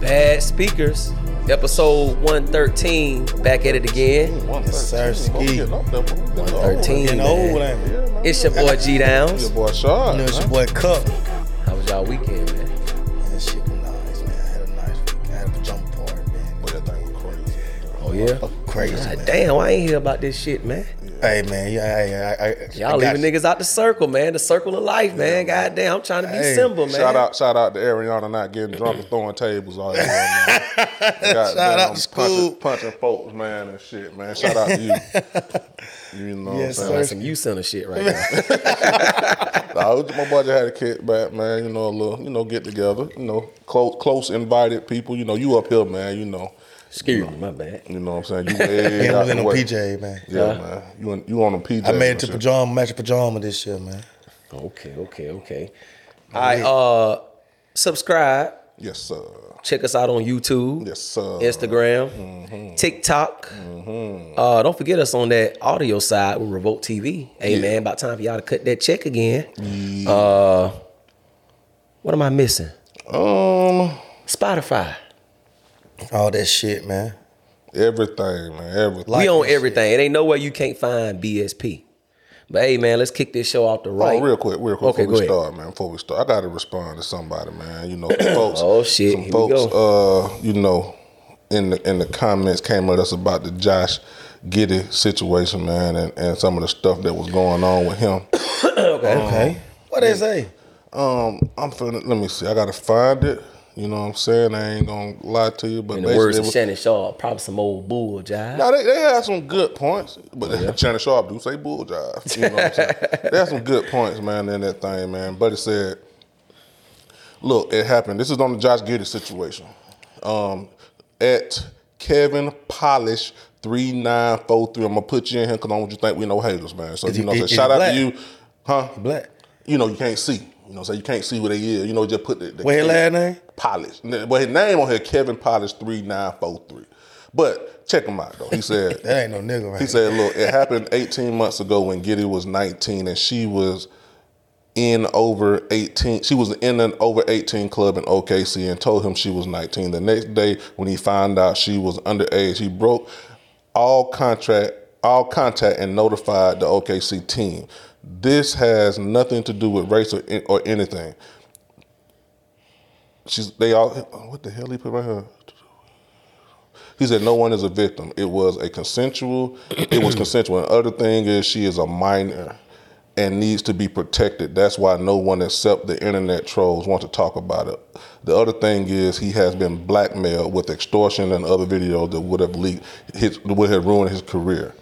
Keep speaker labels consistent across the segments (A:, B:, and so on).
A: Bad Speakers, episode 113. Back at it again.
B: Yes, sir, Ski.
A: Thirteen,
B: Getting
A: man.
B: old, ain't it?
A: It's your boy G Downs.
C: Your boy
B: You
C: Sean.
B: know, it's your boy Cup.
A: How was y'all weekend, man?
B: That shit was nice, man. I had a nice week. I had a pajama party, man.
C: Boy, that thing was crazy.
A: Oh yeah.
B: Fucking crazy, man.
A: Damn, I ain't hear about this shit, man.
B: Hey, man. Yeah, I, I, I,
A: Y'all
B: I got
A: leaving niggas out the circle, man. The circle of life, man. God damn, I'm trying to be
B: Hey,
A: simple, man.
C: Shout out, shout out to Ariana not getting drunk and throwing tables all day. Man. shout
B: out to
C: punching,
B: school.
C: punching folks, man, and shit, man. Shout out to you. You know
B: Yes,
C: what
A: Sound
C: I'm
A: like
C: saying?
A: some you center shit right now.
C: Nah, it was- my buddy had a kickback, man. You know, a little, you know, get together. You know, close, close invited people. You know, you up here, man. You know,
A: Excuse me, my bad.
C: you know what I'm saying. You way
B: Yeah, I
C: out
B: was in
C: the
B: a
C: way.
B: PJ, man.
C: Yeah, man. You in, you on them PJ?
B: I made it to
C: and shit.
B: pajama, match pajama this year, man.
A: Okay, okay, okay. All right, uh, subscribe.
C: Yes, sir.
A: Check us out on YouTube,
C: Yes, sir. Mm-hmm.
A: Instagram, TikTok. Uh, don't forget us on that audio side with Revolt TV. Hey man, about time for y'all to cut that check again. Uh, what am I missing?
C: Um.
A: Spotify.
B: All that shit, man.
C: Everything, man. Everything.
A: we on
B: this
A: everything. It ain't nowhere you can't find BSP. But hey man, let's kick this show off the right.
C: Oh, real quick, real quick
A: Okay,
C: before we
A: go ahead.
C: start, man. Before we start, I gotta respond to somebody, man. You know, some folks.
A: Oh, shit.
C: Some
A: Here we
C: folks, uh, you know, in the in the comments came at us about the Josh Giddy situation, man, and, and some of the stuff that was going on with him.
B: Okay. What they say?
C: Um, I'm feeling. Let me see. I gotta find it. You know what I'm saying? I ain't gonna lie to you, but
A: In the
C: basically,
A: words
C: it
A: of
C: was-
A: Shannon Shaw, probably some old bull jive.
C: Now they, they had some good points, but
B: Oh,
C: Shannon Sharp do say bull jive. You know what I'm saying? they had some good points, man, in that thing, man. But it said, look, it happened. This is on the Josh Giddy situation. Um, at Kevin Polish three nine four three. I'm gonna put you in here because I don't want you to think we know haters, man. So
B: Is
C: you
B: he-
C: know, what I'm
B: is-
C: saying? shout
B: is
C: out
B: he black?
C: to you, huh?
B: Black.
C: You know, you can't see. You know, so you can't see where they is. You know, just put the, the
B: What his last name?
C: Polish. Well, his name on here, Kevin Polish three nine four three. But check him out though. He said
B: That ain't no nigga right
C: He said, "Look, it happened 18 months ago when Giddy was 19 and she was in over 18. She was in an over 18 club in OKC and told him she was 19. The next day, when he found out she was underage, he broke all contract, all contact, and notified the OKC team. This has nothing to do with race or, or anything. She's they all what the hell he put right here." He said no one is a victim. It was a consensual. It was consensual. And other thing is she is a minor and needs to be protected. That's why no one except the internet trolls want to talk about it. The other thing is he has been blackmailed with extortion and other videos that would have leaked his would have ruined his career.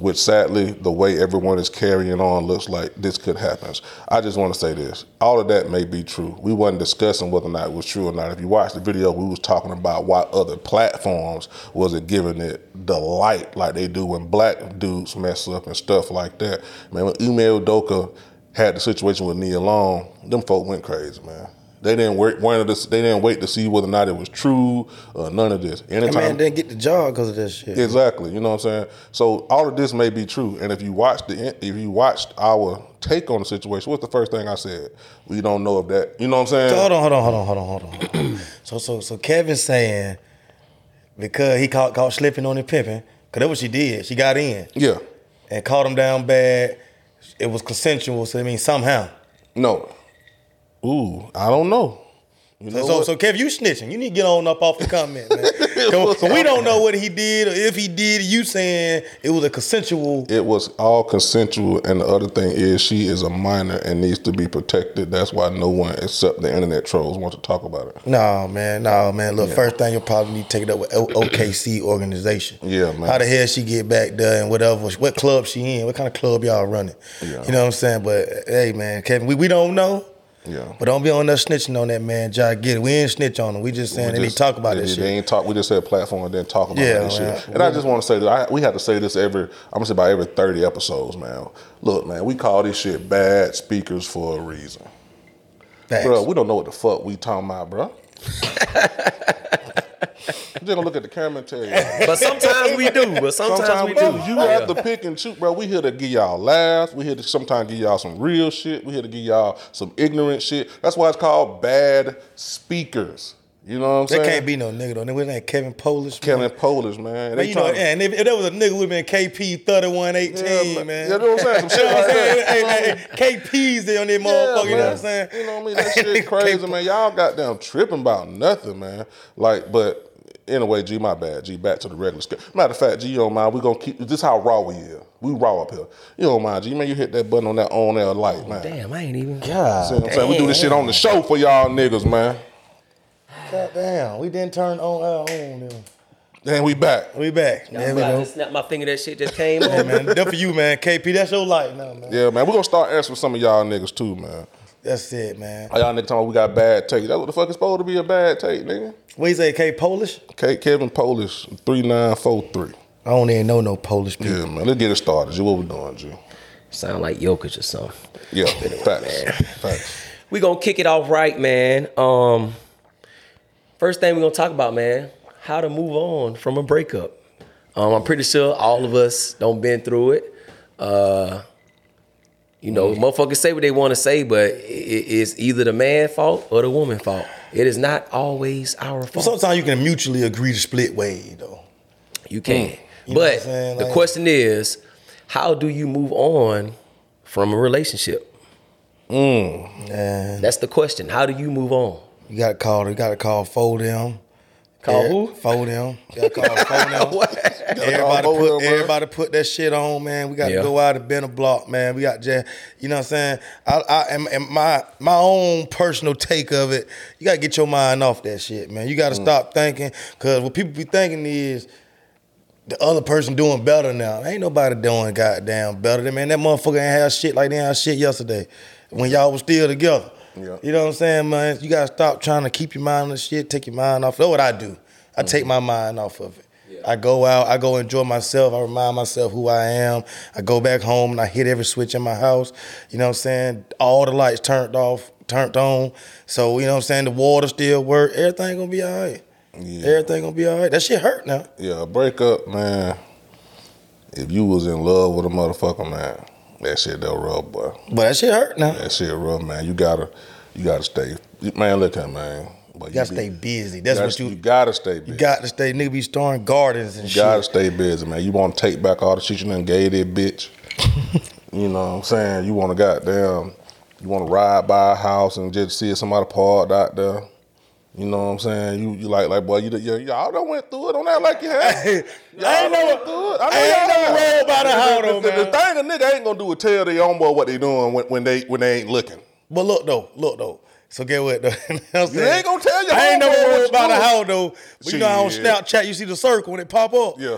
C: Which sadly, the way everyone is carrying on looks like this could happen. I just want to say this: all of that may be true. We wasn't discussing whether or not it was true or not. If you watch the video, we was talking about why other platforms wasn't giving it the light like they do when black dudes mess up and stuff like that. Man, when Email Doka had the situation with Nia Long, them folk went crazy, man. They didn't wait. wanted to- They didn't wait to see whether or not it was true or none of this.
B: That man
C: Anytime
B: didn't get the job because of that shit.
C: Exactly. You know what I'm saying? So all of this may be true. And if you watched the if you watched our take on the situation, what's the first thing I said? We don't know if that you know what I'm
B: So
C: saying?
B: hold on, hold on, hold on, hold on, hold on, hold on. so so so Kevin's saying because he caught caught slipping on his pimping, cause that's what she did. She got in
C: Yeah.
B: and caught him down bad. It was consensual, so I mean somehow.
C: No. Ooh, I don't know. You know
B: So, so,
C: what?
B: so Kev, you snitching. You need to get on up off the comment, man. 'Cause- 'cause we don't know what he did or if he did. You saying it was a consensual.
C: it was all consensual, and the other thing is she is a minor and needs to be protected. That's why no one except the internet trolls want to talk about it.
B: No, man, no, man. Look, first thing you'll probably need to take it up with O- OKC organization.
C: Yeah, man.
B: How the hell she get back there and whatever, what club she in, what kind of club y'all running. You know what I'm saying? But hey, man, Kevin, we, we don't know.
C: Yeah.
B: But don't be on there snitching on that man, John. Get it. We ain't snitch on him. We just saying
C: We
B: they need to
C: just-
B: talk about
C: they,
B: that
C: they
B: shit.
C: ain't talk. We just had platform and didn't talk about
B: Yeah,
C: that
B: man.
C: shit. And I just want to say that I, we have to say this every. I'm gonna say about every 30 episodes, man. Look, man, we call this shit bad speakers for a reason,
B: Facts.
C: bro. We don't know what the fuck we talking about, bro. I'm just gonna look at the camera and tell you.
A: But sometimes we do. But sometimes, we
C: Sometimes,
A: do.
C: bro, you
A: Yeah.
C: have to pick and choose, bro. We here to give y'all laughs. We here to sometimes give y'all some real shit. We here to give y'all some ignorant shit. That's why it's called bad speakers. You know what I'm
B: There
C: saying?
B: can't be no nigga though. Nigga, that Kevin Polish.
C: Kevin Polish, man. They
B: Man, you know,
C: trying-
B: and if, if there was a nigga, would have been KP thirty one eighteen,
C: Yeah,
B: man.
C: You know what I'm saying? Some shit
B: You know what
C: like
B: I'm saying?
C: that.
B: hey, hey, hey, KP's there on that motherfucker. you know what I'm saying?
C: You know what I mean? That shit crazy, man. Y'all goddamn tripping about nothing, man. Like, but anyway, G, my bad. G, back to the regular script. Matter of fact, G, you don't mind. We gonna keep this. How raw we is. We raw up here. You don't mind, G, man. You hit that button on that on air light, man.
A: Damn, I ain't even.
C: See what I'm saying? We do this shit on the show for y'all niggas, man.
B: God damn, we didn't turn on our own. then.
C: Then we back.
B: We back. There
A: I'm
B: we
A: about to
B: go.
A: snap my finger. That shit just came
B: Hey,
A: on.
B: man, that for you, man. KP, that's your life now, man.
C: Yeah, man. We gonna start answering some of y'all niggas too, man.
B: That's it, man.
C: All y'all niggas talking about we got bad take. That's what the fuck is supposed to be a bad take, nigga.
B: What you say, K Polish?
C: K- Kevin Polish, 3943.
B: I don't even know no Polish people.
C: Yeah, man. Let's get it started. G. What we doing, G?
A: Sound like Jokic or something.
C: Yeah, facts. Facts.
A: We gonna kick it off right, man. Um, first thing we gonna talk about, man, how to move on from a breakup. Um, I'm pretty sure all of us don't been through it. Uh, you know, motherfuckers say what they want to say, but i- i- it's either the man fault or the woman fault. It is not always our fault.
B: Sometimes you can mutually agree to split ways, though.
A: You can.
B: You know what I'm
A: but
B: saying?
A: the
B: Like-
A: question is, how do you move on from a relationship?
B: And
A: Hmm. That's the question. How do you move on?
B: you gotta call. You gotta call four them.
A: Call who?
B: E- Four them. You gotta call four them. Everybody
C: All over,
B: put
C: bro.
B: everybody put that shit on, man. We got to
A: Yeah.
B: go out and bend a block, man. We got just, you know what I'm saying. I, I and, and my my own personal take of it. You got to get your mind off that shit, man. You got to stop thinking because what people be thinking is the other person doing better now. Ain't nobody doing goddamn better. Man, that motherfucker ain't have shit like they had shit yesterday when y'all was still together.
C: Yeah.
B: You know what I'm saying, man? You gotta stop trying to keep your mind on the shit, take your mind off. That's what I do. I
C: Mm-hmm.
B: take my mind off of it. I go out, I go enjoy myself, I remind myself who I am. I go back home and I hit every switch in my house. You know what I'm saying? All the lights turned off, turned on. So, you know what I'm saying? The water still work. Everything gonna be all right.
C: Yeah.
B: Everything gonna be all right. That shit hurt now.
C: Yeah, a breakup, man. If you was in love with a motherfucker, man, that shit they'll rub, boy.
B: But that shit hurt now.
C: That shit rough, man. You gotta, you gotta stay. Man, look at man. But
B: You gotta stay busy. That's
C: gotta-
B: what you,
C: you gotta stay busy.
B: you got to stay. Nigga be storing gardens and
C: You gotta
B: shit.
C: stay busy, man. You want to take back all the shit you done gave that bitch. you know what I'm saying? You want to goddamn, you want to ride by a house and just see if somebody parked out there. You know what I'm saying? You you like like boy, you you y'all done went through it. Don't act like you have.
B: Hey,
C: Y'all
B: I
C: done
B: ain't never-
C: went through it. I know
B: I ain't
C: y'all
B: never
C: have.
B: rolled by the house,
C: the,
B: though,
C: the, the
B: man.
C: thing a nigga ain't gonna do is tell their own boy what they doing when, when they when they ain't looking.
B: But look though, look though. So get what though. you know what I'm saying?
C: ain't gonna tell your
B: I ain't
C: homeboy
B: never
C: what
B: worried
C: you
B: about
C: doing.
B: how though. But you know how on
C: Shit.
B: Snapchat you see the circle when it pop up.
C: Yeah.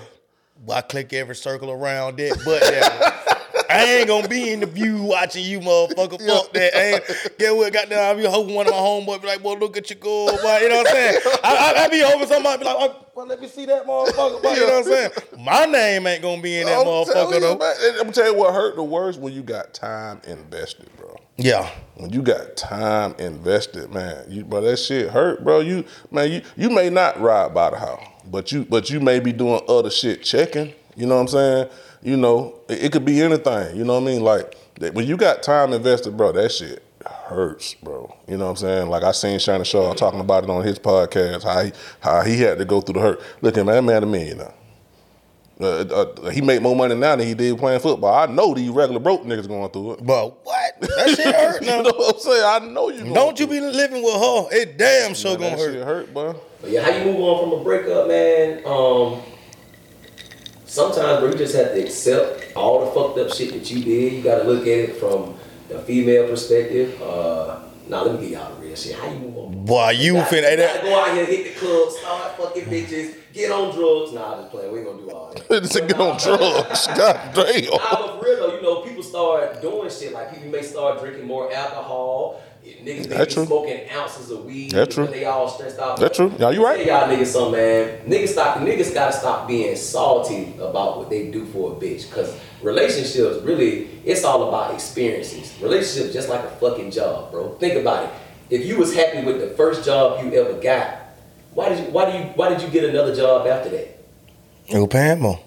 B: Well, I click every circle around that butt. That I ain't gonna be in the view watching you, motherfucker. Fuck that. I ain't, get what? Goddamn, I be hoping one of my homeboys be like, "Boy, look at your girl." Boy. You know what I'm saying? I, I, I be hoping somebody be like, oh, "Well, let me see that motherfucker." Boy. You know what I'm saying? My name ain't gonna be in that motherfucker
C: telling you,
B: though.
C: man. And I'm gonna tell you what hurt the worst when you got time invested, bro.
B: Yeah.
C: when you got time invested, man, you bro, that shit hurt, bro. You man, you you may not ride by the house, but you but you may be doing other shit checking. You know what I'm saying? You know, it, it could be anything. You know what I mean? Like that- when you got time invested, bro, that shit hurts, bro. You know what I'm saying? Like I seen Shannon Shaw talking about it on his podcast, how he how he had to go through the hurt. Look at man, that man a millionaire. Uh, uh, he make more money now than he did playing football. I know these regular broke niggas going through it.
B: But what? back. That shit hurt
C: You know
B: now.
C: what I'm saying? I know you. gonna-
B: Don't you be living with her. It damn sure
C: Man,
B: gonna
C: that shit
B: hurt.
C: hurt, bro.
A: But yeah, how you move on from a breakup, man? Um, sometimes bro, you just have to accept all the fucked up shit that you did. You got to look at it from the female perspective. Uh, now let me get y'all the real shit. How you move on?
B: Boy, you
A: gotta,
B: finna. Hey,
A: gotta
B: that,
A: go out here, hit the club, start fucking bitches, get on drugs. Nah, I just play. We ain't gonna do all that.
C: This nigga on drugs. God damn.
A: Out of real though, you know, people start doing shit. Like people may start drinking more alcohol. Niggas may
C: That
A: be
C: true.
A: smoking ounces of weed.
C: That
A: because
C: true.
A: They all stressed out.
C: That true. Yeah, you right.
A: Tell y'all niggas something, man. Niggas stop. Niggas gotta stop being salty about what they do for a bitch. Cause relationships really, it's all about experiences. Relationships just like a fucking job, bro. Think about it. If you was happy with the first job you ever got, why did you why do you why did you get another job after that?
B: you paying more.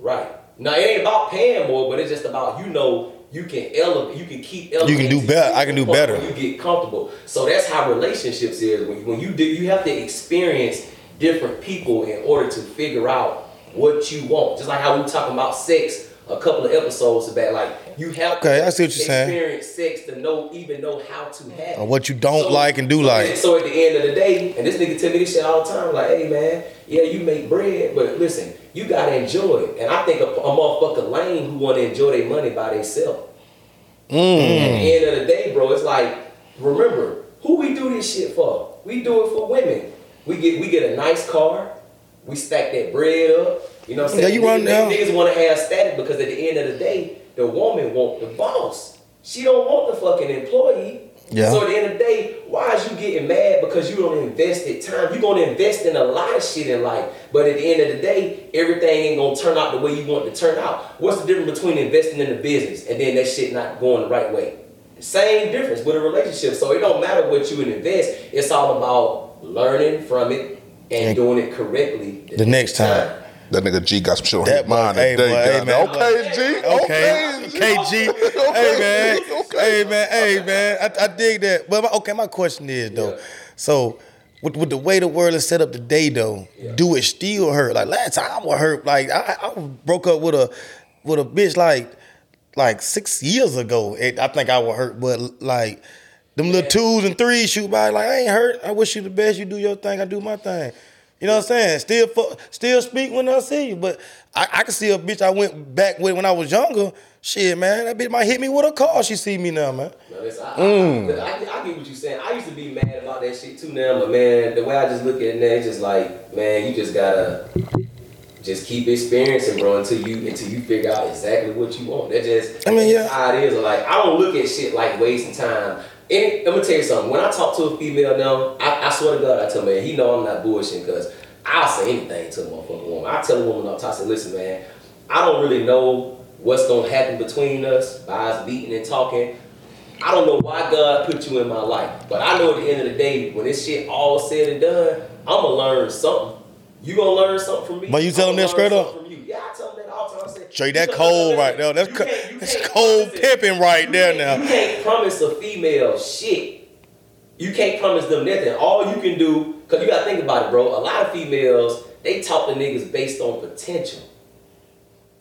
A: Right. Now it ain't about paying more, but it's just about you know you can elevate, you can keep elevating.
B: do better. I can do better.
A: When you get comfortable, so that's how relationships is. When you, when you do, you have to experience different people in order to figure out what you want. Just like how we were talking about sex a couple of episodes back, like you have
B: Okay, I see what you're saying.
A: experience sex to know even know how to have it.
B: Or what you don't like and do like.
A: So at the end of the day, and this nigga tell me this shit all the time, like, hey man, yeah, you make bread, but listen, you gotta enjoy it. And I think a, a motherfucker lame who wanna enjoy their money by themselves.
B: Mm.
A: At the end of the day, bro, it's like, remember, who we do this shit for? We do it for women. We get we get a nice car, we stack that bread up, you know what I'm
B: Yeah,
A: saying?
B: you run
A: Niggas-
B: down.
A: Niggas wanna have status because at the end of the day, the woman want the boss. She don't want the fucking employee.
B: Yeah.
A: So at the end of the day, why is you getting mad because you don't invested time? you gonna invest in a lot of shit in life, but at the end of the day, everything ain't gonna turn out the way you want it to turn out. What's the difference between investing in the business and then that shit not going the right way? Same difference with a relationship. So it don't matter what you invest, it's all about learning from it and doing it correctly
B: The next time.
C: That nigga G got some shit on
B: That
C: his mind
B: boy- hey,
C: today.
B: boy, hey,
C: God.
B: man,
C: okay, G.
B: Okay.
C: Okay.
B: KG. Hey man. Hey man. Hey man. I, I dig that. But my, okay, my question is though.
A: Yeah.
B: So with, with the way the world is set up today though, do it still hurt? Like last time I was hurt, like I, I broke up with a with a bitch like like six years ago. It, I think I was hurt, but like them little twos and threes shoot by like I ain't hurt. I wish you the best. You do your thing. I do my thing. You know what I'm saying? Still, fu- still speak when I see you, but I, I can see a bitch I went back with when I was younger. Shit, man, that bitch might hit me with a car. She see me now, man.
A: Now, listen, I,
B: Mm.
A: I, I, I, get what you're saying. I used to be mad about that shit too now, but man, the way I just look at it now, it's just like, man, you just gotta just keep experiencing, bro, until you until you figure out exactly what you want. That just
B: I mean, yeah.
A: how it is. Like I don't look at shit like wasting time. And I'm gonna tell you something. When I talk to a female now, I, I swear to God, I tell man, he know I'm not bullshitting because I'll say anything to a motherfucking woman. I tell a woman up top, I say, listen, man, I don't really know what's gonna happen between us by us beating and talking. I don't know why God put you in my life, but I know at the end of the day, when this shit all said and done, I'm gonna learn something. You gonna learn something from me.
B: But you tell
A: I'ma
B: them that
A: learn
B: straight up?
A: something from you. Yeah, I tell them that all the time. I say,
B: Straight
A: you
B: that
A: know,
B: cold
A: listen,
B: right there. That's
A: you
B: co-
A: can't- you
B: that's
A: can't-
B: cold
A: listen,
B: pimping right
A: you
B: there
A: can't-
B: now.
A: You can't promise a female shit. You can't promise them nothing. All you can do, cause you gotta think about it, bro. A lot of females, they talk to niggas based on potential.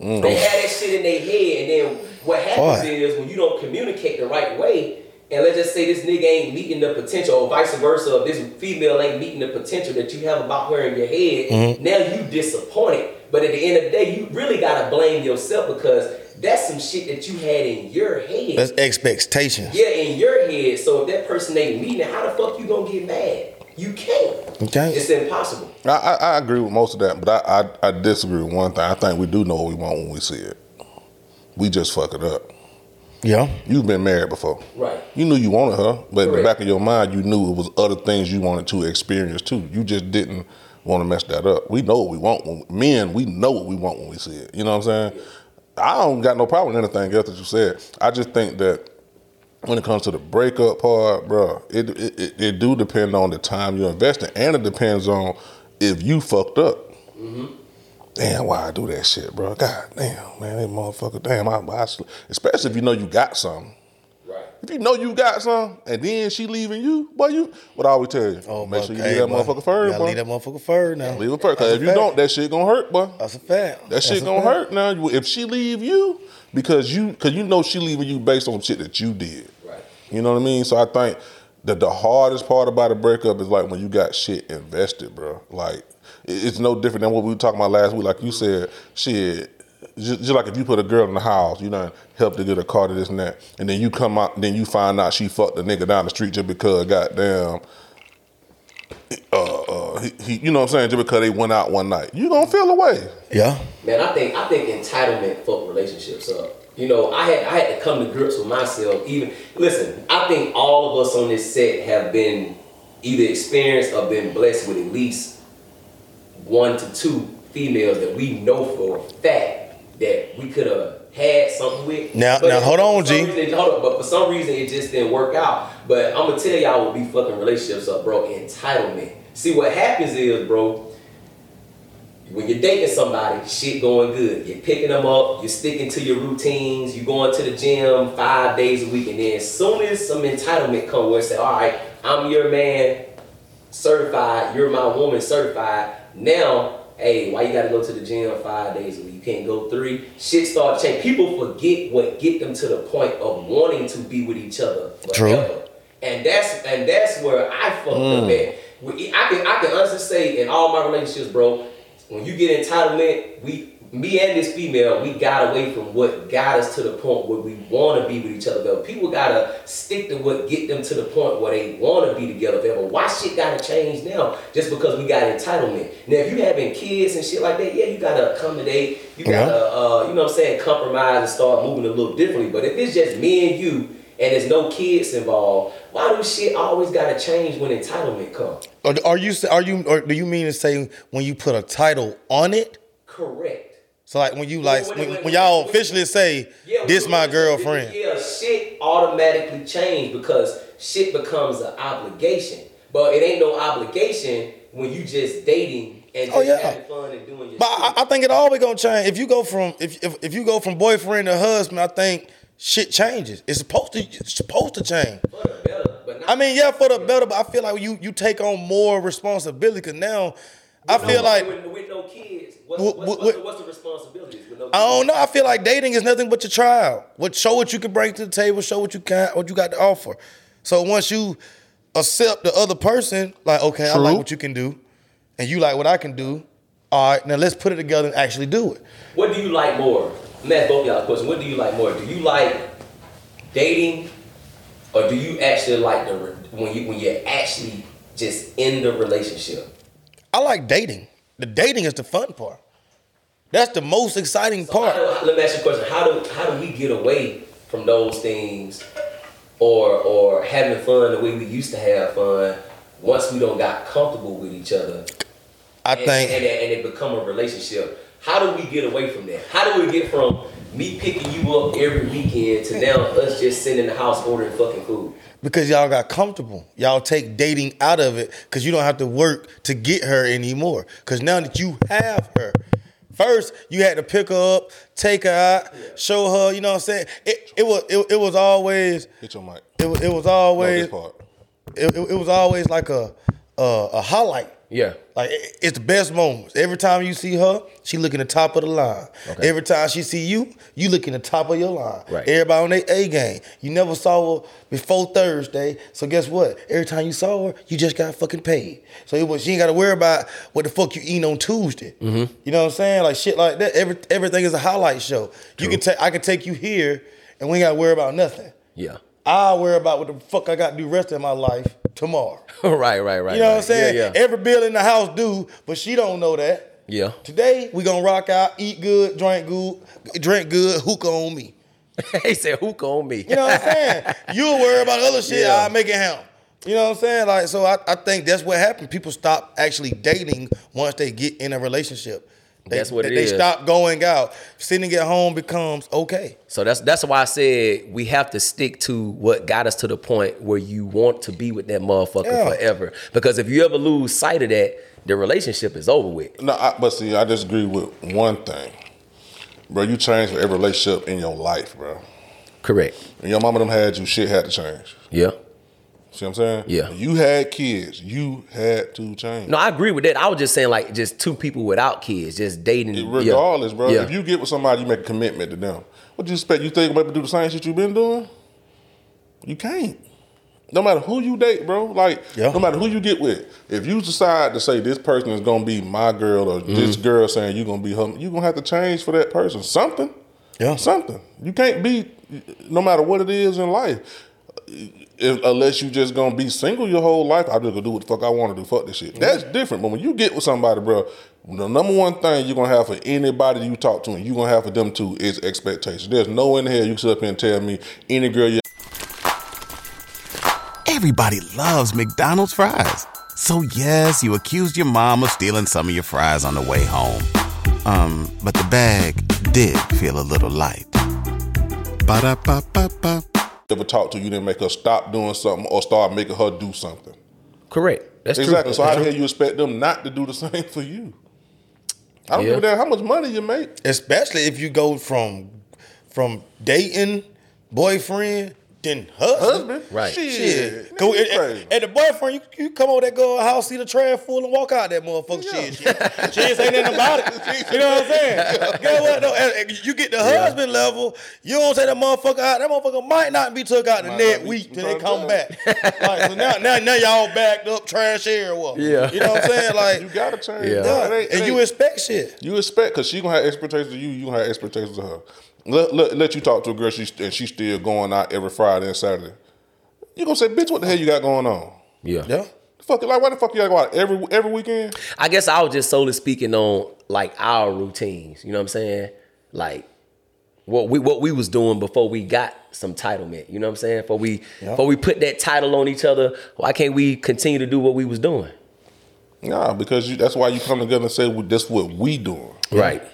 B: Mm.
A: They had that shit in their head, and then what happens
B: Boy.
A: is when you don't communicate the right way, and let's just say this nigga ain't meeting the potential, or vice versa, if this female ain't meeting the potential that you have about her in your head,
B: Mm-hmm.
A: now you disappointed. But at the end of the day, you really gotta blame yourself because that's some shit that you had in your head.
B: That's expectations.
A: Yeah, in your head. So if that person ain't meeting, it, how the fuck you gonna get mad? You can't.
B: You can't.
A: It's impossible.
C: I, I, I agree with most of that, but I, I, I disagree with one thing. I think we do know what we want when we see it. We just fuck it up.
B: Yeah.
C: You've been married before.
A: Right.
C: You knew you wanted her, but in the
A: Correct.
C: back of your mind, you knew it was other things you wanted to experience too. You just didn't want to mess that up. We know what we want. When, men, we know what we want when we see it. You know what I'm saying? I don't got no problem with anything else that you said. I just think that when it comes to the breakup part, bro, it it, it, it do depend on the time you invest in, and it depends on if you fucked up. Damn, why I do that shit, bro? God damn, man, that motherfucker. Damn, I, I sl- especially if you know you got something.
A: Right.
C: If you know you got some, and then she leaving you, boy, you what I always tell you,
B: Oh,
C: make sure you
B: okay,
C: leave that
B: boy.
C: motherfucker first,
B: Gotta
C: boy.
B: Leave that motherfucker first now.
C: Leave it first, cause
B: That's
C: if
B: a
C: you
B: fact.
C: don't, that shit gonna hurt, boy.
B: that's a fact.
C: That shit gonna hurt now. You- If she leave you, because you, cause you know she leaving you based on shit that you did.
D: Right.
C: You know what I mean? So I think that the hardest part about a breakup is like when you got shit invested, bro. Like it- it's no different than what we were talking about last week. Like you said, shit. Just, just like if you put a girl in the house, you know, help to get a car to this and that, and then you come out, then you find out she fucked a nigga down the street just because, goddamn, uh, uh, he, he, you know what I'm saying, just because they went out one night, you gonna feel away.
B: Yeah.
A: Man, I think I think entitlement fuck relationships up. You know, I had I had to come to grips with myself. Even listen, I think all of us on this set have been either experienced or been blessed with at least one to two females that we know for a fact that we could have had something with.
B: Now- now,
A: it-
B: hold on,
A: for some
B: G.
A: reason it- hold on, but for some reason it just didn't work out. But I'm gonna tell y'all what be fucking relationships up, bro. Entitlement. See what happens is, bro when you're dating somebody, shit going good. You're picking them up, you're sticking to your routines, you're going to the gym five days a week, and then as soon as some entitlement come where it say, all right, I'm your man certified, you're my woman certified, now, hey, why you gotta go to the gym five days a week? You can't go three. Shit start changing. People forget what get them to the point of wanting to be with each other
B: True.
A: forever. And that's and that's where I fucked up at. We- I can I can honestly say in all my relationships, bro, when you get entitlement, we me and this female, we got away from what got us to the point where we want to be with each other. Though people gotta stick to what get them to the point where they want to be together forever. Why shit gotta change now just because we got entitlement? Now if you having kids and shit like that, yeah, you gotta accommodate. You
B: Yeah.
A: gotta uh, you know what I'm saying, compromise and start moving a little differently. But if it's just me and you and there's no kids involved, why do shit always gotta change when entitlement comes?
B: Are, are you are you or do you mean to say when you put a title on it?
A: Correct.
B: So like when you like
A: When-
B: when,
A: when-
B: when y'all officially say
A: Yeah,
B: this
A: we-
B: my girlfriend.
A: Yeah, shit automatically change because shit becomes an obligation. But it ain't no obligation when you just dating and just
B: Oh, yeah.
A: having fun and doing your
B: But
A: shit.
B: I, I think it always gonna change. If you go from if, if if you go from boyfriend to husband, I think shit changes. It's supposed to it's supposed to change.
A: For the better, but not
B: I mean, yeah, for the better, but I feel like you you take on more responsibility because now I feel like
A: with, with no kids, what's,
B: Wh-
A: what's,
B: wh-
A: what's,
B: wh-
A: what's the responsibilities with no kids?
B: I don't know. I feel like dating is nothing but your trial. What show what you can bring to the table, show what you can, what you got to offer. So once you accept the other person, like okay, I
C: True.
B: like what you can do, and you like what I can do. All right, now let's put it together and actually do it.
A: What do you like more? I'm gonna ask both y'all a question. What do you like more? Do you like dating, or do you actually like the re- when you when you're actually just in the relationship?
B: I like dating. The dating is the fun part. That's the most exciting
A: How
B: part.
A: do- let me ask you a question. How do how do we get away from those things, or or having fun the way we used to have fun? Once we don't got comfortable with each other,
B: I
A: and, and,
B: think
A: it- and it become a relationship. How do we get away from that? How do we get from me picking you up every weekend to now us just sitting in the house ordering fucking food?
B: because y'all got comfortable. Y'all take dating out of it because you don't have to work to get her anymore. Because now that you have her, first you had to pick her up, take her out, show her. You know what I'm saying? It it was it, it was always
C: Hit your mic.
B: it, was- it was
C: No, this
B: always it,
C: part.
B: it, it was always like a a, a highlight.
D: Yeah.
B: Like it- it's the best moments. Every time you see her, she looking the top of the line.
D: Okay.
B: Every time she see you, you looking the top of your line.
D: Right.
B: Everybody on their A game. You never saw her before Thursday, so guess what? Every time you saw her, you just got fucking paid. So it was she ain't got to worry about what the fuck you eating on Tuesday.
D: Mm-hmm.
B: You know what I'm saying? Like shit like that. Every everything is a highlight show. You can take I can take you here, and we ain't got to worry about nothing.
D: Yeah.
B: I worry about what the fuck I got to do rest of my life tomorrow.
D: right, right, right.
B: You know what I'm
D: right.
B: saying?
D: Yeah, yeah.
B: Every bill in the house do, but she don't know that.
D: yeah.
B: Today we gonna rock out, eat good, drink good, drink good, hookah on me.
D: he said, "Hook on me."
B: You know what I'm saying? You'll worry about other shit.
D: Yeah.
B: I'll make it happen. You know what I'm saying? Like, so I, I think that's what happened. People stop actually dating once they get in a relationship. They,
D: That's what
B: they,
D: it
B: they
D: is.
B: stop going out. Sitting at home becomes okay.
D: So that's that's why I said we have to stick to what got us to the point where you want to be with that motherfucker
B: Yeah.
D: forever. Because if you ever lose sight of that, the relationship is over with.
C: No, I, but see, I disagree with one thing, bro. You change for every relationship in your life, bro.
A: Correct.
C: and your mama them had you, shit had to change.
A: Yeah.
C: See what I'm saying?
A: Yeah.
C: You had kids. You had to change.
A: No, I agree with that. I was just saying like just two people without kids, just dating. yeah.
C: Regardless, bro.
A: Yeah.
C: If you get with somebody, you make a commitment to them. What do you expect? You think I'm able to do the same shit you've been doing? You can't. No matter who you date, bro. Like,
B: Yeah.
C: no matter who you get with, if you decide to say this person is gonna be my girl or
A: Mm-hmm.
C: this girl saying you're gonna be her, you're gonna have to change for that person. Something.
B: Yeah.
C: Something. You can't be no matter what it is in life. If, unless you just gonna be single your whole life, I'm just gonna do what the fuck I want to do. Fuck this shit. That's different. But when you get with somebody, bro, the number one thing you're gonna have for anybody you talk to and you gonna have for them too is expectation. There's no in here you can sit up here and tell me any girl you
E: Everybody loves McDonald's fries. So yes, you accused your mom of stealing some of your fries on the way home. Um, but the bag did feel a little light. Ba-da-ba-ba-ba.
C: ever talk to, you didn't make her stop doing something or start making her do something.
A: Correct. That's true.
C: exactly. So how the hell you expect them not to do the same for you? I don't
A: Yeah.
C: give a damn how much money you make.
B: Especially if you go from from dating, boyfriend, then husband.
C: Husband,
A: Right.
C: Shit,
B: Shit.
C: Nigga,
B: Go,
C: you
B: and,
C: crazy.
B: and- and the boyfriend, you, you come over that girl house, see the trash full and walk out that motherfucker shit. She, she ain't say nothing about it. You know what I'm saying? Guess what? No, and- and you get the husband level, you don't say that motherfucker out. That motherfucker might not be took out the
C: Might
B: next
C: not be-
B: week till
C: might
B: they come
C: not.
B: back. like, so now, now, now y'all backed up trash everywhere.
A: Yeah.
B: You know what I'm saying? Like,
C: you gotta change.
A: Yeah.
C: dog.
B: yeah,
C: It ain't- it
B: and you
C: ain't-
B: expect shit.
C: You expect because she gonna have expectations of you. You gonna have expectations of her. Let, let, let you talk to a girl she, and she's still going out every Friday and Saturday. You gonna say, bitch, what the hell you got going on?
A: yeah.
B: Yeah.
C: Fuck it, like why the fuck you gotta go out every every weekend?
A: I guess I was just solely speaking on like our routines. You know what I'm saying? Like what we what we was doing before we got some titlement. You know what I'm saying? Before we before we put that title on each other, why can't we continue to do what we was doing?
C: Nah, because you, that's why you come together and say well, that's what we doing.
A: Right.
B: And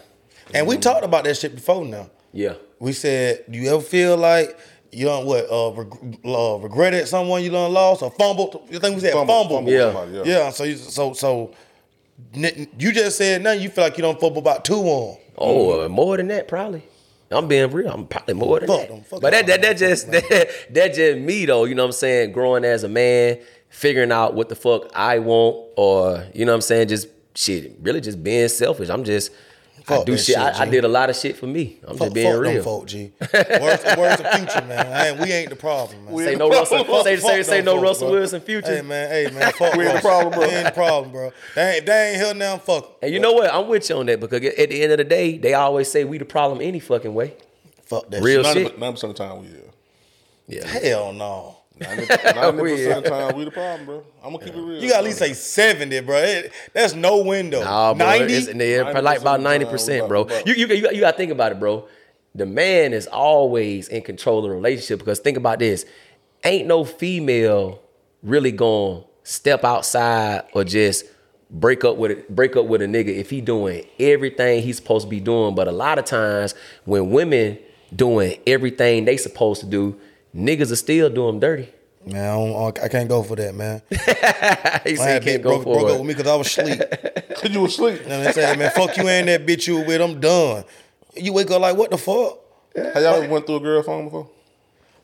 A: Mm-hmm.
B: we talked about that shit before now.
A: Yeah.
B: We said, do you ever feel like you done what uh, reg- uh regretted someone you done lost or fumbled? You think we said fumbled?
A: Yeah.
C: somebody,
B: yeah. So you, so so n- you just said nothing. You feel like you don't fumble about two on.
A: Oh, uh, more than that probably. I'm being real. I'm probably more than
B: Fuck
A: that.
B: them. Fuck
A: but that,
B: them.
A: that that just that, that just me though. You know what I'm saying? Growing as a man, figuring out what the fuck I want, or you know what I'm saying? Just shit. Really, just being selfish. I'm just. I
B: Fuck
A: do
B: that
A: shit.
B: shit,
A: I, I
B: G.
A: did a lot of shit for me. I'm
B: Fuck,
A: just being
B: fuck
A: real.
B: them folk, G. Words, words of future, man. I ain't, we ain't the problem, man.
A: Say no Russell. say say, say no Russell Wilson future.
B: Hey man, hey man, fuck
C: We ain't the
B: Russell.
C: problem, bro.
B: We ain't the problem, bro. They ain't, they ain't here now. Fuck 'em.
A: and you know what? I'm with you on that because at the end of the day, they always say we the problem any fucking way.
B: fuck that.
A: Real
B: shit.
A: shit.
C: Ninety percent of the time we yeah.
A: Yeah.
B: Hell no.
C: Ninety percent of the time we the problem, bro. I'm gonna keep it real.
B: You got to at least say seventy, bro. It- that's no window.
A: Nah, bro,
B: Ninety.
A: it's- yeah, probably like about
C: 90%
A: ninety
C: of the time,
A: percent,
C: bro.
A: bro. You, you you you gotta think about it, bro. The man is always in control of the relationship because think about this: ain't no female really gonna step outside or just break up with a, break up with a nigga if he doing everything he's supposed to be doing. But a lot of times when women doing everything they supposed to do, niggas are still doing them dirty.
B: Man, I, don't, I can't go for that, man.
A: He
B: I
A: said
B: had
A: he can't
B: bitch
A: go
B: broke, broke
A: for
B: up
A: it.
B: with me because I was asleep. you
C: Cause you asleep.
B: know what I'm saying, man? Fuck you and that bitch you were with. I'm done. You wake up like, what the fuck?
C: Have y'all ever went through a girl phone before?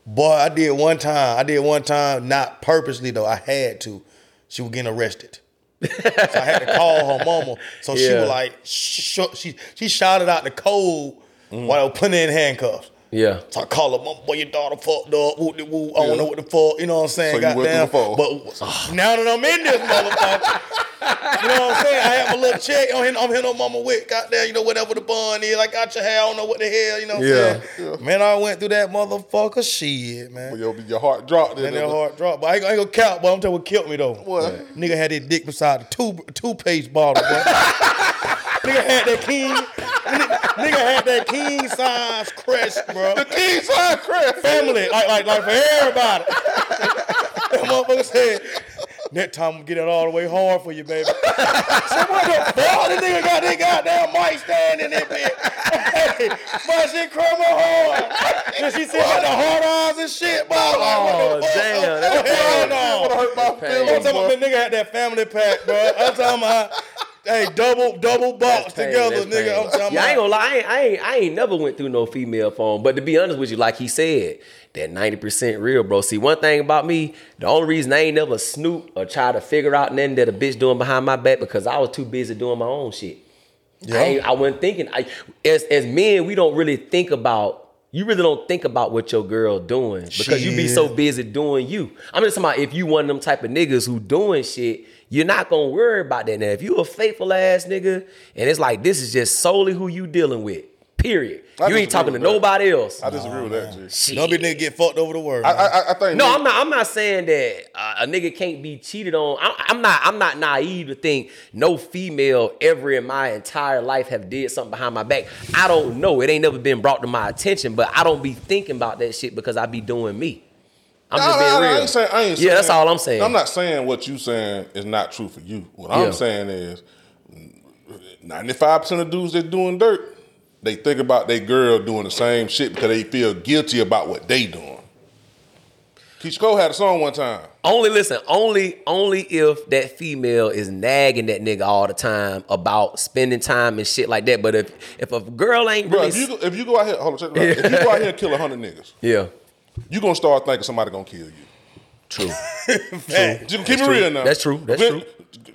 B: Boy, I did one time. I did one time, not purposely though. I had to. She was getting arrested. so I had to call her mama. So she
A: Yeah.
B: was like, sh- she she shouted out the code
A: Mm.
B: while I was putting her in handcuffs.
A: Yeah.
B: So I call her, mom, boy, your daughter fucked up. Woo, de- woo, I don't know what the fuck. You know what I'm saying?
C: So you went through
B: Goddamn.
C: the phone.
B: But now that I'm in this motherfucker, you know what I'm saying? I have a little check. I'm here, I'm here no mama with. Goddamn, you know, whatever the bun is. I got your hair. I don't know what the hell. You know what
C: Yeah.
B: I'm saying? Man, I went through that motherfucker shit, man.
C: Your, your heart dropped.
B: And that hard drop. But I ain't, I ain't gonna count, but I'm telling you what killed me though.
C: What?
B: Nigga had his dick beside the two two page bottle, boy. nigga had that king. Nigga, nigga had that king size crest, bro. The
C: King size crap.
B: family, like like like for everybody. that motherfucker said, "Next time I'm get it all the way hard for you, baby." so what the fuck? This nigga got that goddamn mic stand in that bitch. hey, but she crumble hard. and she said had the hard eyes and shit, boy. Like,
A: Oh,
B: what the fuck?
A: damn, that's
B: Hell no.
C: hurt my
A: Pain.
B: I'm
C: feelings.
B: talking
C: boy.
B: about that nigga had that family pack, bro. I'm talking about hey, double double box
F: That's pain,
B: together,
F: that's
B: nigga.
F: pain.
B: I'm talking
A: Yeah, I ain't
B: about.
A: gonna lie, I ain't, I ain't I ain't never went through no female phone. But to be honest with you, like he said, that 90% real, bro. See, one thing about me, the only reason I ain't never snoop or try to figure out nothing that a bitch doing behind my back because I was too busy doing my own shit. I, ain't- I wasn't thinking. I, as as men, we don't really think about. You really don't think about what your girl doing because you be so
B: Shit.
A: busy doing you. I'm just talking about if you one of them type of niggas who doing shit, you're not gonna worry about that. Now, if you a faithful ass nigga, and it's like this is just solely who you dealing with. Period.
C: I
A: you ain't
C: disagree
A: talking to
C: with that.
A: nobody else.
C: I disagree with that, G.
A: Shit.
B: Don't be nigga get fucked over the word.
C: I, I, I think
A: No, I'm not. I'm not saying that uh, a nigga can't be cheated on. I'm, I'm not. I'm not naive to think no female ever in my entire life have did something behind my back. I don't know. It ain't never been brought to my attention, but I don't be thinking about that shit because I be doing me. I'm just
C: No,
A: being
C: no, no,
A: real.
C: I ain't saying, I ain't
A: yeah,
C: saying-
A: that's all I'm saying.
C: I'm not saying what you saying is not true for you. What
A: Yeah.
C: I'm saying is, 95 percent of dudes that doing dirt, they think about their girl doing the same shit because they feel guilty about what they doing. Keisha Cole had a song one time.
A: Only listen, only only if that female is nagging that nigga all the time about spending time and shit like that. But if if a girl ain't
C: Bro,
A: really,
C: if you, go- if you go out here, hold on, check it out. If you go out here and kill 100 niggas,
A: yeah,
C: you going to start thinking somebody going to kill you.
A: true.
C: Just keep it real now.
A: That's true. That's
C: When-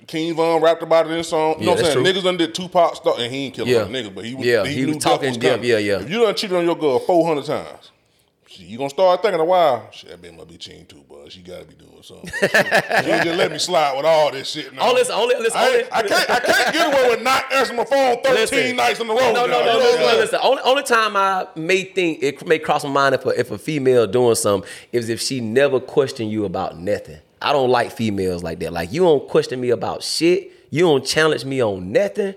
C: King Von rapped about it in his song. You
A: Yeah,
C: know what I'm
A: that's
C: saying?
A: true.
C: Niggas done did Tupac stuff, and he ain't killing
A: Yeah.
C: other niggas, but he, was-
A: Yeah,
C: he,
A: he was
C: knew death
A: talking
C: was
A: death.
C: coming.
A: Yeah, yeah.
C: If you done cheated on your girl 400 times, shit, you gonna start thinking a while. Shit, that bitch must be cheating too, bud. She gotta be doing something. she just let me slide with all this shit now.
A: All this- all this- listen,
C: I,
A: all
C: ain't-
A: this-
C: I can't, I can't get away with not answering my phone 13
A: Listen.
C: nights in a row.
A: No, no,
C: now.
A: no,
C: You know
A: listen,
C: what I'm saying?
A: listen. Only, only time I may think it may cross my mind if a, if a female doing something is if she never question you about nothing. I don't like females like that. Like you don't question me about shit. You don't challenge me on nothing.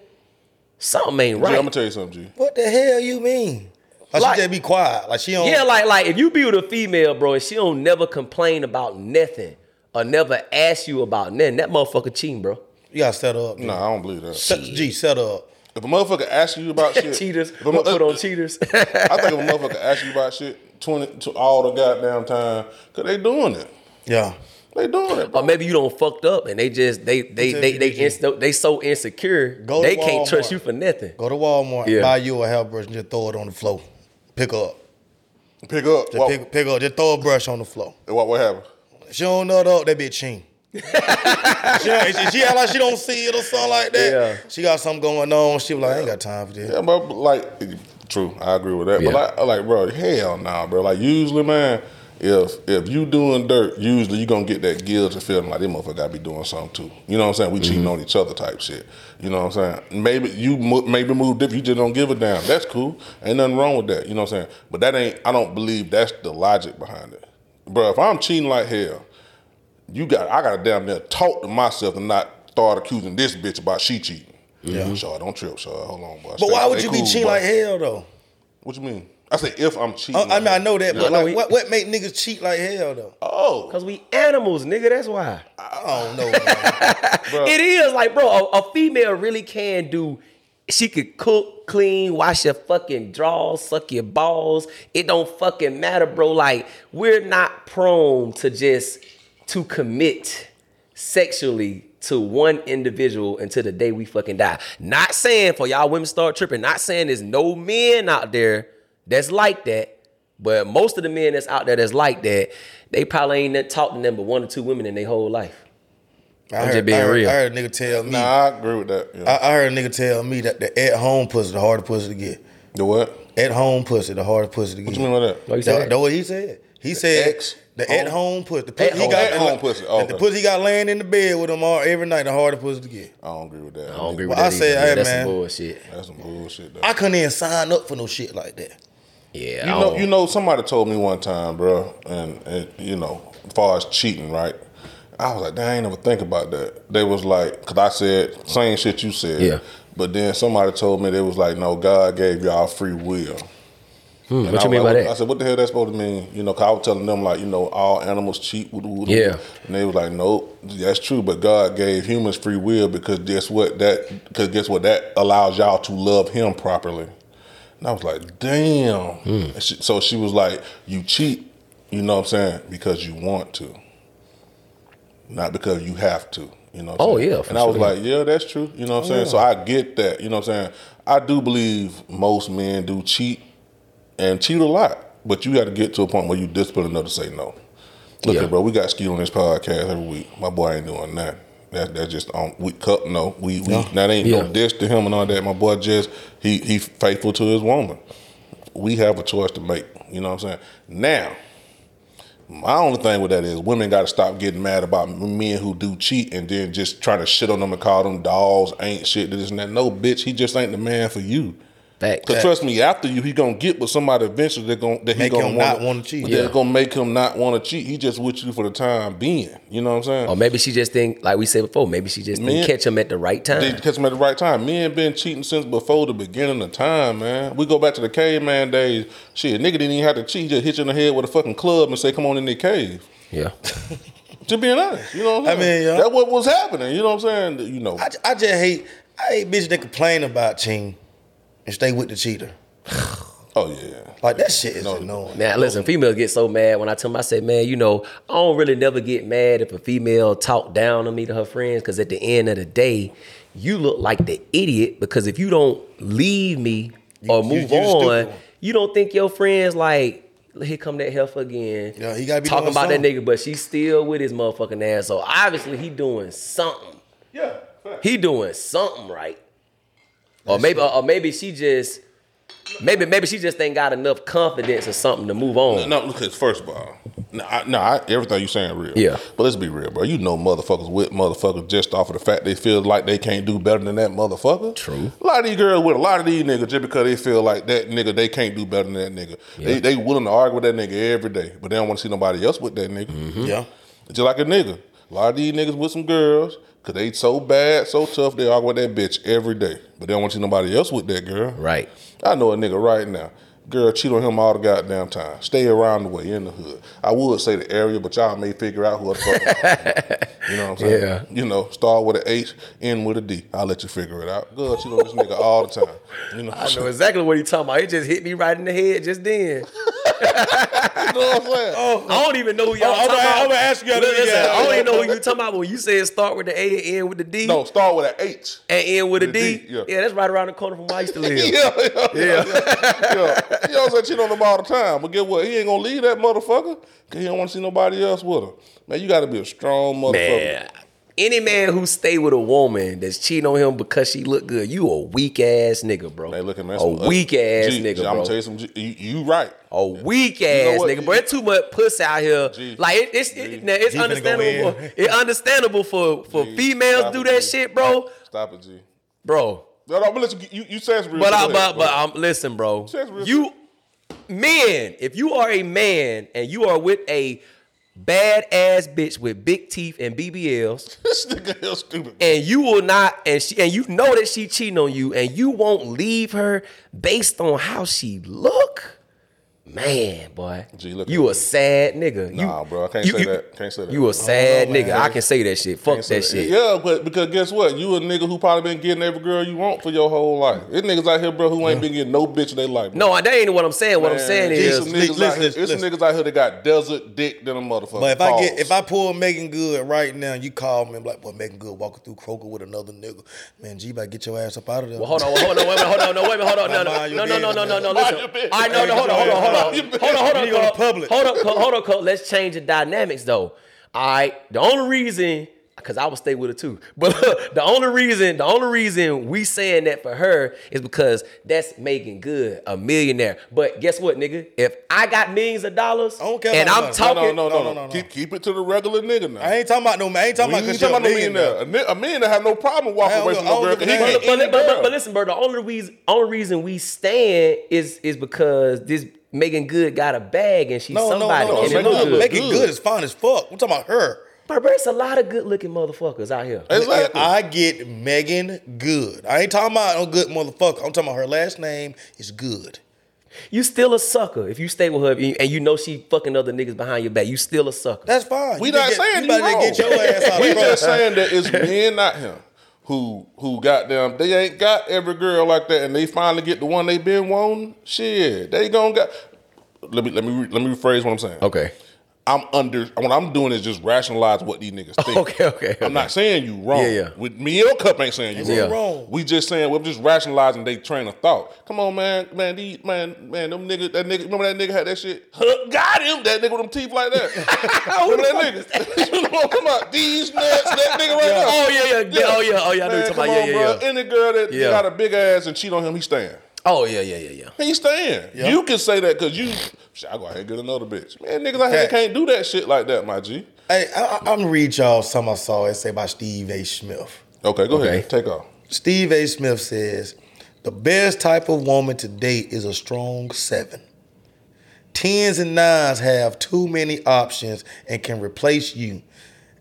A: Something ain't
C: G, I'm
A: right.
C: gonna tell you something, G.
B: what the hell you mean? Like,
A: Like-
B: she just be quiet. Like she don't.
A: yeah, like like if you be with a female, bro, and she don't never complain about nothing or never ask you about nothing, that motherfucker cheating, bro.
B: you gotta set up.
C: No,
B: No.
C: I don't believe that.
B: G, set up.
C: If a motherfucker asks you about shit,
A: cheaters.
C: if a
A: I'm
C: mo-
A: gonna put on cheaters.
C: I think if a motherfucker asks you about shit 20 to all the goddamn time, cause they doing it.
B: Yeah.
C: They doing it,
A: Or
C: bro.
A: maybe you don't fucked up and they just they they
B: Tell
A: they
B: you
A: they,
B: this,
A: inst- they so insecure
B: Go to
A: they can't trust
B: Walmart.
A: you for nothing.
B: Go to Walmart,
A: Yeah.
B: buy you a hairbrush, and just throw it on the floor. Pick up.
C: Pick up.
B: Just
C: What,
B: pick, pick up. Just throw a brush on the floor.
C: what, what happened?
B: She don't know though. That bitch cheating. she, she, she act like she don't see it or something like that.
A: Yeah.
B: She got something going on. She was like, I ain't got time for this.
C: Yeah, but like, true, I agree with that.
A: Yeah.
C: But like, like, bro, hell nah, bro. Like, usually, man, if if you doing dirt, usually you gonna get that guilty feeling like this motherfucker gotta be doing something too. You know what I'm saying? We cheating on each other type shit. You know what I'm saying? Maybe you mo- maybe move different. You just don't give a damn. That's cool. Ain't nothing wrong with that. You know what I'm saying? But that ain't. I don't believe that's the logic behind it, bro. If I'm cheating like hell, you got I gotta damn near talk to myself and not start accusing this bitch about she cheating. Yeah, sure. Don't trip, sure. Hold on, boy.
B: But why would you be cheating like
C: hell?
B: hell though?
C: What you mean? I say if I'm cheating.
B: I, I mean, I know that, but
A: no,
B: like,
A: he-
B: what what make niggas cheat like hell though?
C: Oh,
A: Cause we animals, nigga. That's why
B: I don't know. man.
C: bro.
A: it is like, bro. A, a female really can do. She could cook, clean, wash your fucking drawers, suck your balls. It don't fucking matter, bro. Like we're not prone to just to commit sexually to one individual until the day we fucking die. Not saying for y'all women start tripping. Not saying there's no men out there that's like that. But most of the men that's out there that's like that, they probably ain't talking to them but one or two women in their whole life.
B: I
A: just being
B: I heard,
A: real.
B: I heard a nigga tell me.
C: nah, I agree with that. Yeah.
B: I, I heard a nigga tell me that the at home pussy the hardest pussy to get.
C: the what?
B: At home pussy the hardest pussy to get.
C: What you mean by that?
A: Like you
B: That,
A: said,
B: that what he said. He said
C: ex-
B: the
C: home?
B: at home pussy. The pussy he
A: At-home.
B: got
C: At-home
B: like,
C: pussy. Oh,
B: the
C: okay.
B: pussy he got laying in the bed with him all every night. The hardest pussy to get.
C: I don't agree with that.
A: I don't agree with
B: Well, I
A: that.
B: say,
A: either.
B: hey,
A: that's
B: man.
A: some bullshit.
C: That's some bullshit. Though.
B: I couldn't even sign up for no shit like that.
A: Yeah, oh.
C: You know, you know, somebody told me one time, bro, and, and you know, as far as cheating, right? I was like, dang, I ain't never think about that. They was like, cause I said same shit you said.
A: Yeah.
C: But then somebody told me they was like, no, God gave y'all free will. And
A: Hmm, what
C: I
A: you mean by
C: was like,
A: that?
C: I said, what the hell that supposed to mean? You know, cause I was telling them like, you know, all animals cheat. Woo, woo, woo.
A: Yeah.
C: And they was like, nope, that's true. But God gave humans free will because guess what? That because guess what? That allows y'all to love Him properly. And I was like, damn.
A: Hmm.
C: And she- so she was like, you cheat, you know what I'm saying, because you want to, not because you have to. You know what I'm
A: Oh,
C: saying?
A: yeah, for
C: And I was
A: sure. Oh,
C: like, yeah, that's true. You know what I'm saying? So I get that. You know what I'm saying? I do believe most men do cheat and cheat a lot, but you got to get to a point where you disciplined enough to say no. Look,
A: Yeah.
C: here, bro, we got ski on this podcast every week. My boy ain't doing that. That that's just on we cup. No, we we that ain't
A: Yeah.
C: no dish to him and all that. My boy just he he faithful to his woman. We have a choice to make. You know what I'm saying? Now, my only thing with that is women got to stop getting mad about men who do cheat and then just trying to shit on them and call them dolls, ain't shit, this and that. No, bitch, he just ain't the man for you.
A: Fact.
C: Cause trust me, after you, he gonna get with somebody eventually. They're gonna that he
B: Make
C: gonna
B: him
C: wanna,
B: not wanna cheat.
C: They're
A: Yeah.
C: gonna make him not want to cheat. He just with you for the time being. You know what I'm saying?
A: Or maybe she just think, like we said before, maybe she just
C: Man.
A: didn't catch him at the right time.
C: Didn't catch him at the right time. Men been cheating since before the beginning of time, man. We go back to the caveman days. Shit, nigga didn't even have to cheat. He Just hit you in the head with a fucking club and say, "Come on in the cave."
A: yeah.
C: Just being honest, you know. What I'm
B: I
C: saying?
B: mean, yeah.
C: that's what was happening. You know what I'm saying? You know,
B: I, ju- I just hate I hate bitches that complain about cheating and stay with the cheater.
C: oh yeah.
B: Like that shit is
C: No.
B: annoying.
A: Now listen, females get so mad when I tell them. I said, man, you know, I don't really never get mad if a female talk down on me to her friends, because at the end of the day, you look like the idiot because if you don't leave me or
B: you-
A: move
B: you the stupid
A: on,
B: one.
A: you don't think your friends like. Here come that heifer again.
B: Yeah, he gotta be
A: talking
B: doing
A: about that
B: something.
A: nigga, but she's still with his motherfucking ass. So obviously he doing something.
C: Yeah.
A: he doing something right. Or maybe, or maybe she just, maybe, maybe she just ain't got enough confidence or something to move on.
C: No, because first of all, no, I, no I, everything you saying real.
A: Yeah.
C: But let's be real, bro. You know motherfuckers with motherfuckers just off of the fact they feel like they can't do better than that motherfucker.
A: True.
C: A lot of these girls with a lot of these niggas just because they feel like that nigga, they can't do better than that nigga. They, they willing to argue with that nigga every day, but they don't want to see nobody else with that nigga.
A: Mm-hmm.
B: Yeah.
C: Just like a nigga. A lot of these niggas with some girls, cause they so bad, so tough, they argue with that bitch every day. But they don't want to see nobody else with that girl.
A: Right.
C: I know a nigga right now. Girl, cheat on him all the goddamn time. Stay around the way in the hood. I would say the area, but y'all may figure out who the fuck. you know what I'm saying?
A: Yeah.
C: You know, start with an H, end with a D. I'll let you figure it out. Girl, cheat on this nigga all the time. You know,
A: I know exactly what he talking about. It just hit me right in the head just then.
C: you know what I'm saying?
A: I don't even know who y'all
C: Oh, I'm
A: talking
C: gonna-
A: about.
C: I'm gonna ask you how to
A: Look,
C: do
A: listen,
C: that.
A: I don't even know who you talking about. When you said start with the A and end with the D
C: No, start with an H.
A: and end with a
C: The
A: D,
C: D, yeah.
A: that's right around the corner from where I used to live.
C: Yeah, yeah, yeah. yeah. You know what I'm saying? Cheat on him all the time. But get what? He ain't gonna leave that motherfucker because he don't want to see nobody else with her. Man, you gotta be a strong motherfucker.
A: Man, any man who stay with a woman that's cheating on him because she look good, you a weak ass nigga, bro.
C: Hey, look at man.
A: a weak ass nigga,
C: I'm
A: bro.
C: gonna tell you some. G, you, you right.
A: a weak
C: know
A: ass
C: what,
A: nigga,
C: G?
A: bro. There's too much puss out here.
C: G.
A: Like it, it's
C: G.
A: it, now, it's
B: He finna go
A: understandable.
B: in.
A: For, it understandable for for
C: G,
A: females
C: stop
A: do
C: it,
A: that
C: G.
A: shit, bro.
C: Stop it, G.
A: Bro,
C: No, no, I'm gonna let you. You, you said some real.
A: But
C: shit.
A: I,
C: Go
A: but
C: ahead,
A: but
C: go ahead.
A: um, listen, bro.
C: That's real
A: You men, if you are a man and you are with a bad ass bitch with big teeth and BBLs,
C: this nigga is stupid.
A: and you will not, and she, and you know that she cheating on you, and you won't leave her based on how she look. Man, boy,
C: Gee, look
A: you
C: at
A: a sad nigga. You-
C: Nah, bro, I can't say that. Can't say that.
A: You
C: I
A: a sad
B: know, man.
A: nigga. I can say that shit. Fuck that shit.
C: Yeah, but because guess what? You a nigga who probably been getting every girl you want for your whole life. There's niggas out here, bro, who ain't been getting no bitch in their life. Bro.
A: No, that ain't what I'm saying. What I'm
C: Man,
A: saying is,
C: there's some
B: li-
C: niggas out
B: listen,
C: here- there's some
B: listen.
C: niggas out here that got desert dick than a motherfucker.
B: But if I get
C: Pause.
B: if I pull Megan Good right now, you call me and be like, boy, Megan Good walking through Kroger with another nigga. Man, G about get your ass up out of there.
A: Well, hold on, well, hold on, wait a minute, hold on, no, wait a minute, hold on, no,
B: Mind
A: no,
B: your
A: no, no, no, no, no, no,
B: business.
A: listen.
C: Mind your
A: All right, no, no, hold on, hold on, hold on,
C: Mind your business.
A: hold on, hold on,
B: You going
A: Cole.
B: public.
A: hold up, Cole, hold up, Cole. Let's change the dynamics though. All right, the only reason, because I would stay with her too, but the only reason, the only reason we saying that for her is because that's Megan Good, a millionaire. But guess what, nigga? If I got millions of dollars
B: I don't care
A: and
B: about
A: I'm
B: money.
A: talking,
C: no, no, no, no,
B: No,
C: no,
B: no, no, no.
C: Keep keep it to the regular nigga now.
B: I ain't talking about no man. I ain't talking
C: we
B: about
C: ain't
B: because
C: talking about no
B: you're a
C: millionaire.
B: millionaire.
C: A, ni- a millionaire have no problem walking
B: Man,
C: away
B: I
C: from
B: don't
C: no girl
B: give a
C: because he
B: damn.
A: but,
C: ain't
A: but, but,
C: getting the
A: but,
C: girl.
A: but listen, bro. The only reason, only reason we stand is is because this Megan Good got a bag and she's
B: No, no,
A: somebody.
B: no,
A: and
C: Megan
A: it look
B: no.
A: good.
C: Good.
B: Megan Good is fine as fuck. We're talking about her.
A: Bro, bro, it's a lot of good looking motherfuckers out here.
C: Exactly.
B: I get Megan Good. I ain't talking about no good motherfucker. I'm talking about her last name is Good.
A: You still a sucker if you stay with her and you, and you know she fucking other niggas behind your back. You still a sucker.
B: That's fine.
C: We
B: You
C: not
B: get-
C: saying
B: you
C: you
B: better
C: wrong.
B: get your ass out.
C: we
B: bro.
C: just saying that it's men, not him, who who got them. They ain't got every girl like that, and they finally get the one they been wanting. Shit, they gonna got. Let me let me re- let me rephrase what I'm saying.
A: okay.
C: I'm under. What I'm doing is just rationalize what these niggas think.
A: Okay, okay,
C: I'm not
A: okay.
C: saying you wrong.
A: Yeah, yeah.
C: With me, and cup ain't saying you
B: Ain't
C: wrong.
B: nothing wrong.
C: We just saying we're just rationalizing they train of thought. Come on, man, man, these man, man, them niggas, that nigga, remember that nigga had that shit. Huh, got him, that nigga with them teeth like that. remember that nigga? you know, come on, these nuts, that nigga right
A: Yeah.
C: there.
A: Oh, yeah, yeah, yeah, oh, yeah, oh, yeah, I know
C: Man,
A: you're talking
C: come
A: about, yeah,
C: on,
A: yeah,
C: bruh.
A: yeah.
C: Any girl that
A: Yeah.
C: got a big ass and cheat on him, he staying.
A: Oh yeah, yeah, yeah, yeah.
C: He staying.
B: Yeah.
C: You can say that because you. Shit, I go ahead and get another bitch. Man, niggas out here
B: Okay.
C: can't do that shit like that, my G.
B: Hey, I, I, I'm gonna read y'all something I saw it say about Steve A. Smith.
C: Okay, go
A: Okay.
C: ahead. Take off.
B: Steve A. Smith says, the best type of woman to date is a strong seven. Tens and nines have too many options and can replace you.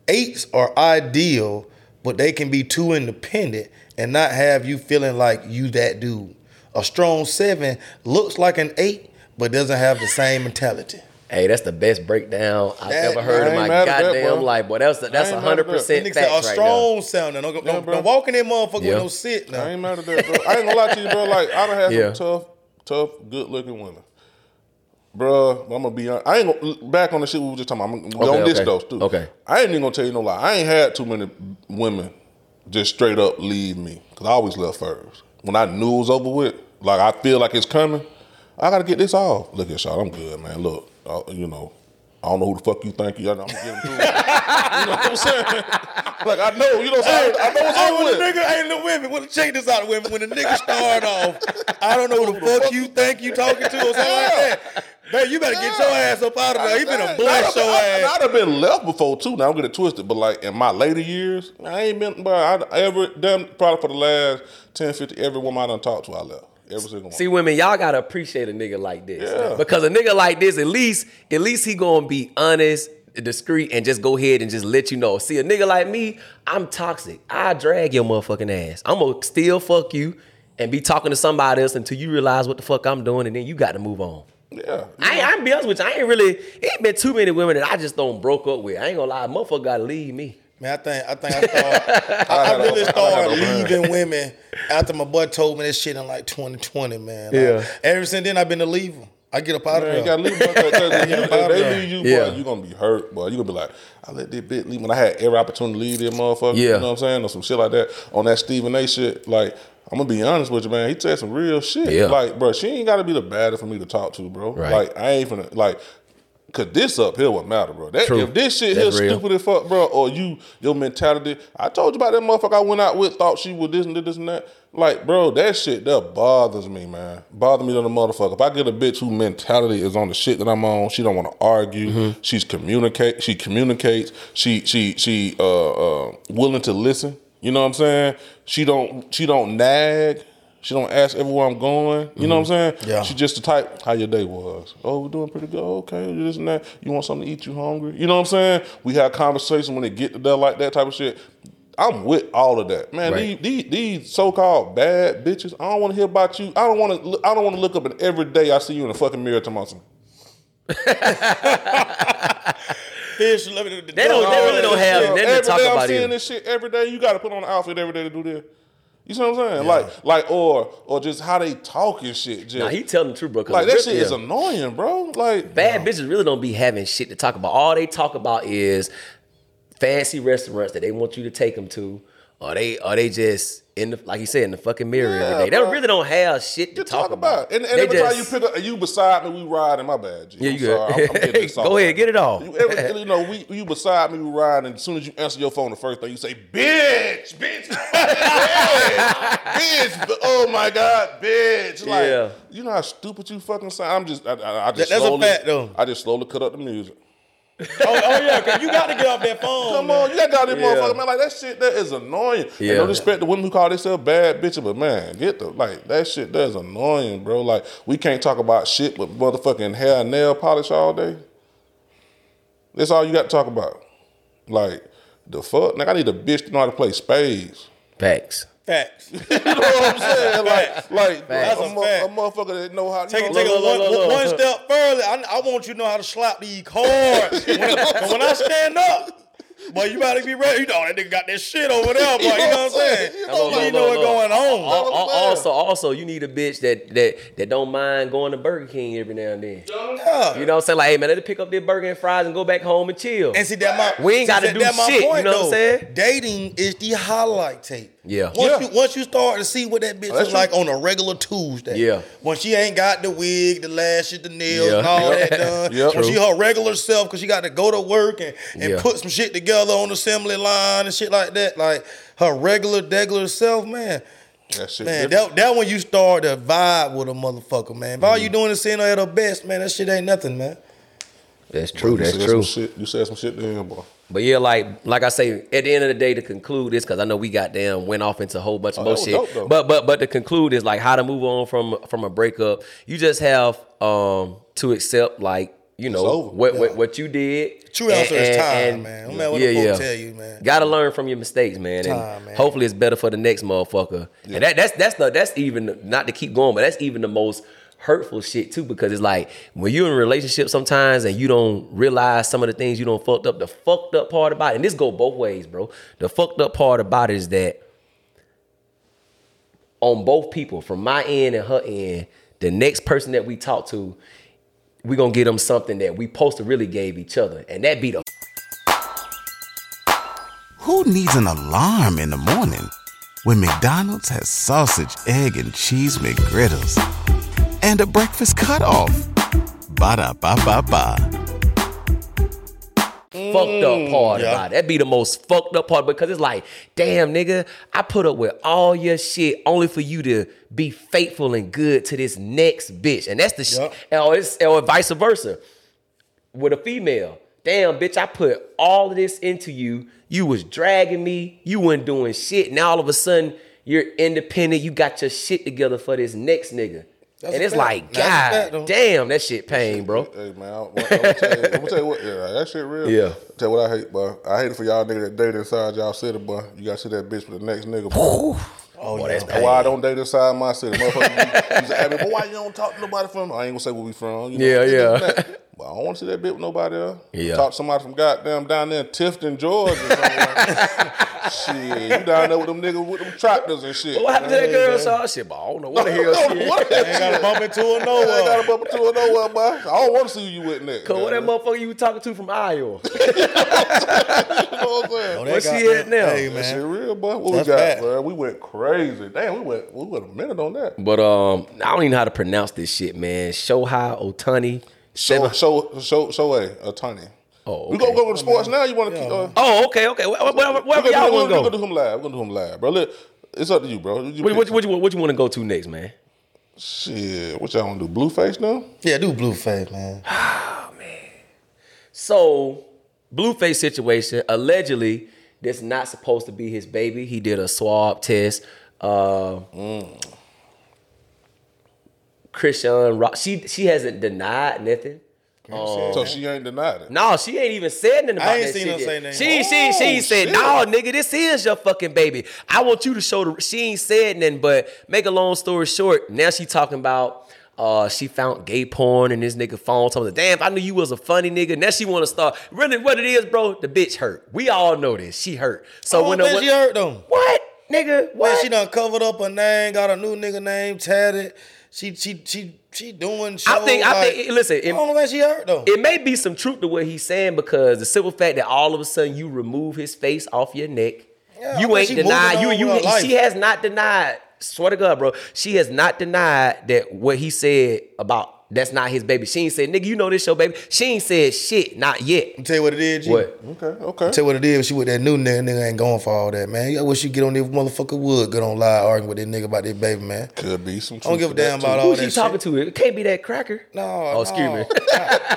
B: Eights are ideal, but they can be too independent and not have you feeling like you that dude. A strong seven looks like an eight, but doesn't have the same mentality.
A: Hey, that's the best breakdown I've
B: That-
A: ever heard
C: I
A: in
C: ain't
A: my
C: mad at that,
A: goddamn
C: bro.
A: life. Boy, that's that's
C: I ain't mad
A: hundred
C: at that.
B: That
A: percent
B: nigga
A: facts
B: said a
A: right now.
B: strong sounding. Don't, don't,
C: Yeah, bro.
B: don't walk in that motherfucker
A: Yeah.
B: with no sit
C: I
B: now.
C: ain't mad at that, bro. I ain't gonna lie to you, bro. Like I done had
A: Yeah.
C: some tough, tough, good looking women. Bruh, I'm gonna be honest. I ain't gonna back on the shit we were just talking about. I'm
A: Okay,
C: on this
A: okay.
C: dose too.
A: Okay.
C: I ain't even gonna tell you no lie. I ain't had too many women just straight up leave me. Cause I always left first. When I knew it was over with, like I feel like it's coming, I gotta get this off. Look at y'all, I'm good, man. Look, I, you know, I don't know who the fuck you think you are. I'm gonna get him through. you know what I'm saying? Like I know, you know what I'm saying? I know what's
B: Hey,
C: over with.
B: when the nigga, hey, the women, when, check this out, women. When the nigga start off, I don't know who the fuck you think you talking to or something like that. Man, you better get your ass up out of there. You better bless
C: I'd,
B: your ass.
C: I'd have been left before too. Now I'm gonna twist it, but like in my later years, I ain't been. But I ever done probably for the last 10, 50, every woman I done talked to, I left every single one.
A: See, women, y'all gotta appreciate a nigga like this
C: Yeah.
A: because a nigga like this, at least, at least he gonna be honest, discreet, and just go ahead and just let you know. See, a nigga like me, I'm toxic. I drag your motherfucking ass. I'm gonna still fuck you and be talking to somebody else until you realize what the fuck I'm doing, and then you got to move on.
C: yeah,
A: I, I'm be honest with you. I ain't really. It ain't been too many women that I just don't broke up with. I ain't gonna lie, motherfucker gotta leave me.
B: Man, I think I think I started. I,
C: had
B: I
C: a- I
B: really
C: had
B: started
C: a brand.
B: leaving women after my boy told me this shit in like 2020, man. Like,
A: Yeah.
B: Ever since then, I've been a leaver. I get up out
C: Man, you
B: of there.
C: gotta leave them, 'cause if you- if they leave you, boy,
A: Yeah.
C: you gonna be hurt, boy. You gonna be like, I let this bitch leave. When I had every opportunity to leave this motherfucker, you
A: Yeah.
C: know what I'm saying, or some shit like that on that Stephen A. shit, like. I'm gonna be honest with you, man. He said some real shit.
A: Yeah.
C: Like, bro, she ain't gotta be the baddest for me to talk to, bro.
A: Right.
C: Like, I ain't finna like, cause this up here what matter, bro. That
A: True.
C: if this shit
A: That's
C: here
A: real.
C: stupid as fuck, bro, or you your mentality. I told you about that motherfucker I went out with, thought she was this and this and that. Like, bro, that shit that bothers me, man. Bother me to the motherfucker. If I get a bitch who mentality is on the shit that I'm on, she don't want to argue. She's communicate. She communicates. She she she uh, uh willing to listen. You know what I'm saying? She don't she don't nag. She don't ask everywhere I'm going. You know what I'm saying?
B: Yeah.
C: She just the type how your day was. Oh, we're doing pretty good. Okay, this and that. You want something to eat? You hungry? You know what I'm saying? We had conversation when it get to that like that type of shit. I'm with all of that, man.
A: Right.
C: These, these these so-called bad bitches. I don't want to hear about you. I don't want to. I don't want to look up and every day I see you in the fucking mirror tomorrow.
B: Fish, let me-
A: They don't- they really don't have- they didn't
C: Every
A: talk
C: day
A: about
C: I'm seeing
A: it.
C: this shit every day. You got to put on an outfit every day to do this. You see what I'm saying? Like like or or just how they talk and shit. Just
A: Now he telling the truth, bro. 'cause
C: like that
A: really-
C: shit is
A: yeah.
C: annoying, bro. Like
A: Bad bitches really don't be having shit to talk about. All they talk about is fancy restaurants that they want you to take them to, or they are they just in the like you said in the fucking mirror
C: Yeah,
A: every day. They
C: bro.
A: really don't have shit to
C: you
A: talk, about.
C: And, and
A: They
C: every
A: just-
C: time you pick up, you beside me, we riding. My bad, G.
A: Yeah,
C: I'm
A: you good.
C: sorry. I'm- I'm getting this
A: Go
C: off.
A: ahead, get it off.
C: You, every, you know, we, you beside me, we riding. As soon as you answer your phone, the first thing you say, bitch, bitch, bitch, bitch. Oh my god, bitch. Like,
A: Yeah.
C: you know how stupid you fucking sound. I'm just, I, I, I just
B: That- that's a
C: slowly,
B: fact, though.
C: I just slowly cut up the music.
B: Oh, oh, yeah, 'cause you got to get off that phone.
C: Come on, you got all these
A: Oh, Yeah.
C: motherfuckers, man. Like that shit, that is annoying. Yeah. And
A: Yeah.
C: no respect to women who call themselves bad bitches, but man, get the like that shit. That is annoying, bro. Like we can't talk about shit with motherfucking hair and nail polish all day. That's all you got to talk about. Like the fuck, like I need a bitch to know how to play spades.
A: Facts.
B: Facts.
C: You know what I'm saying? Like, like
A: Facts.
C: a,
B: That's a
C: mo-
B: fact.
C: a motherfucker that know how. you
B: Take it,
C: know,
B: take
C: look,
B: it
A: look,
B: one,
A: look, look,
B: one
A: look.
B: step further. I, I want you to know how to slap these cards. when, I, when I stand up, boy, you better be ready. You know that nigga got that shit over there, boy. You know what I'm saying? You
C: know what I'm
B: need know what's going on.
C: All-
A: Al- Also, also, you need a bitch that that that don't mind going to Burger King every now and then.
B: Yeah.
A: You know what I'm saying? Like, hey man, let it pick up their burger and fries and go back home and chill.
B: And see that my
A: We ain't gotta
B: see,
A: do
B: that my
A: shit, you know what I'm saying?
B: Dating is the highlight tape.
A: Yeah.
B: Once
C: Yeah. Oh,
B: you once you start to see what that bitch
C: That's
B: is like
C: true.
B: on a regular Tuesday.
A: Yeah.
B: When she ain't got the wig, the lashes, the nails,
A: Yeah.
B: and all that done.
C: Yep.
B: When she
C: True.
B: her regular self because she got to go to work and, and
A: Yeah.
B: put some shit together on the assembly line and shit like that. Like her regular, regular self, man.
C: That shit
B: Man,
C: different. Mm.
B: that, that when you start to vibe with a motherfucker, man. If all you doing is seeing her at her best, man, that shit ain't nothing, man.
A: that's true.
C: You
A: That's
C: said
A: true.
C: Some shit, you said some shit there, boy.
A: But yeah, like like I say, at the end of the day, to conclude this, because I know we got damn went off into a whole bunch of
C: Oh, that was
A: bullshit.
C: dope, though.
A: but but but to conclude is like how to move on from from a breakup. You just have um to accept like you know
C: over.
A: what,
B: Yeah.
A: what what you did.
B: True answer is time, man. No matter what the folk tell you, man.
A: Got to learn from your mistakes, man. And
B: Time, man.
A: hopefully it's better for the next motherfucker. And that that's that's the that's even not to keep going, but that's even the most hurtful shit too because it's like when you're in a relationship sometimes and you don't realize some of the things you don't fucked up the fucked up part about it and this go both ways bro the fucked up part about it is that on both people from my end and her end the next person that we talk to we gonna get them something that we supposed to really gave each other and that be the
E: Who needs an alarm in the morning when McDonald's has sausage, egg, and cheese McGriddles and a breakfast cutoff? Ba da ba ba ba.
A: fucked up part
B: yeah.
A: about it. That be the most fucked up part because it's like, damn nigga, I put up with all your shit only for you to be faithful and good to this next bitch. And that's the
B: Yeah.
A: shit. Or, it's- or vice versa. With a female. Damn, bitch, I put all of this into you. You was dragging me. You wasn't doing shit. Now all of a sudden, you're independent. You got your shit together for this next nigga.
B: That's
A: and
B: a
A: it's
B: fact.
A: like,
B: That's a fact, though.
A: God damn, that shit pain, bro.
C: Hey man, I'm, gonna tell you, I'm gonna tell you what. Yeah, that shit real.
A: Yeah.
C: Tell you what I hate, boy. I hate it for y'all nigga that date inside y'all city, boy. You gotta see that bitch with the next nigga. Boy.
B: Oh, yeah.
C: That's why I don't date inside my city, motherfucker. You say, but why you don't talk to nobody from? I ain't gonna say where we from. You know,
A: Yeah,
C: this,
A: yeah.
C: this, and that. But I don't want to see that bitch with nobody else.
A: Yeah.
C: Talk to somebody from goddamn down there in Tifton, Georgia. or somewhere. shit, you down there with them niggas with them tractors and shit.
A: What happened to that girl? So, shit, but I don't know what the hell she is.
C: What the
B: Ain't gotta bump into her
C: I ain't
B: nowhere.
C: got a bumper to or nowhere, boy. I don't want to see who you with next.
A: Cause what that
C: goddamn.
A: motherfucker you talking to from Iowa?
C: You know what I'm saying?
B: Oh, That
A: Where she
B: goddamn-
A: at now?
B: Hey,
C: That shit
B: man.
C: real, boy. What
B: That's
C: we got,
B: bad.
C: bro? We went crazy. Damn, we went we went a minute on that.
A: But um, I don't even know how to pronounce this shit, man. Shohei Otani.
C: Show show show show a, a tiny.
A: Oh,
C: We gonna
A: okay.
C: go to sports now. You want to keep? Uh,
A: Oh, okay, okay. Where, where, wherever
C: we gonna
A: y'all want
C: do- we
A: to go.
C: gonna do him live. We're gonna do him live, bro. Look, it's up to you, bro. You
A: What,
C: pick.
A: what, what, you, what you want to go to next, man?
C: Shit, what y'all want to do? Blueface now?
B: Yeah, do Blueface, man.
A: So, Blueface situation. Allegedly, that's not supposed to be his baby. He did a swab test. Uh, Christian Rock. She she hasn't denied nothing.
C: so she ain't denied it.
A: No, she ain't even said nothing about
B: ain't
A: that
B: seen
A: shit
B: her
A: yet.
B: say nothing.
A: She, she, she
C: Oh,
A: said,
C: shit.
A: no, nigga, this is your fucking baby. I want you to show the, she ain't said nothing, but make a long story short, now she talking about, uh, she found gay porn in this nigga phone. Told her, damn, I knew you was a funny nigga. Now she want to start. Really, what it is, bro, the bitch hurt. We all know this. She hurt. So
B: Oh,
A: when the,
B: man,
A: when-
B: she hurt them.
A: what? Nigga, what?
B: Man, she done covered up her name, got a new nigga name tatted. She she she she doing shows.
A: I think- I
B: like,
A: think- listen,
B: I
A: it-
B: don't think she hurt though.
A: it may be some truth to what he's saying because the simple fact that all of a sudden you remove his face off your neck,
B: Yeah, I
A: you
B: mean,
A: ain't
B: she moving
A: denied.
B: on
A: You
B: with
A: you
B: her life.
A: she has not denied. Swear to God, bro, she has not denied that what he said about that's not his baby. She ain't said, nigga, you know this your baby. She ain't said shit, not yet.
B: tell you what it is, G.
A: What?
C: Okay, okay.
B: Tell you what it is. She with that new nigga. Nigga ain't going for all that, man. I wish you get on this motherfucker wood, good on live arguing with that nigga about that baby, man.
C: Could be some.
B: I don't give a damn about all
A: Who
B: that.
A: she
B: shit.
A: talking to? It can't be that cracker.
B: No.
A: Oh, excuse me.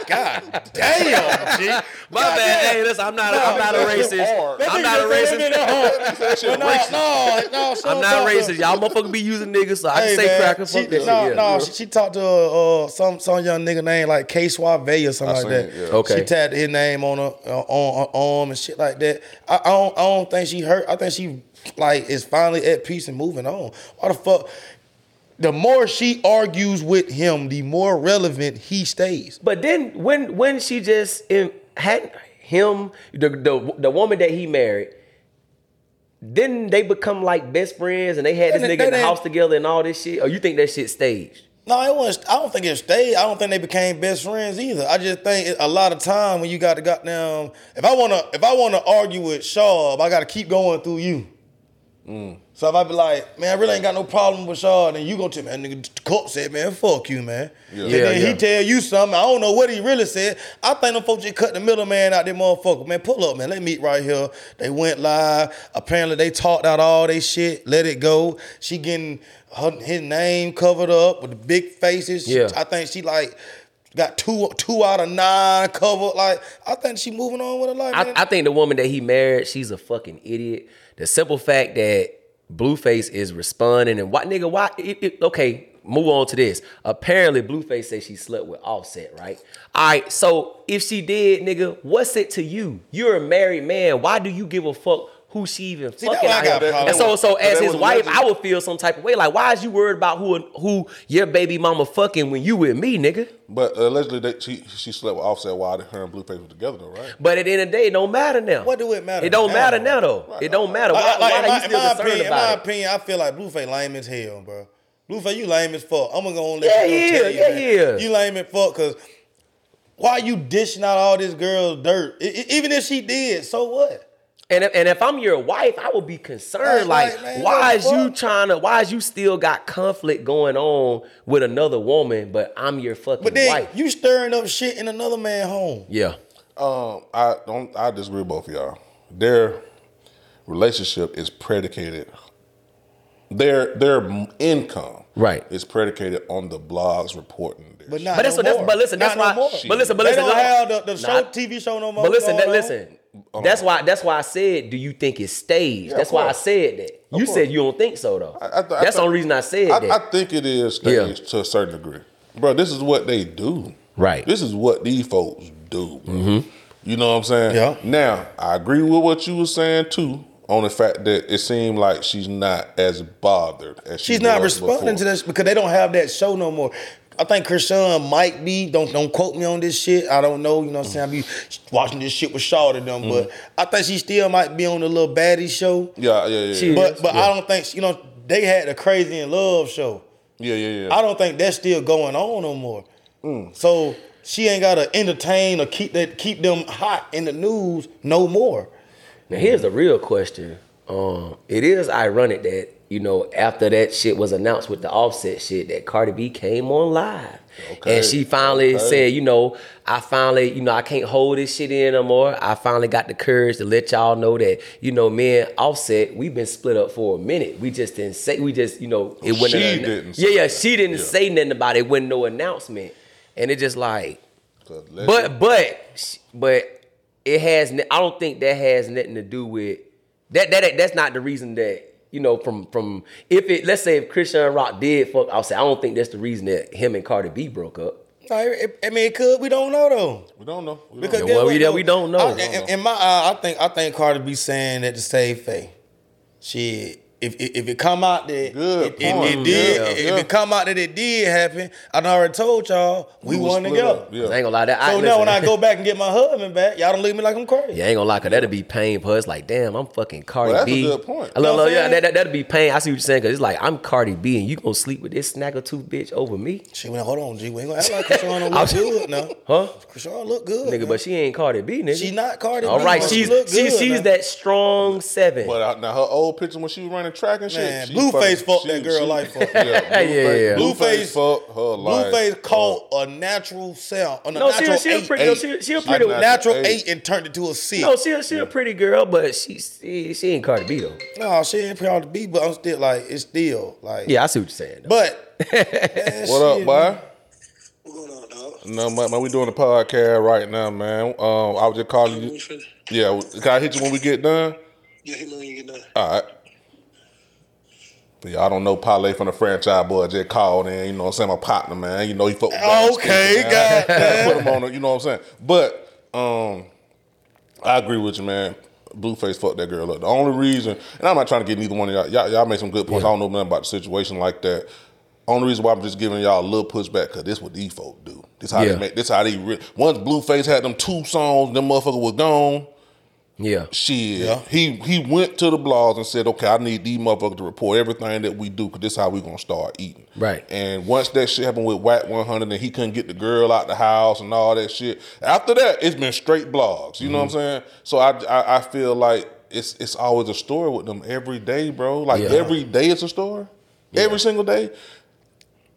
B: God damn, G.
A: My bad. Hey, listen, I'm not. I'm not a racist. I'm not a racist. uh,
B: No, no, no.
A: I'm not racist. Y'all motherfuckers be using niggas, so I can say cracker.
B: She,
A: Fuck that shit.
B: no,
A: yeah.
B: no, she, she talked to uh, uh, some some young nigga named like K Suave or something
C: I
B: like
C: seen
B: that.
C: it, yeah.
A: Okay.
B: She tagged his name on her uh, on her arm and shit like that. I, I don't I don't think she hurt. I think she like is finally at peace and moving on. Why the fuck? The more she argues with him, the more relevant he stays.
A: But then when when she just in, had him, the, the the woman that he married, then they become like best friends and they had this
B: They-
A: nigga in the
B: they-
A: house together and all this shit? Or you think that shit staged?
B: No, it was. I don't think it stayed. I don't think they became best friends either. I just think it, a lot of time when you got to goddamn. If I wanna, if I wanna argue with Shaw, I gotta keep going through you.
A: Mm.
B: So if I be like, man, I really ain't got no problem with Shaw, then you gonna tell me, that nigga the cop said, man, fuck you, man. and
A: Yeah,
B: then
A: yeah.
B: he tell you something. I don't know what he really said. I think them folks just cut the middleman out. That motherfucker, man, pull up, man. Let me meet right here. They went live. Apparently, they talked out all they shit. Let it go. She getting her, his name covered up with the big faces. She-
A: Yeah.
B: I think she like. Got two two out of nine covered. Like I think she moving on with her life.
A: I,
B: man.
A: I think the woman that he married, she's a fucking idiot. The simple fact that Blueface is responding and why nigga, why? It, it- okay, move on to this. Apparently, Blueface says she slept with Offset, right? All right, so if she did, nigga, what's it to you? You're a married man. Why do you give a fuck? Who she even
B: that
A: fucking
B: why I
A: out
B: got a
A: here?
B: problem
A: And so,
C: with-
A: so
C: but
A: as
C: that
A: his
C: was
A: wife,
C: alleged.
A: I would feel some type of way. Like, why is you worried about who who your baby mama fucking when you with me, nigga?
C: But uh, allegedly, they, she she slept with Offset while her and Blueface were together, though, right?
A: But at the end of the day, it don't matter now.
B: What do it matter
A: It don't
B: now?
A: matter now though. It don't matter. Why,
B: Like- like,
A: why
B: in
A: are
B: my-
A: you
B: in
A: still
B: my
A: concerned
B: opinion, In
A: about
B: my
A: it?
B: opinion, I feel like Blueface lame as hell, bro. Blueface, you lame as fuck. I'm gonna let
A: Yeah,
B: you know,
A: he
B: tell
A: is.
B: you,
A: Yeah,
B: man.
A: he is.
B: You lame as fuck, cause why you dishing out all this girl's dirt? I- I- even if she did, so what?
A: And if, and if I'm your wife, I would be concerned.
B: Like,
A: Like,
B: like, man,
A: why
B: what
A: is
B: the
A: you
B: fuck?
A: trying to? Why is you still got conflict going on with another woman? But I'm your fucking
B: But then
A: wife.
B: you stirring up shit in another man's home.
A: yeah,
C: Um, I don't. I disagree with both of y'all. Their relationship is predicated. Their their m- income
A: Right.
C: is predicated on the blogs reporting. This.
B: But not
A: but that's
B: no
A: what. That's,
B: more.
A: but listen, that's
B: Not no
A: why.
B: more.
A: but listen, but
B: they
A: listen,
B: don't
A: no,
B: have the, the show,
A: not-
B: TV show no more.
A: But listen,
B: going
A: that,
B: on.
A: listen. That's why. That's why I said. Do you think it's staged? that's why I
C: course.
A: said that. You said you don't think so though.
C: I- I th- I
A: that's the
C: th-
A: only reason I said that.
C: I, I think it is staged
A: Yeah.
C: to a certain degree, bro. This is what they do.
A: Right. Mm-hmm.
C: This is what these folks do. Bro. You know what I'm saying?
B: Yeah.
C: Now I agree with what you were saying too. On the fact that it seemed like she's not as bothered as she
B: She's not
C: was
B: responding
C: before.
B: to this because they don't have that show no more. I think Krishan might be. Don't don't quote me on this shit. I don't know. You know what I'm saying? I be watching this shit with Shaw to them, but I think she still might be on the little baddie show.
C: Yeah, yeah, yeah,
A: She-
C: yeah,
B: But but I don't think you know they had the crazy in love show.
C: yeah, yeah. yeah.
B: I don't think that's still going on no more. So she ain't gotta entertain or keep that keep them hot in the news no more.
A: Now here's the real question. Um, it is ironic that you know after that shit was announced with the Offset shit that Cardi B came on live,
C: Okay.
A: and she finally
C: Okay.
A: said, you know, I finally, you know, I can't hold this shit in no more. I finally got the courage to let y'all know that you know, me and Offset, we've been split up for a minute. We just didn't say, we just, you know, it
C: She
A: went.
C: didn't say
A: Yeah, yeah,
C: that.
A: she didn't
C: Yeah.
A: say nothing about it. it. Wasn't no announcement, and it just like.
C: So let's-
A: But but but it has. n- I don't think that has nothing to do with that. That that's not the reason that you know from from if it. Let's say if Christian Rock did fuck, I'll say I don't think that's the reason that him and Cardi B broke up.
B: No, it- it- I mean, it could. We don't know though.
C: we don't know. We don't
B: Because
C: know.
A: Yeah,
B: guess
A: well,
B: what,
A: we don't-
B: though?
A: we don't know.
B: I-
A: We don't
B: in, in my eye, I think I think Carter be saying that to save Faye. Shit. If, if, if it come out that
C: Good
B: it, it-
C: point.
B: it did,
C: Yeah,
B: if
C: yeah.
B: it come out that it did happen, I done already told y'all we,
C: We was
B: won
C: split
B: together.
C: up,
B: So
C: Yeah.
A: I ain't gonna lie. That I,
B: now
A: listen.
B: when I go back and get my husband back, y'all don't leave me like I'm crazy.
A: Yeah, I ain't gonna lie, cause that'd be pain for us. Like, damn, I'm fucking Cardi
C: Well, that's a
A: B.
C: good point.
A: I love,
B: Know what I'm
A: yeah,
B: saying?
A: that, that, that'd be pain. I see what you're saying, cause it's like I'm Cardi B, and you gonna sleep with this snagger tooth bitch over me,
B: Shit, well, hold on, G. We ain't gonna act like Krishan don't
A: I'll-
B: look good now.
A: huh?
B: Krishan look good.
A: Nigga,
B: now.
A: but she ain't Cardi B, nigga.
B: She not Cardi B,
A: All right,
B: but she
A: she's
B: look
A: she,
B: good
A: she's
B: now.
A: that strong seven.
C: But uh, now her old picture when she was running track and shit,
B: Man,
C: she
B: Blueface
C: fucking-
B: fucked
C: she-
B: that girl
C: she-
B: life up.
C: Yeah, Blueface,
A: Yeah, yeah.
C: Blueface,
B: Blueface-
C: fucked her life.
B: Blueface
C: up.
B: called a natural sound, a
A: No, she-
B: natural
A: she a
B: eight,
A: pretty-
C: uh, eight.
A: she- she a
C: She
A: pretty-
C: not-
B: natural
C: Hey.
B: eight, and turned it to a six.
A: No, she a, she a pretty girl, but she, she she ain't Cardi B though.
B: No, she ain't proud to be, but I'm still like, it's still like.
A: Yeah, I see what you're saying. Though.
B: But
C: What up, boy?
G: What's going on, dog?
C: No, man, man, we doing a podcast right now, man. Um, I was just calling you. Yeah, can I hit you when we get done?
G: Yeah, hit me when you get done.
C: All right. But y'all don't know Parlay from the franchise boy just called in. You know what I'm saying? My partner, man. You know he fuck with
B: Oh, Okay,
C: God.
B: goddamn.
C: Put him on. it, You know what I'm saying? But um, I agree with you, man. Blueface fucked that girl up. The only reason, and I'm not trying to get neither one of y'all. Y'all, y'all made some good points. I don't know nothing about the situation like that. Only reason why I'm just giving y'all a little pushback because this what these folk do. This how
A: Yeah.
C: they make. This how they. Re- Once Blueface had them two songs, them motherfucker was gone.
A: Yeah.
C: Shit,
B: Yeah.
C: he he went to the blogs and said, "Okay, I need these motherfuckers to report everything that we do, because this is how we gonna start eating."
A: Right.
C: And once that shit happened with Whack One Hundred, and he couldn't get the girl out the house and all that shit. After that, it's been straight blogs. You know what
A: Mm-hmm.
C: I'm saying? So I, I I feel like it's it's always a story with them every day, bro. Like
A: Yeah.
C: every day it's a story, every single day.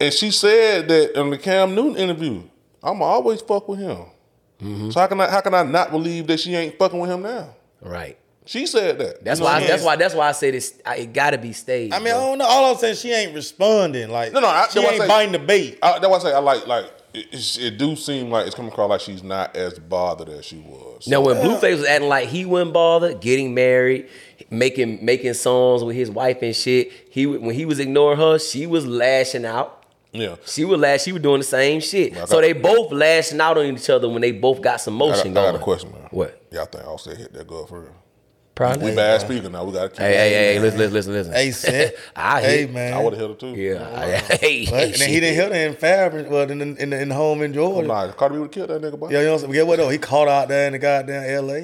C: And she said that in the Cam Newton interview, I'ma always fuck with him.
A: Mm-hmm.
C: So how can I how can I not believe that she ain't fucking with him now?
A: Right.
C: She said that.
A: That's
C: You know
A: why.
C: what I
A: that's
C: mean?
A: why. That's why I said it's. I, oh, it gotta be staged.
B: I mean, I
A: bro.
B: don't know. All I'm saying, she ain't responding. Like,
C: No, no, I-
B: she
C: that's why I
B: ain't
C: say-
B: biting the bait.
C: I, that's why I say I like like it, it's- it do seem like it's coming across like she's not as bothered as she was.
A: now when Blueface was acting like he wouldn't bother getting married, making making songs with his wife and shit. He w- when he was ignoring her, she was lashing out.
C: yeah.
A: She was lash. She was doing the same shit.
C: Well, I
A: so
C: got-
A: they both lashing out on each other when they both got some
C: I got,
A: motion
C: I
A: going.
C: got a question, man.
A: What?
C: Y'all think Offset hit that girl for real?
A: Probably.
C: We bad speaker now. We got to keep.
A: Hey, hey, hey, listen, listen, listen, listen.
B: Hey, Seth.
A: I
B: hey,
A: hit.
B: man.
C: I would have hit her too.
A: Yeah. I, hey,
B: But, and then he
A: shit.
B: didn't hit her in Fabric, well, in, in, in, the- in the home in Georgia.
C: Oh, Nah, Cardi B would have killed that nigga. Boy.
B: Yeah, you know what I'm saying? Get what though? He caught out there in the goddamn LA.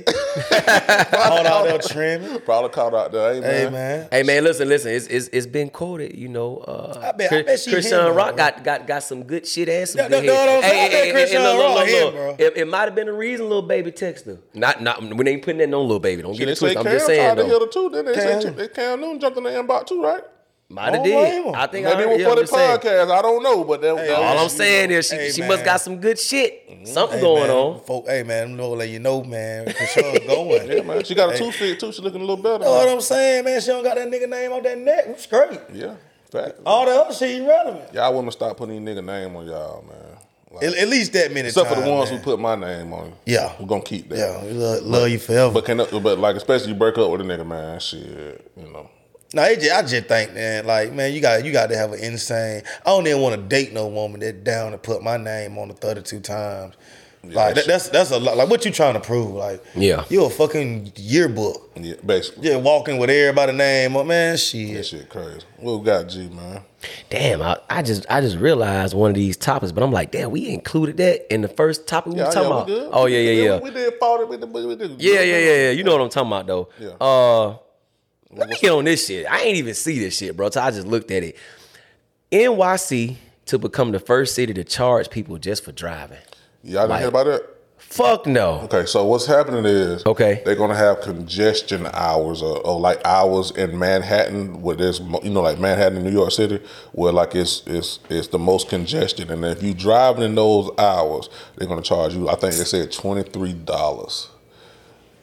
B: caught out there trimming.
C: Probably caught out there. Hey man.
B: Hey man.
A: Hey man, listen, listen. It's it's, it's been quoted, you know. Uh,
B: I bet- I bet she
A: Christian
B: him,
A: Rock
B: bro.
A: got, got got some good shit and some
B: No,
A: good
B: no, no,
A: head.
B: no, I bet Christian
A: look, look,
B: Rock
A: look,
B: him,
A: look.
B: bro.
A: It, it might have been the reason, little baby texted. Not not we ain't putting that on little baby. Don't get
C: They
A: it
C: say
A: twisted.
C: Cam
A: I'm just saying
C: tried to hit
A: though.
C: her too. Then they
B: Cam.
C: said they- Cam Newton jumped in the inbox too, right?
A: Might have
B: Don't blame
A: did.
B: him.
A: I think I
C: Maybe
A: heard,
C: it was
A: yeah,
C: for
A: I'm
C: the
A: just saying.
C: podcast. I don't know, but that, that
B: all
A: All I'm
C: was-
A: saying is she,
B: Hey,
A: she must
B: man. Mm-hmm.
A: got some good shit. Something
B: Hey,
A: going
B: man.
A: on.
B: Folk, hey man, I'm gonna let you know, man. Krishan's going.
C: Yeah, man. She got a
B: Hey.
C: two fit too. She looking a little better.
B: You know what
C: man.
B: I'm saying, man? She don't got that nigga name on that neck. It's great.
C: Yeah,
A: Oh,
C: fact.
B: All the other shit irrelevant.
C: Y'all women stop putting these nigga name on y'all, man. Like,
B: At, at least that many
C: except for the
B: times,
C: ones
B: man.
C: who put my name on.
B: Yeah.
C: we're gonna keep that.
B: Yeah, we love, love you forever.
C: But can but like especially you break up with a nigga, man. Shit, you know.
B: No, it just, I just think that, like, man, you got you got to have an insane. I don't even want to date no woman that down to put my name on the thirty two times. like that, that's that's a lot. Like, what you trying to prove? Like,
A: Yeah.
B: you a fucking yearbook.
C: Yeah, basically.
B: Just walking with everybody name up, man. Shit.
C: That shit crazy. What we got, G man?
A: Damn, I, I just I just realized one of these topics, but I'm like, damn, we included that in the first topic we were talking about.
C: good.
A: Oh yeah, yeah, yeah.
C: We, we did fought it with the we did.
A: Yeah, yeah, yeah, yeah. You know what I'm talking about though.
C: Yeah.
A: Uh let me get on this shit. I ain't even see this shit, bro. So I just looked at it. NYC to become the first city to charge people just for driving.
C: Y'all didn't hear about that?
A: Fuck no.
C: Oh, Okay, so what's happening is
A: Okay.
C: they're gonna have congestion hours or, or like hours in Manhattan where there's mo- you know like Manhattan in New York City where like it's it's it's the most congestion and if you driving in those hours they're gonna charge you I think they said twenty three dollars.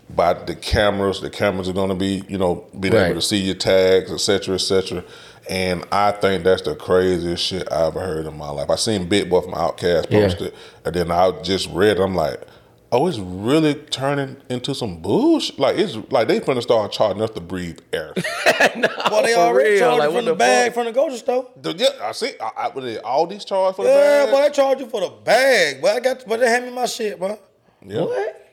C: By the cameras, the cameras are gonna be you know being
A: Right.
C: able to see your tags, et cetera, et cetera. And I think that's the craziest shit I've heard in my life. I seen Big Boy from Outkast
A: Yeah.
C: posted, and then I just read. it. I'm like, oh, it's really turning into some bullshit. Like it's like they finna start charging us to breathe air.
B: Well, they
A: for
B: already
A: real,
B: charged
A: like,
B: you
A: what
B: from the,
A: the
B: bag
A: fuck?
B: from the grocery store.
C: The- yeah, I see. I, I, what is it, all these charges for the
B: Yeah,
C: bag?
B: boy, they charge you for the bag. But I got, but they hand me my shit, bro.
C: Yeah.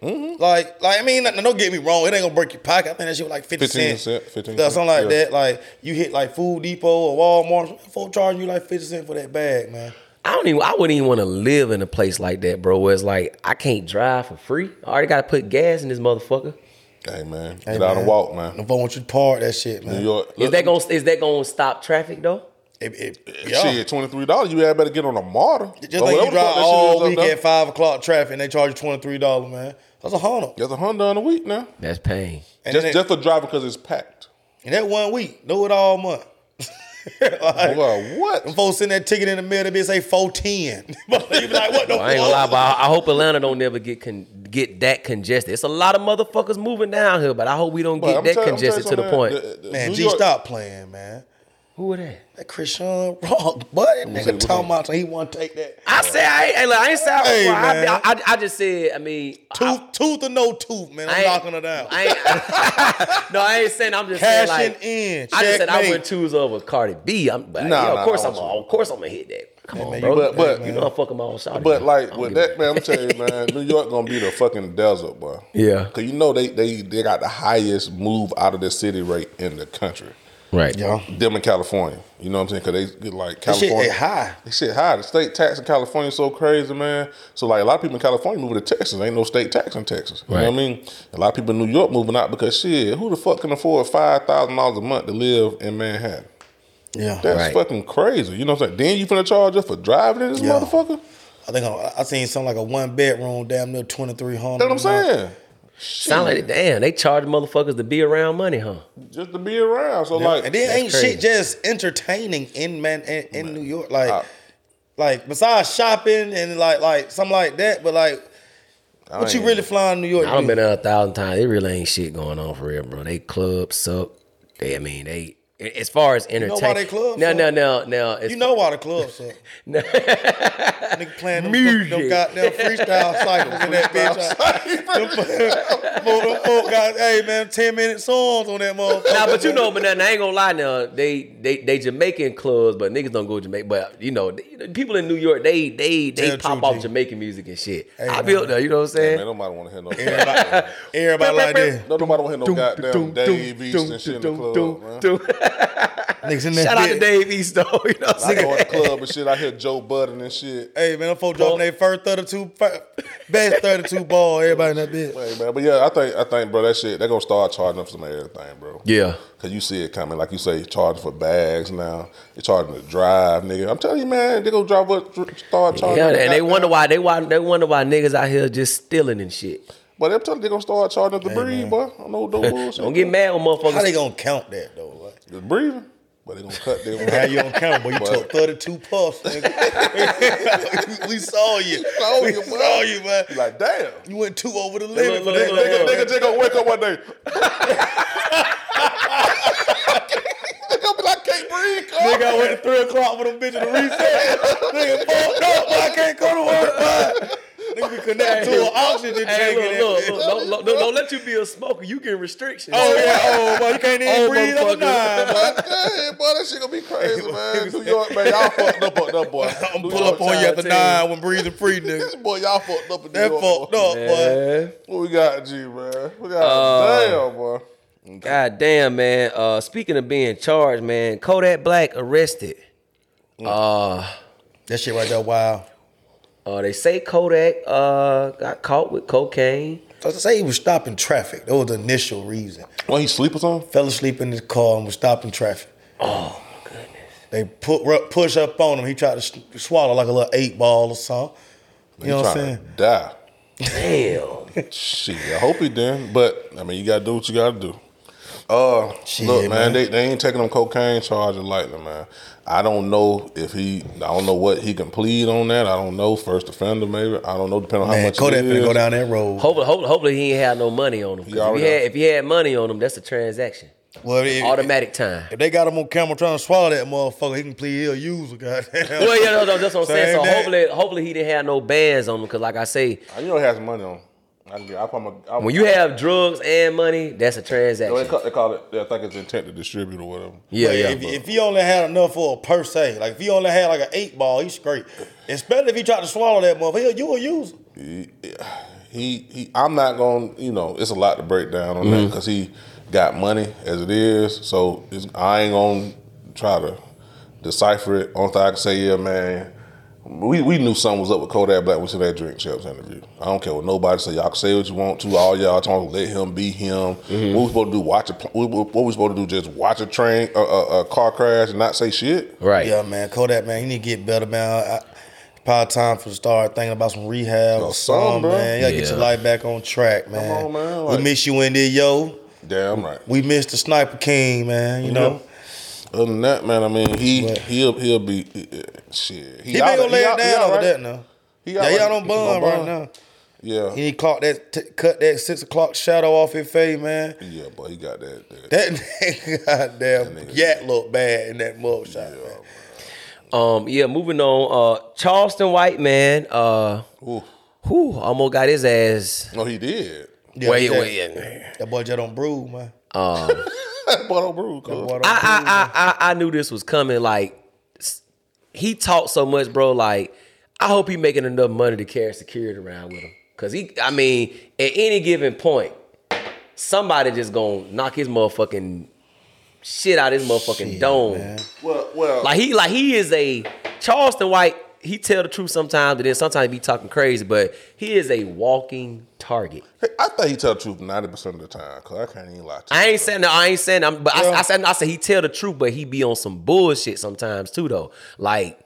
C: Mm-hmm.
B: Like, like I mean, don't get me wrong, it ain't gonna break your pocket. I think that shit was like fifty
C: 15
B: cents,
C: cent, 15
B: Yeah, something like
C: cent, yeah.
B: that. Like you hit like Food Depot or Walmart, folk charging you like fifty cent for that bag, man.
A: I don't even I wouldn't even want to live in a place like that, bro, where it's like I can't drive for free. I already gotta put gas in this motherfucker.
C: Hey man,
B: Hey,
C: get out
B: man.
C: and walk, man.
B: If I want you to park that shit,
C: New
B: man.
C: York.
A: Is that gonna is that gonna stop traffic though?
B: It, it, yeah.
C: Shit, twenty three dollars. You had better get on a martyr.
B: Just
C: Or
B: like
C: whatever
B: you
C: the
B: drive
C: fuck that shit
B: all
C: is up
B: week
C: there.
B: at five o'clock traffic and they charge you twenty three dollars, man. That's a hundred.
C: There's a Honda in a week now.
A: That's pain.
B: And,
C: just
B: that,
C: just for driving because it's packed.
B: and that one week, do it all month. like,
C: Boy,
B: them
C: what?
B: folks send that ticket in the mail, they be say four ten. you be like, what the?
A: I ain't gonna lie, but I I hope Atlanta don't never get con- get that congested. It's a lot of motherfuckers moving down here, but I hope we don't
C: Boy,
A: get
C: I'm
A: that
C: tell- I'm tell you
A: congested to the
C: something,
A: point.
C: the- the
B: Man,
C: New
B: G,
C: York-
B: stop playing, man.
A: Who are that?
B: That Christian Rock, but that
C: see,
B: nigga
C: what's
B: talking about he want to take that
A: I said I ain't, hey, look, I ain't say I, was
B: Hey,
A: wrong. I,
B: man.
A: I, I, I just said I mean
B: tooth,
A: I,
B: tooth or no tooth, man.
A: I
B: I'm
A: ain't-
B: knocking her down.
A: I ain't, no, I ain't saying I'm just saying
B: Cashing
A: like
B: in,
A: I just said I
B: checkmate.
A: wouldn't choose over Cardi B. I'm, but,
C: Nah,
A: yeah, of
C: nah,
A: course
C: nah,
A: I'm,
C: I
A: of course I'm gonna hit that. Come on,
B: man,
A: bro.
B: you-
C: But- but-
A: you know I'm fucking my own shot.
C: But like with that man, I'm telling you, man, New York gonna be the fucking desert, boy.
A: Yeah.
C: Cause you know they they they got the highest move out of the city rate in the country.
A: Right.
B: Yeah.
C: Them in California, you know what I'm saying? Because they get like
B: That shit
C: California
B: they high.
C: They shit high. The state tax in California is so crazy, man. So like a lot of people in California moving to Texas. Ain't no state tax in Texas. You know
A: Right.
C: what I mean? A lot of people in New York moving out because shit, who the fuck can afford five thousand dollars a month to live in Manhattan?
B: Yeah.
C: That's
A: Right.
C: fucking crazy. You know what I'm saying? Then you finna charge us for driving in this
B: Yeah.
C: motherfucker?
B: I think I, I seen something like a one bedroom, damn near twenty three hundred.
C: That's what I'm saying.
A: Sound like damn, they charge motherfuckers to be around money, huh?
C: Just to be around. So like
B: and then ain't
A: crazy.
B: shit just entertaining in man in, in New York, like
C: I-
B: like besides shopping and like like something like that. But like,
C: I
B: what you
C: ain't-
B: really flying to New York?
A: I done
B: to do?
A: been there a thousand times. It really ain't shit going on for real, bro. They clubs suck. They, I mean, they as far as
B: why
A: entertainment.
B: they clubs
A: No,
B: suck?
A: no, no, no.
B: you know why the clubs up. Nigga playing them, them,
A: Music.
B: goddamn freestyle cycles in that bitch. them, them, them folk got, hey man, 10 minute songs on that motherfucker.
A: Nah, but you know, but now, now I ain't gonna lie. Now they they they Jamaican clubs, but niggas don't go to Jamaica. But you know, they- you know, people in New York, they they they
B: Tell
A: pop
B: true,
A: off
B: G.
A: Jamaican music and shit.
B: Hey,
A: I
B: man.
A: built that. You know what I'm saying?
C: Man, nobody wanna hear no
B: Everybody, everybody like that.
C: No, nobody wanna hear no
A: Dun,
C: goddamn
A: dun, dun,
C: Dave East
A: dun,
C: and shit in the
A: dun,
C: club,
A: dun,
C: man.
A: dun.
B: Niggas in that
A: Shout out to
B: bitch.
A: Dave East though. You know what
C: I
A: I'm
C: go in the
A: saying?
C: club and shit. I hear Joe Budden and shit.
B: Hey man, them folk dropping their first 32, fir- best 32 ball. Everybody in that bitch.
C: Hey, man, but yeah, I think I think, bro, that shit they gonna start charging up some of everything, bro.
A: Yeah.
C: Cause you see it coming, like you say, charging for bags now. They charging to drive, nigga. I'm telling you, man, they gonna drive what start charging.
A: Yeah,
C: up the
A: and they
C: goddamn-
A: wonder why they why they wonder why niggas out here just stealing and shit.
C: But I'm telling you, they gonna start charging up the breed, boy. I know no bullshit.
A: Don't get mad with
B: How
A: motherfuckers.
B: they gonna count that though? Like,
C: The breathing, but they gonna cut them.
B: how you don't count, but you
C: What?
B: took 32 puffs, nigga. we saw you.
C: saw you,
B: we
C: boy.
B: saw you, man.
C: like, damn.
B: You went two over the limit.
A: look,
B: for that
A: look,
C: Nigga, nigga just gonna wake up one day. they gonna be like, I can't breathe, cuz.
B: Nigga, I went at 3 o'clock with them bitches to reset. nigga, fucked up, but I can't go to work, man. Nigga, we connected to an oxygen
A: Hey,
B: tank. in
A: look,
B: that
A: look, look,
B: bitch.
A: don't, look, don't, don't let you be a smoker. You get restrictions.
B: Oh, yeah, oh, boy, you can't even
A: Oh,
B: breathe up a
A: motherfucker.
B: nine, boy.
C: Like, damn, boy, that shit gonna be crazy, man. New York, man, y'all fucked up on that boy.
B: I'm
C: New
B: pull up
C: York,
B: on you at the
A: tell you.
B: nine when breathing free,
C: This
B: nigga.
C: boy, y'all fucked up in New
B: That
C: York.
B: fucked
C: boy.
B: up, boy.
C: What we got, G, man? We got
B: Uh,
C: damn, boy.
A: God damn, man. Uh, speaking of being charged, man, Kodak Black arrested.
B: That shit right there, wow.
A: Uh, they say Kodak uh, got caught with cocaine.
B: I was say he was stopping traffic. That was the initial reason.
C: When he sleep or something?
B: Fell asleep in his car and was stopping traffic.
A: Oh my goodness.
B: They put ru- push up on him. He tried to s swallow like a little eight ball or something. You know what I'm saying?
C: Die.
A: Damn.
C: Shit, I hope he didn't. But I mean, you gotta do what you gotta do. Uh,
B: Shit,
C: look, man,
B: man.
C: They, they ain't taking them cocaine charges lightly, man. I don't know if he, I don't know what he can plead on that. I don't know first offender, maybe. I don't know, depending on how
B: Man,
C: much.
B: Kodak
C: it is.
B: finna go down that road.
A: hopefully, hopefully, hopefully he ain't had no money on him. 'Cause If
C: already
A: he, had,
C: have-
A: if he had money on him, that's a transaction.
B: Well, if,
A: Automatic time.
B: If they got him on camera trying to swallow that motherfucker, he can plead ill user, goddamn.
A: Well, yeah, no, no, that's what I'm saying.
B: Same
A: So
B: day.
A: hopefully, hopefully he didn't have no bands on him. Cause like I say,
C: I you know he has money on. I can get. I put my. I,
A: when you have drugs and money, that's a
C: No, they
A: transaction.
C: call, they call it. I think it's intent to distribute or whatever.
A: Yeah,
B: Like,
A: yeah.
B: if, if he only had enough for a per se, like if he only had like an eight ball, he's great. Especially if he tried to swallow that motherfucker, you a user.
C: He, he. I'm not going. to You know, it's a lot to break down on that because he got money as it is. So it's, I ain't gonna try to decipher it. Only thing I can say, yeah, man. We, we knew something was up with Kodak Black when we see that drink champs interview. I don't care what nobody say. Y'all can say what you want to. All y'all talking. Let him be him. What we supposed to do? Watch a. pl- What we- what we supposed to do? Just watch a train, a, a, a car crash, and not say shit.
A: right.
B: Yeah, man, Kodak, man, he need to get better, man. I, probably time for the start thinking about some rehab
C: Or
B: or
C: something,
B: something,
C: bro.
B: man. You gotta get your
A: Yeah.
B: life back on track, man.
C: on, man,
B: we
C: like-
B: miss you in there, yo.
C: Damn right.
B: We miss the Sniper King, man. You know,
C: Other than that, man, I mean, he
B: But-
C: he'll he'll be uh, shit.
B: he been gonna lay it down over that now.
C: He
B: Yeah,
C: out-
B: y'all don't
C: he
B: bun
C: on
B: right
C: bond.
B: now.
C: Yeah,
B: He need to clock that, t- cut that six o'clock shadow off his face, man.
C: yeah, but he got that. that.
B: That nigga goddamn yak look bad in that mug shot. man.
A: Um, yeah, moving on. Uh, Charleston White man, uh,
C: Ooh.
A: who almost got his ass.
C: No, he did.
B: Yeah,
A: wait,
B: that,
A: wait. I,
B: That boy just don't brew, man.
C: That boy don't brew,
B: That
C: cuz.
B: boy don't
A: I, I, I, I knew this was coming. Like, s- he talked so much, bro. Like, I hope he making enough money to carry security around with him. Cause he, I mean, at any given point, somebody just gonna knock his motherfucking shit out his motherfucking dome.
C: Well, well,
A: Like he like he is a Charleston White. He tell the truth sometimes, but then sometimes he be talking crazy. But he is a walking target.
C: I think he tell the truth ninety percent of the time. Cause I can't even lie to you.
A: I ain't saying that. I ain't saying. I'm, but I, I said. I said he tell the truth, but he be on some bullshit sometimes too, though. Like,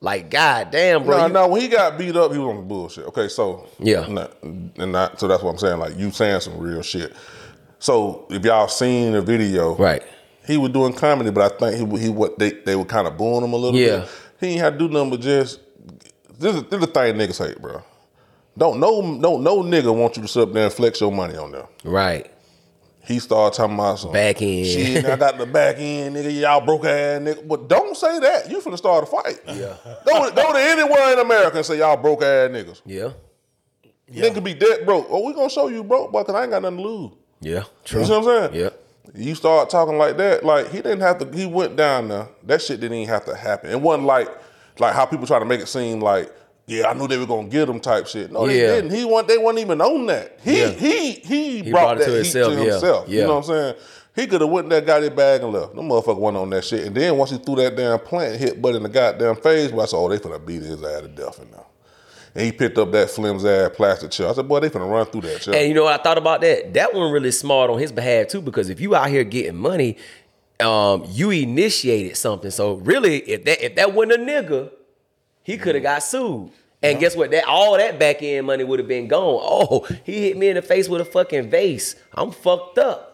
A: like God damn, bro.
C: No,
A: you-
C: no. When he got beat up, he was on the bullshit. Okay, so
A: Yeah.
C: Nah, and I, so that's what I'm saying. Like you saying some real shit. So if y'all seen the video,
A: Right.
C: He was doing comedy, but I think he wa- he what they they were kind of booing him a little
A: Yeah.
C: bit. He ain't had to do nothing but just this is, this is the thing niggas hate, bro. Don't no don't no nigga want you to sit up there and flex your money on them.
A: Right.
C: He started talking about some
A: Back end.
C: Shit, I got the back end, nigga. Y'all broke ass, nigga. But don't say that. You finna start a fight. Yeah. Go, to- go to anywhere in America and say y'all broke ass niggas.
A: Yeah.
C: Nigga be dead broke. Oh, we gonna show you broke, boy, cause I ain't got nothing to lose.
A: Yeah. True.
C: You see what I'm saying?
A: Yeah.
C: You start talking like that, like he didn't have to. He went down there. That shit didn't even have to happen. It wasn't like like how people try to make it seem like. Yeah, I knew they were gonna get him type shit. No, they
A: Yeah.
C: didn't. He want they wasn't even on that. He
A: Yeah.
C: he he,
A: brought
C: brought,
A: it
C: that
A: to
C: heat
A: himself,
C: to
A: yeah,
C: himself.
A: yeah.
C: You know what I'm saying? He could have went in there, got his bag and left. No motherfucker wasn't on that shit. And then once he threw that damn plant, hit butt in the goddamn face, boy, I said, oh, they finna beat his ass to death in there. And he picked up that flimsy ass plastic chair. I said, boy, they finna run through that chair.
A: And you know what I thought about that? That one really smart on his behalf too, because if you out here getting money, um, you initiated something. So really, if that if that wasn't a nigga, he could have got sued. And guess what? That all that back end money would have been gone. Oh, he hit me in the face with a fucking vase. I'm fucked up.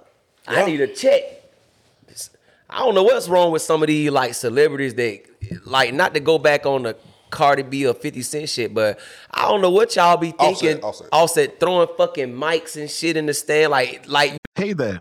A: I need a check. I don't know what's wrong with some of these like celebrities that like not to go back on the Cardi B or 50 Cent shit, but I don't know what y'all be thinking.
C: Offset, Offset.
A: Offset throwing fucking mics and shit in the stand, like like
H: Hey there,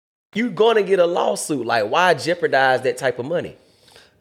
A: you gonna get a lawsuit. Like why jeopardize that type of money?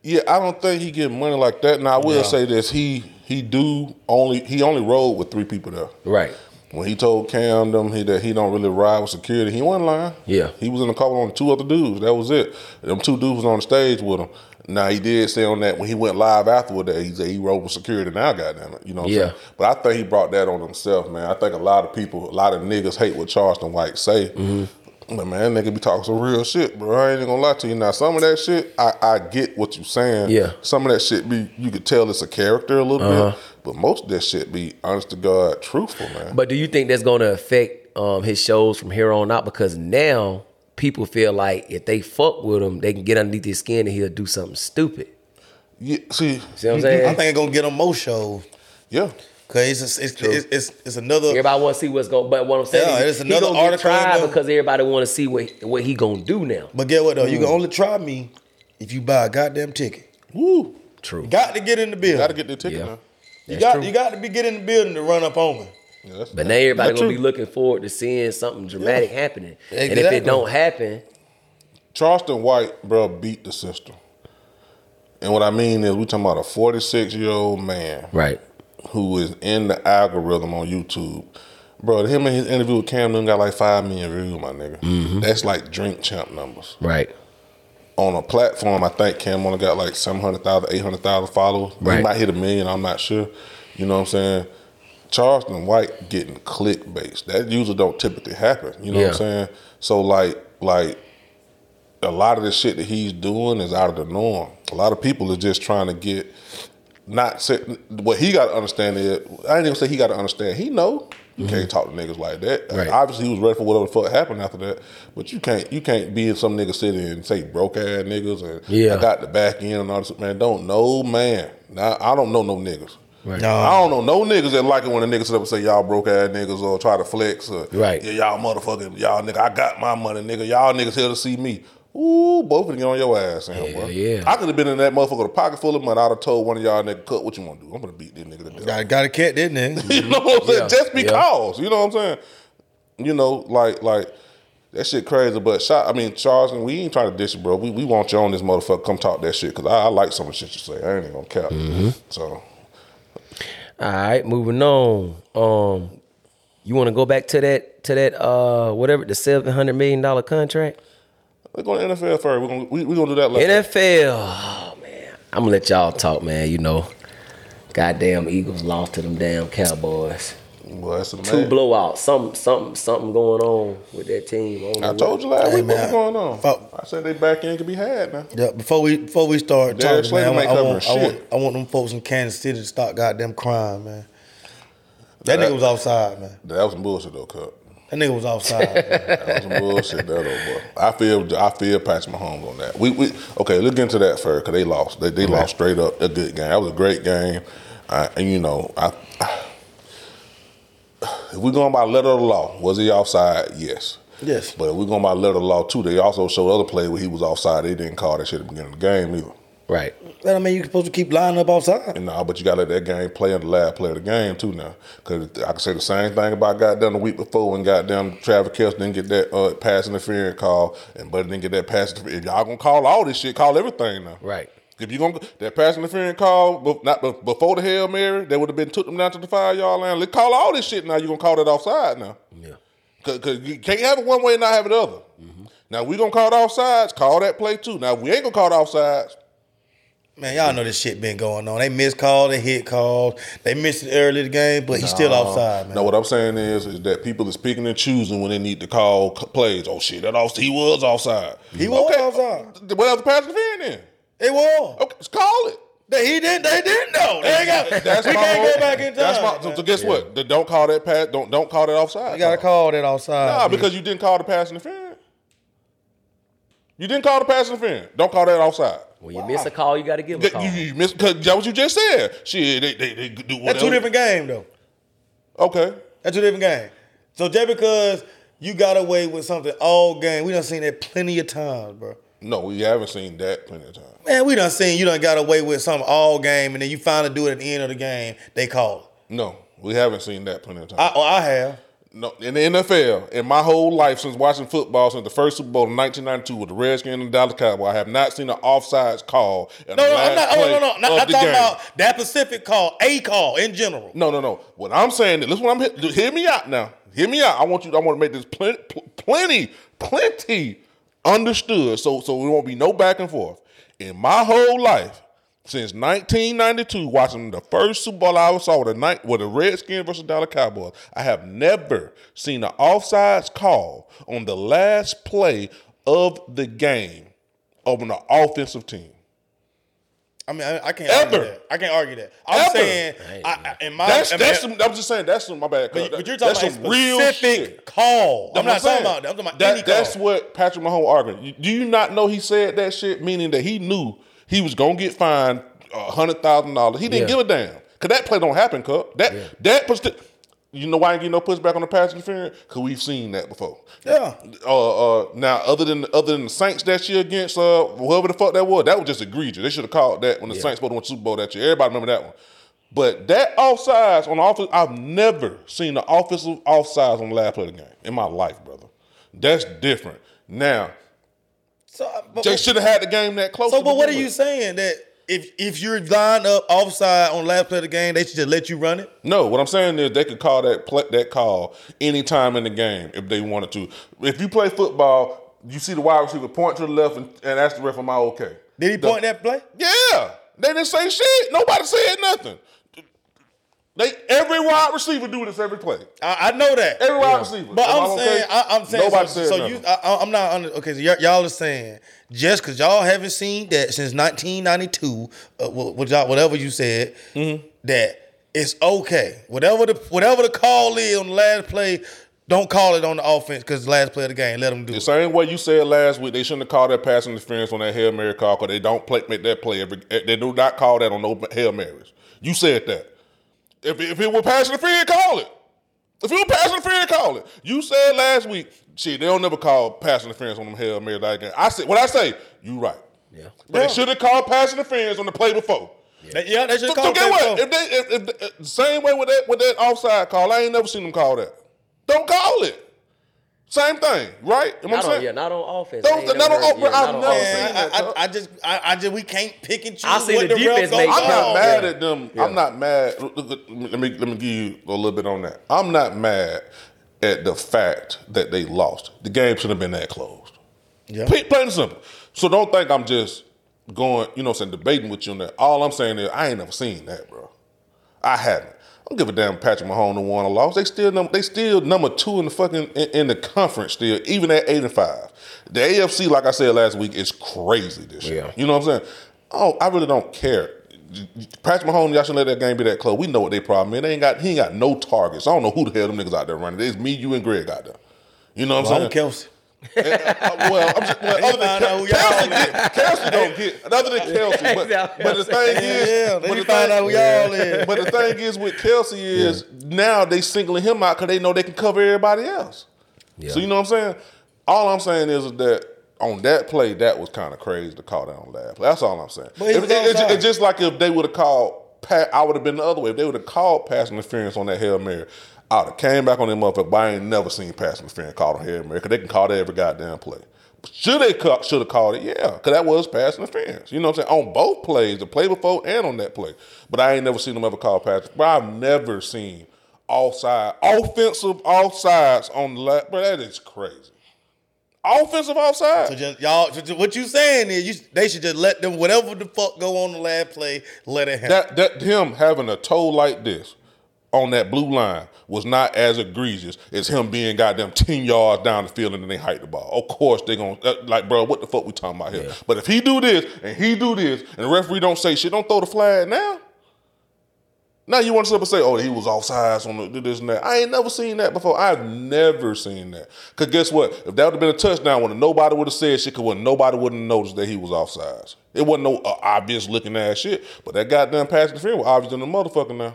C: Yeah, I don't think he get money like that. Now I will say this: he he do only he only rode with three people there.
A: Right.
C: When he told Cam them he, that he don't really ride with security, he wasn't lying.
A: Yeah.
C: he was in the car with two other dudes. That was it. Them two dudes was on the stage with him. Now he did say on that when he went live afterward that he said he rode with security. Now, goddamn it, you know. What
A: Yeah.
C: I'm saying? But I think he brought that on himself, man. I think a lot of people, a lot of niggas hate what Charleston White say.
A: Mm-hmm.
C: But man, that nigga be talking some real shit, bro. I ain't even gonna lie to you. Now, some of that shit, I, I get what you saying.
A: Yeah.
C: Some of that shit be, you could tell it's a character a little
A: Uh-huh.
C: bit. But most of that shit be honest to God, truthful, man.
A: But do you think that's gonna affect um, his shows from here on out? Because now people feel like if they fuck with him, they can get underneath his skin and he'll do something stupid.
C: yeah, see,
A: See what I'm
B: I
A: saying?
B: think it's gonna get him more shows.
C: yeah.
B: Cause it's it's it's, it's, it's another.
A: Everybody want to see what's going. But what I'm saying
B: Yeah,
A: is,
B: there's
A: he
B: another
A: gonna get
B: article in
A: tried
B: there.
A: because everybody want to see what what he gonna do now.
B: But get what though? You can only try me if you buy a goddamn ticket.
C: Woo.
A: True.
B: Got to get in the building.
C: Gotta get the ticket,
A: Yeah.
C: man.
B: you
A: That's
B: got
A: true.
B: you got to be getting in the building to run up on me.
C: Yeah, that's-
A: But now everybody
C: that's
A: gonna be
C: true.
A: looking forward to seeing something dramatic happening. And if
B: Exactly.
A: it don't happen,
C: Charleston White, bro, beat the system. And what I mean is, we talking about a 46 year old man.
A: right?
C: who is in the algorithm on YouTube. Bro, him and his interview with Cam Newton got like 5 million views, my nigga.
A: Mm-hmm.
C: That's like drink champ numbers.
A: Right.
C: On a platform, I think Cam only got like 700,000, 800,000 followers.
A: Right.
C: He might hit a million, I'm not sure. You know what I'm saying? Charleston White getting click based. That usually don't typically happen. You know what
A: Yeah.
C: I'm saying? So like like a lot of the shit that he's doing is out of the norm. A lot of people are just trying to get not say, what he got to understand is I didn't even say he got to understand. He know You can't talk to niggas like that.
A: Mm-hmm. Right.
C: Obviously, he was ready for whatever the fuck happened after that. But you can't you can't be in some nigga city and say broke ass niggas and
A: Yeah.
C: I got the back end and all this. Man, don't no man. Now I don't know no niggas. I don't know no niggas that like it when a nigga sit up and say y'all broke ass niggas or try to flex or
A: Right.
C: yeah y'all motherfucking y'all nigga I got my money nigga y'all niggas here to see me. Ooh, both of you on your ass, Sam.
A: Hell
C: boy.
A: yeah.
C: I could have been in that motherfucker with a pocket full of money. I'd have told one of y'all nigga, cut what you want to do. I'm gonna beat this nigga to death.
B: Gotta, gotta catch that nigga.
C: You know what I'm saying?
A: Yeah,
C: Just
A: yeah.
C: because. You know what I'm saying? You know, like like that shit crazy. But shot. I mean, Charles, and we ain't trying to dish it, bro. We, we want you on this motherfucker. Come talk that shit because I, I like some of the shit you say. I ain't even gonna cap.
A: Mm-hmm.
C: So
A: All right, moving on. Um, you want to go back to that to that uh whatever the seven hundred million dollar contract?
C: we're going to NFL first. We're gonna we, we gonna do that later.
A: NFL. Oh man, I'm gonna let y'all talk, man. You know, goddamn Eagles lost to them damn Cowboys.
C: Boy, that's the
A: Two
C: man.
A: blowouts. Something something something going on with that team. I, don't know
C: I
A: what-
C: told you last
B: Hey,
C: week what
B: man.
C: was going on.
B: Fuck.
C: I said they back end could be had now.
B: Yeah, before we before we start
C: Derek
B: talking, man,
C: Slater
B: I want,
C: ain't
B: I, want, I,
C: covering
B: want,
C: shit.
B: I want them folks in Kansas City to stop goddamn crime, man. That nigga was outside, man.
C: That was some bullshit though, Cup.
B: That nigga was outside. man.
C: That was some bullshit there though, boy. I feel I feel Patrick Mahomes on that. We we okay. Look into that first because they lost. They, they lost straight up. A good game. That was a great game. I, and you know, I if we're going by letter of the law, was he offside? Yes.
B: Yes.
C: But if we're going by letter of the law too, they also showed other play where he was offside. They didn't call that shit at the beginning of the game either.
A: Right.
B: That I mean, you supposed to keep lining up outside.
C: And nah, but you gotta let that game play in the last play of the game too now. Cause I can say the same thing about goddamn the week before when goddamn Travis Kelce didn't get that uh, pass interference call and Buddy didn't get that pass interference. If y'all gonna call all this shit, call everything now.
A: Right.
C: If you gonna that pass interference call, but not bef- before the hail mary, that would have been took them down to the five yard line. Let's call all this shit now. You gonna call that offside now?
A: Yeah. Mm-hmm.
C: Cause, 'cause you can't have it one way and not have it other. Now we gonna call it offsides. Call that play too. Now if we ain't gonna call it offsides.
B: Man, y'all know this shit been going on. They missed calls, they hit calls, they missed it early in the game, but he's still outside, man.
C: No, what I'm saying is, is that people is picking and choosing when they need to call c- plays. Oh shit, that off, he was offside.
B: He was offside.
C: th- What else pass interference then?
B: They won.
C: Okay, let's call it.
B: They, he didn't. They didn't know. They ain't got.
C: That's
B: we
C: my
B: can't
C: whole-
B: go back in time.
C: That's my. So, so guess what? The- don't call that pass. Don't don't call that offside.
B: you gotta call that outside.
C: Nah,
B: man.
C: because you didn't call the pass interference. You didn't call the pass interference. Don't call that offside.
A: When you miss a call, you got to give a
C: That-
A: call.
C: You, you missed because that what you just said. Shit, they they, they do whatever.
B: that's two different games though.
C: Okay.
B: That's two different games. So just because you got away with something all game, we done seen that plenty of times, bro.
C: No, we haven't seen that plenty of times.
B: Man, we done seen you done got away with something all game, and then you finally do it at the end of the game. They call. it.
C: No, we haven't seen that plenty of times.
B: I, oh, I have.
C: No, in the NFL, in my whole life since watching football, since the first Super Bowl in 1992 with the Redskins and the Dallas Cowboys, I have not seen an offsides call. at
B: No,
C: the
B: no,
C: last
B: I'm not. Oh,
C: play
B: no, no, no.
C: of
B: Not, I'm
C: the
B: talking
C: game.
B: about that Pacific call, a call in general.
C: No, no, no. What I'm saying is, listen, what I'm hit- hear me out now. Hear me out. I want you. I want to make this plenty, plenty, plenty understood. So, so there won't be no back and forth. In my whole life, since 1992, watching the first Super Bowl I ever saw with the night with the Redskins versus Dallas Cowboys, I have never seen an offsides call on the last play of the game of an offensive team.
B: I mean, I, I can't
C: Ever.
B: argue that. I can't argue that. I'm
C: Ever.
B: saying, I, I, in my,
C: That's
B: I mean,
C: that's. Some, I'm just saying that's some. My bad.
B: But, but you're talking
C: that's
B: about a specific call.
C: what
B: I'm, not talking
C: saying.
B: about that. I'm talking about
C: That-
B: any
C: That's
B: call.
C: what Patrick Mahomes arguing. You- Do you not know he said that shit, meaning that he knew he was gonna get fined hundred thousand dollars. He didn't
A: Yeah.
C: give a damn because that play don't happen, Cup. That that puts. The, you know why I ain't getting no pushback on the pass interference? Because we've seen that before.
B: Yeah.
C: Uh, uh, now, other than other than the Saints that year against uh, whoever the fuck that was, that was just egregious. They should have called that when the Saints supposed to win Super Bowl that year. Everybody remember that one. But that offsides on the offense, I've never seen the offensive offsides on the last play of the game in my life, brother. That's different. Now
B: So, uh, but,
C: they should have had the game that close.
B: so,
C: to
B: but what are
C: begin
B: you
C: with.
B: saying that if if you're lined up offside on last play of the game, they should just let you run it?
C: No, what I'm saying is they could call that play, that call anytime in the game if they wanted to. If you play football, you see the wide receiver point to the left and, and ask the ref, "Am I okay?"
B: Did he
C: The-
B: point that play?
C: Yeah, they didn't say shit. Nobody said nothing. They every wide receiver do this every play.
B: I, I know that.
C: Every wide receiver.
B: But
C: Am
B: I'm
C: okay?
B: saying, I, I'm saying,
C: nobody
B: so,
C: said
B: so
C: nothing.
B: you, I, I- I'm not under, okay. So y'all- y'all are saying just because y'all haven't
A: Mm-hmm.
B: seen that since 1992, uh, wh- what y'all- whatever you said, that it's okay. Whatever the whatever the call is on the last play, don't call it on the offense because the last play of the game. Let them do
C: The
B: it.
C: same way you said last week, they shouldn't have called that pass interference on that Hail Mary call because they don't play, make that play. Every, they do not call that on no Hail Marys. You said that. If, if it were pass interference, call it. If it were pass interference, call it. You said last week, shit, they don't never call pass interference on them Hail Marys like that. I said, what I say, you right. Yeah. But they should have called pass interference on the play before.
B: Yeah, they should
C: So,
B: call
C: so
B: it.
C: get what?
B: that,
C: If they, if, if, if, same way with that with that offside call, I ain't never seen them call that. Don't call it. Same thing, right? You
A: Not
C: know what I'm
A: on,
C: saying?
A: yeah, not on offense.
C: Those-
A: I ain't
C: not
A: never heard-
C: on-
A: yeah,
C: I've
A: not on
C: never
A: offense.
C: seen
B: Man, I, I, I just, I, I just, we can't pick and choose.
A: I seen
B: what
A: the
B: the, refs
A: defense
B: gonna
A: make
C: I'm not
B: call.
C: mad
A: Yeah.
C: at them. I'm not mad. Look, look, let me let me give you a little bit on that. I'm not mad at the fact that they lost. The game shouldn't have been that close.
B: Yeah.
C: Plain, plain and simple. So don't think I'm just going, you know, what I'm saying debating with you on that. All I'm saying is I ain't never seen that, bro. I haven't. I don't give a damn. if Patrick Mahomes the one or lost. They still number. They still number two in the fucking in, in the conference. Still, even at eight and five. The AFC, like I said last week, is crazy this year.
A: Yeah.
C: You know what I'm saying? Oh, I really don't care. Patrick Mahomes, y'all should let that game be that close. We know what their problem is. They ain't got he ain't got no targets. I don't know who the hell them niggas out there running. It's me, you, and Greg out there. You know what I'm
B: Wrong,
C: saying?
B: Kelsey.
C: Uh, well, I'm just, well,
B: They
C: other
B: found out
C: than
B: who
C: Kel-
B: y'all
C: Kelsey, get, Kelsey don't get other than Kelsey. But,
A: Exactly.
C: but the thing is,
B: Yeah,
C: but
B: they
C: the
B: found
C: thing-
B: out who y'all is.
C: But the thing is with Kelsey is now they singling him out because they know they can cover everybody else. So you know what I'm saying? All I'm saying is that on that play, that was kind of crazy to call that on last play. That's all I'm saying.
B: But he
C: If-
B: was
C: it- it-
B: outside.
C: it's just like if they would have called, pa- I would have been the other way. If they would have called pass interference on that Hail Mary, I would have came back on that motherfucker, but I ain't never seen pass interference called on Hail Mary because they can call that every goddamn play. Should they call, should have called it? Yeah, because that was pass interference. You know what I'm saying? On both plays, the play before and on that play. But I ain't never seen them ever call pass. But I've never seen all side offensive all sides on the left. But that is crazy. Offensive offside.
B: So just y'all, so just- what you saying is, you, they should just let them whatever the fuck go on the last play, let it happen.
C: that that him having a toe like this on that blue line was not as egregious as him being goddamn ten yards down the field and then they hike the ball. Of course they gonna uh, like, bro, what the fuck we talking about here? But if he do this and he do this and the referee don't say shit, don't throw the flag now. Now you want to sit up and say, "Oh, he was offsides on the, do this and that." I ain't never seen that before. I've never seen that. Cause guess what? If that would have been a touchdown, when nobody would have said shit, cause when nobody would have noticed that he was offsides. It wasn't no uh, obvious looking ass shit. But that goddamn pass interference was obvious than the motherfucker now.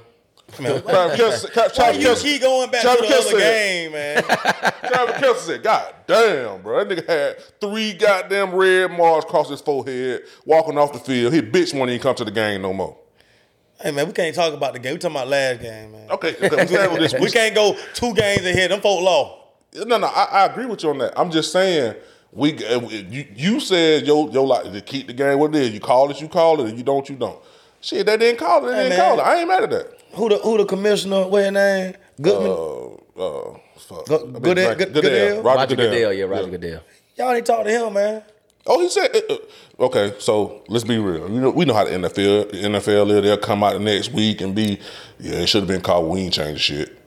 C: Travis Kelce- Tra-
B: Why
C: Travis
B: you
C: Kelce-
B: keep going back
C: Travis
B: to the
C: Kelce
B: other
C: said-
B: game, man?
C: Travis Kelce said, God damn, bro. That nigga had three goddamn red marks across his forehead walking off the field. He bitch won't even come to the game no more.
B: hey man, we can't talk about the game. We talking about last game, man.
C: Okay, okay we settled this.
B: We can't go two games ahead. Them folk lost.
C: No, no, I, I agree with you on that. I'm just saying we uh, you, you said yo yo like to keep the game what it is. You call it, you call it. If you don't, you don't. Shit, they didn't call it. They
B: Hey,
C: didn't
B: man.
C: call it. I ain't mad at that.
B: Who the who the commissioner? What his name? Goodman.
C: Uh, uh, fuck.
B: Go-
C: I've been
B: Goodell-
C: drinking.
B: Good- Goodell?
C: Roger,
A: Roger
C: Goodell.
A: Goodell, yeah, Roger Goodell.
B: Y'all ain't talk to him, man.
C: Oh, he said. uh, uh, okay, so let's be real. You know, we know how the NFL NFL is. They'll come out the next week and be, yeah, it should have been called. We ain't changing shit.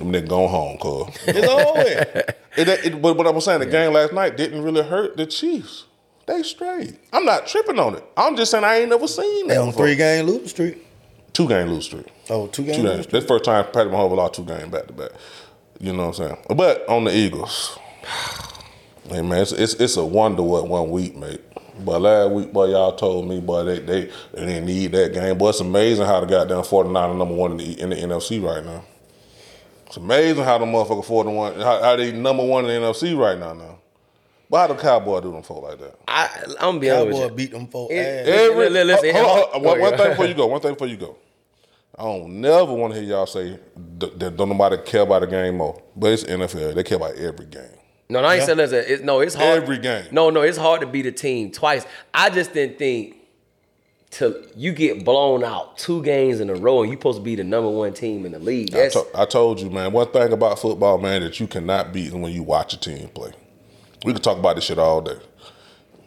C: Them niggas gone home, cuz.
B: It's over. with.
C: It, it, but what I was saying, the game last night didn't really hurt the Chiefs. They straight. I'm not tripping on it. I'm just saying I ain't never seen that.
B: they on
C: before.
B: three game losing streak.
C: two game lose streak.
B: Oh, two game
C: Two
B: losing
C: games.
B: streak.
C: That's the first time Patrick Mahomes lost two games back to back. You know what I'm saying? But on the Eagles, hey man, it's, it's it's a wonder what one week mate. But last week, boy, y'all told me, boy, they they, they didn't need that game. Boy, it's amazing how the goddamn 49 are number one in the, in the NFC right now. It's amazing how the motherfucker 41, how, how they number one in the NFC right now now. But how the Cowboy do them folk like that?
A: I, I'm gonna be honest
B: Cowboy
A: with you.
B: beat them folk
A: It-
B: ass.
C: Every
A: Listen, listen,
C: hold on,
A: hold on.
C: hold on. one,
A: Go
C: one
A: ahead.
C: thing before you go. One thing before you go. I don't never want to hear y'all say th- that don't nobody care about the game more. But it's NFL. They care about every game.
A: No, no, I ain't saying listen. It, no, it's hard.
C: Every game.
A: No, no, it's hard to beat a team twice. I just didn't think to you get blown out two games in a row and you supposed to be the number one team in the league.
C: I,
A: That's
C: to- I told you, man. One thing about football, man, that you cannot beat when you watch a team play. We could talk about this shit all day.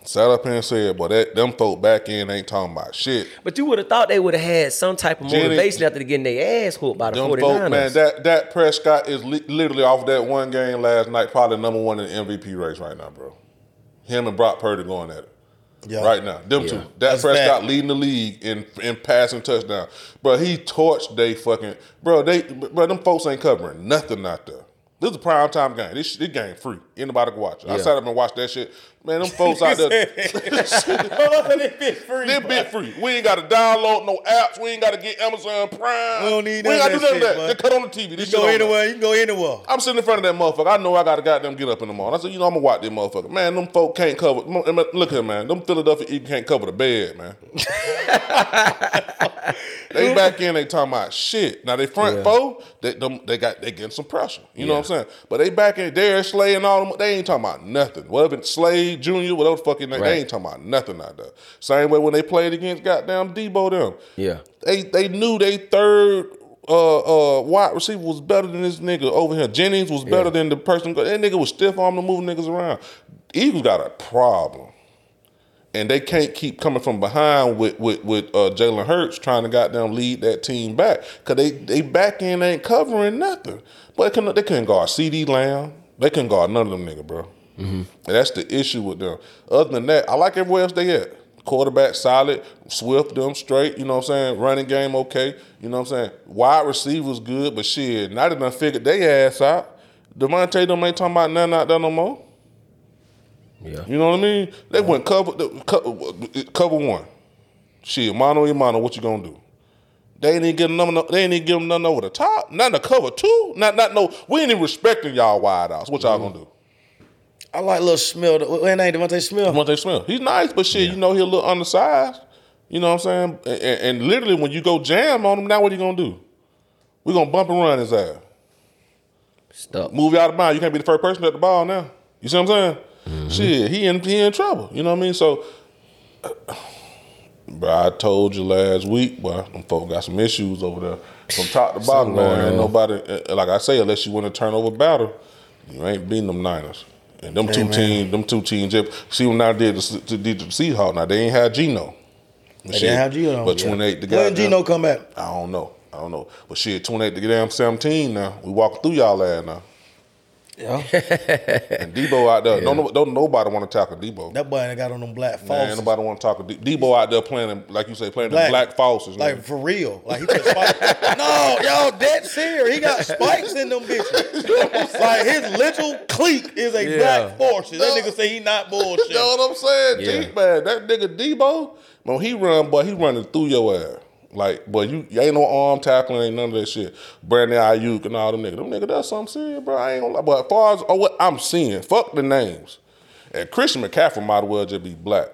C: Sat up here and said, "But that them folk back in ain't talking about shit."
A: But you would have thought they would have had some type of
C: Jenny-
A: motivation after getting their ass whooped by the
C: Them
A: 49ers.
C: folk, man. That that Prescott is li- literally off that one game last night, probably number one in the MVP race right now, bro. Him and Brock Purdy going at it.
B: Yeah.
C: Right now, them two. Dak
B: That's
C: Prescott
B: bad.
C: leading the league in in passing touchdown. Bro, he torched they fucking bro. They bro, them folks ain't covering nothing out there. This is a prime time game. This, this game free. Anybody can watch it. I sat up and watched that shit. Man, them folks out there.
B: That bitch free,
C: They
B: bro.
C: bit free. We ain't got to download no apps. We ain't got to get Amazon Prime.
B: We don't need
C: We ain't
B: none
C: gotta
B: of
C: do
B: that
C: none of that.
B: shit,
C: Just cut on the TV.
B: You
C: This shit
B: can go
C: on.
B: anywhere. You can go anywhere.
C: I'm sitting in front of that motherfucker. I know I got to goddamn get up in the morning. I said, you know, I'm gonna watch this motherfucker. Man, them folk can't cover. mo- I mean, Look here, man. Them Philadelphia Eagles can't cover the bed, man. they back in. They talking about shit. Now they front four. They them, they got they getting some pressure. You know what I'm saying? But they back in. Derrick Slay and all them. They ain't talking about nothing. Whatever it's Slay Junior, whatever the fucking name.
A: Right.
C: They ain't talking about nothing out there. Same way when they played against goddamn Debo them
A: Yeah.
C: they they knew they third uh uh wide receiver was better than this nigga over here. Jennings was better than the person. That nigga was stiff arm to move niggas around. Eagles got a problem. And they can't keep coming from behind with with, with uh, Jalen Hurts trying to goddamn lead that team back because they they back end ain't covering nothing. But they couldn't, they couldn't guard CD Lamb. They couldn't guard none of them nigga, bro. And that's the issue with them. Other than that, I like everywhere else they at. Quarterback solid, Swift them straight. You know what I'm saying? Running game okay. You know what I'm saying? Wide receivers good, but shit, now they done figured they ass out. Devontae them ain't talking about nothing out there no more.
A: Yeah.
C: You know what I mean? They went cover the- co- cover one. Shit, mano y mano, what you gonna do? They ain't even give them none, they ain't even give them nothing over the top. Nothing to cover two. Not not no. We ain't even respecting y'all wideouts. What
A: Mm-hmm.
C: y'all gonna do?
B: I like little Smell. What name? Devontae Smell.
C: Devontae Smith. He's nice, but shit, you know, he a little undersized. You know what I'm saying? And, and- and literally, when you go jam on him, now what you gonna do? we gonna bump and run his ass.
A: Stuck.
C: Move you out of bounds. You can't be the first person at the ball now. You see what I'm saying?
B: Mm-hmm.
C: Shit, he in he in trouble. You know what I mean? So, bro, I told you last week, boy, them folk got some issues over there from top to bottom. Man, ain't nobody eh, like I say, unless you win a turnover battle, you ain't beating them Niners. And them two teams, them two teams. yeah, See what now did the, to, did the Seahawks. Now they ain't had Geno. They
B: didn't have Geno,
C: But
B: yeah.
C: 28 to
B: When
C: goddamn-
B: Gino come back?
C: I don't know. I don't know. But shit, 28 to damn 17 now. We walking through y'all ass now.
B: Yeah.
C: And Debo out there, don't, don't nobody want to tackle Debo.
B: That boy ain't got on them black false.
C: Man, ain't nobody want to tackle De- Debo out there playing, them, like you say, playing black,
B: Black-
C: black falses.
B: Like
C: nigga.
B: for real. Like he just spikes. no, y'all dead serious. He got spikes in them bitches. like his little clique is a black forces. That
C: No.
B: nigga say he not
C: you know
B: bullshit.
C: what I'm saying?
A: Yeah.
C: Deep, man, that nigga Debo, when he run, boy, he running through your ass. Like, boy, you, you ain't no arm tackling, ain't none of that shit. Brandon Ayuk and all them niggas. Them nigga, that's something serious, bro. I ain't gonna lie. But as far as oh, what I'm seeing, fuck the names. And Christian McCaffrey might as well just be black.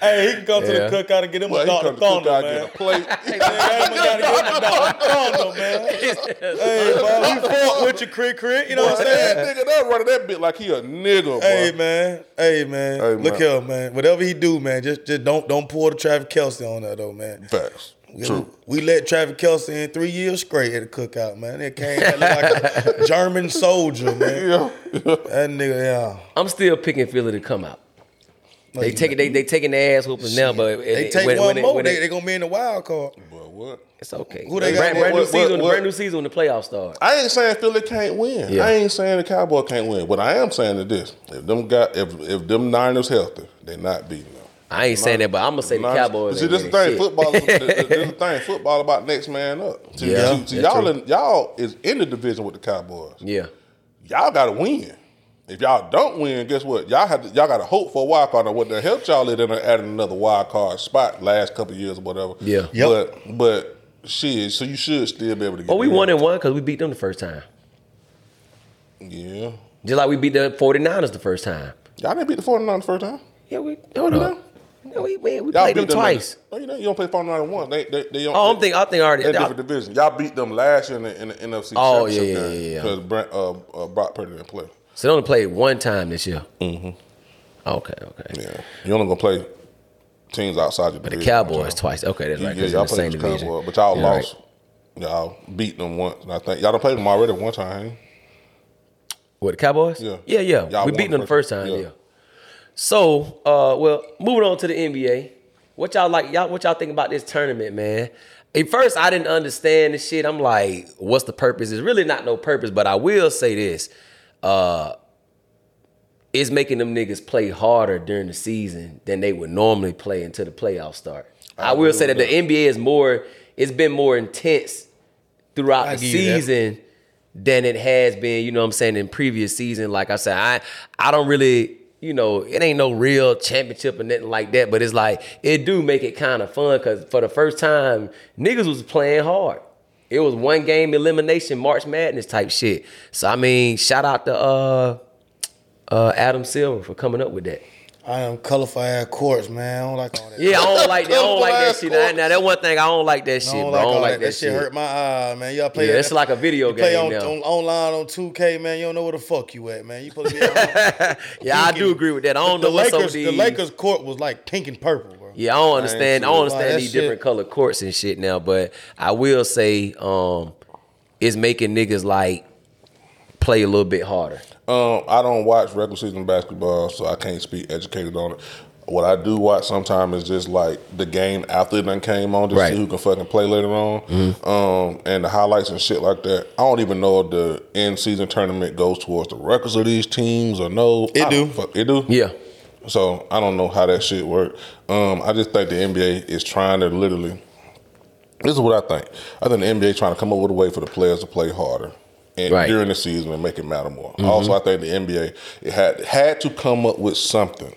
B: Hey, he can come
A: Yeah.
B: to the cookout and get him
C: Well,
B: a
C: he come
B: Dr.
C: to cook
B: Thunder,
C: out,
B: man.
C: get a plate.
B: Hey, man, we gotta give him a Dr. Thunder, man. Hey, man, we fought with your crit crit. You know what I'm saying?
C: That nigga, that running that bit like he a nigga,
B: Hey
C: boy.
B: man, hey man,
C: Hey,
B: look
C: man.
B: here, man. Whatever he do, man, just just don't don't pull the Travis Kelsey on that though, man.
C: Facts.
B: We-
C: True.
B: We let Travis Kelsey in three years straight at the cookout, man. It came out like a German soldier, man.
C: Yeah.
B: That nigga, yeah.
A: I'm still picking Philly to come out. They taking they they taking the ass whoopings now, but
B: They take
A: when-
B: one
A: when it-
B: more,
A: when
B: they,
A: it-
B: they gonna be in the wild card.
C: but what?
A: it's okay.
B: Who they got
A: brand,
B: there?
A: brand new
C: What- what-
A: season,
C: what-
A: brand new season when the playoffs start.
C: I ain't saying Philly can't win.
A: Yeah.
C: I ain't saying the Cowboy can't win. What I am saying is this: if them got if if them Niners healthy, they not beating them.
A: I ain't saying that, but I'm gonna say the
C: Niners-
A: Cowboys.
C: See,
A: ain't
C: this the
A: winning
C: thing.
A: shit.
C: Football. Is, this this the thing. Football about next man up. See,
A: Yeah,
C: see, see,
A: that's
C: y'all
A: true.
C: in, y'all is in the division with the Cowboys.
A: Yeah,
C: Y'all got to win. If y'all don't win, guess what? Y'all had to, y'all got to hope for a wild card. Now, what the helped y'all is in adding another wild card spot last couple years or whatever.
A: Yeah.
B: Yep.
C: But but shit, so you should still be able to get.
A: but we
C: in.
A: one and one because we beat them the first time,
C: Yeah.
A: just like we beat the 49ers the first time.
C: Y'all didn't beat the 49ers the first time.
A: Yeah, we hold on. No, we we, we
C: Y'all
A: played them
C: Uh, beat
A: twice.
C: In, no, you don't. You don't play 49ers once. They they they don't.
A: Oh, I'm thinking. I think I already.
C: They're
A: I-
C: different division. Y'all beat them last year in the, in the NFC
A: Oh, yeah,
C: Championship
A: yeah, yeah, yeah.
C: because uh, uh, Brock Purdy didn't play.
A: so they only played one time this year. Mm-hmm. Okay, okay.
C: Yeah, you only gonna play teams outside your
A: But the
C: division,
A: Cowboys
C: y'all.
A: twice. Okay, that's right.
C: Yeah,
A: 'cause
C: y'all
A: it's the
C: played
A: same
C: the
A: division.
C: Cowboys, but y'all
A: Yeah, right.
C: lost. Y'all beat them once. And I think y'all done played them already one time. ain't
A: What the Cowboys?
C: Yeah.
A: yeah, yeah.
C: Y'all
A: we
C: won
A: beat them the first time. Yeah.
C: yeah.
A: So, uh, well, moving on to the NBA. What y'all like? Y'all, what y'all think about this tournament, man? At first, I didn't understand the shit. I'm like, what's the purpose? It's really not no purpose. But I will say this: uh, it's making them niggas play harder during the season than they would normally play until the playoffs start. I, will say that, the NBA is more, it's been more intense throughout
B: I
A: the
B: give you that.
A: season than it has been, you know what I'm saying, in previous season. Like I said, I I don't really, you know, it ain't no real championship or nothing like that, but it's like it do make it kind of fun because for the first time, niggas was playing hard. It was one game elimination, March Madness type shit. So I mean, shout out to uh uh Adam Silver for coming up with that.
B: I am colorful ass courts, man. I don't like all that.
A: Yeah, I don't like that. I don't like that shit. Now,
B: Colorful-ass
A: now that one thing I don't like that
B: I
A: shit,
B: don't
A: bro.
B: like
A: I
B: all
A: don't
B: that. That shit hurt my eye, man. Y'all play
A: Yeah,
B: that.
A: it's like a video
B: you play
A: game
B: on,
A: now.
B: on- online on 2K, man. You don't know where the fuck you at, man. You supposed to be out
A: Yeah, I do
B: Thinking-
A: agree with that. I don't
B: the
A: know what's
B: Lakers,
A: up with
B: the
A: these-
B: Lakers court was like pink and purple, bro.
A: Yeah, I don't understand. I don't
B: sure. Wow, that
A: understand these
B: shit-
A: different color courts and shit now, but I will say, um, it's making niggas like play a little bit harder.
C: Um, I don't watch regular season basketball, so I can't speak educated on it. What I do watch sometimes is just like the game after it done came on to
A: Right.
C: see who can fucking play later on,
B: Mm-hmm.
C: um, and the highlights and shit like that. I don't even know if the end season tournament goes towards the records of these teams or no.
B: It
C: I don't
B: do.
C: Fuck, it do.
A: Yeah,
C: So I don't know how that shit work. Um, I just think the NBA is trying to literally. This is what I think. I think the NBA trying to come up with a way for the players to play harder and
A: Right. Mm-hmm.
C: during the season and make it matter more. Also, I think the NBA it had had to come up with something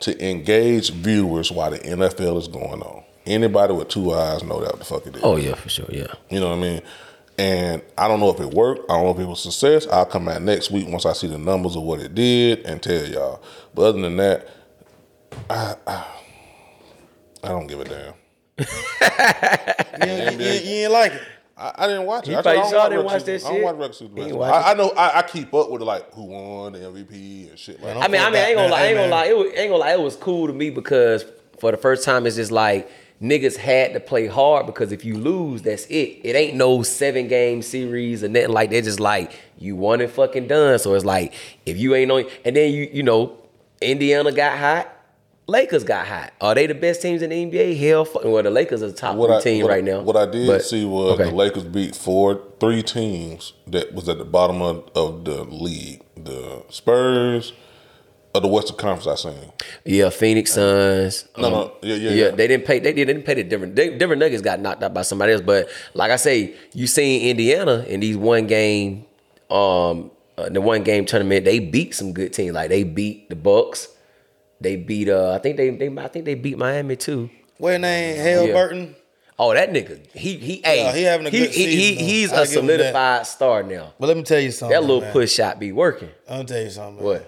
C: to engage viewers while the NFL is going on. Anybody with two eyes know that what the fuck it is.
A: oh yeah, for sure, yeah.
C: You know what I mean? And I don't know if it worked. I don't know if it was success. I'll come out next week once I see the numbers of what it did and tell y'all. But other than that, I I, I don't give a damn.
B: You, ain't- you ain't- you ain't like it.
C: I, I didn't watch it.
A: You
C: I, said, I
A: probably
C: don't
A: sure
C: watch
A: didn't
C: regular
A: watch that
C: season- I
A: shit?
C: don't watch regular season
A: You ain't
C: basketball.
A: watch
C: I, I know I, I keep up with like who won the MVP and shit like
B: Man,
C: that.
A: I mean, I mean, I ain't gonna lie, I ain't gonna
B: Amen.
A: lie. It was, ain't gonna lie. It was cool to me because for the first time, it's just like niggas had to play hard because if you lose, that's it. It ain't no seven game series or nothing like that. Just like you won and fucking done. So it's like if you ain't on, and then you you know, Indiana got hot. Lakers got hot. Are they the best teams in the NBA? Hell, fuck, well, the Lakers are the top three team
C: what
A: right now.
C: What I did
A: But-
C: see was
A: okay.
C: the Lakers beat four, three teams that was at the bottom of, of the league. The Spurs of the Western Conference. I seen.
A: Yeah, Phoenix Suns.
C: No,
A: Um,
C: no, yeah, yeah, yeah.
A: They didn't pay. They, didn't pay the different. They, different Nuggets got knocked out by somebody else. But like I say, you seen Indiana in these one game, um, uh, the one game tournament. They beat some good teams. Like they beat the Bucks. They beat. Uh, I think they. They. I think they beat Miami too.
B: What his name? Hale
A: Yeah.
B: Burton.
A: Oh, that nigga. He. He. hey,
B: he having a good
A: he, he,
B: season,
A: He's
B: though. I
A: a
B: give him that.
A: solidified star now.
B: But let me tell you something.
A: That little
B: man.
A: push shot be working.
B: I'm gonna tell you something.
A: What?
B: Man.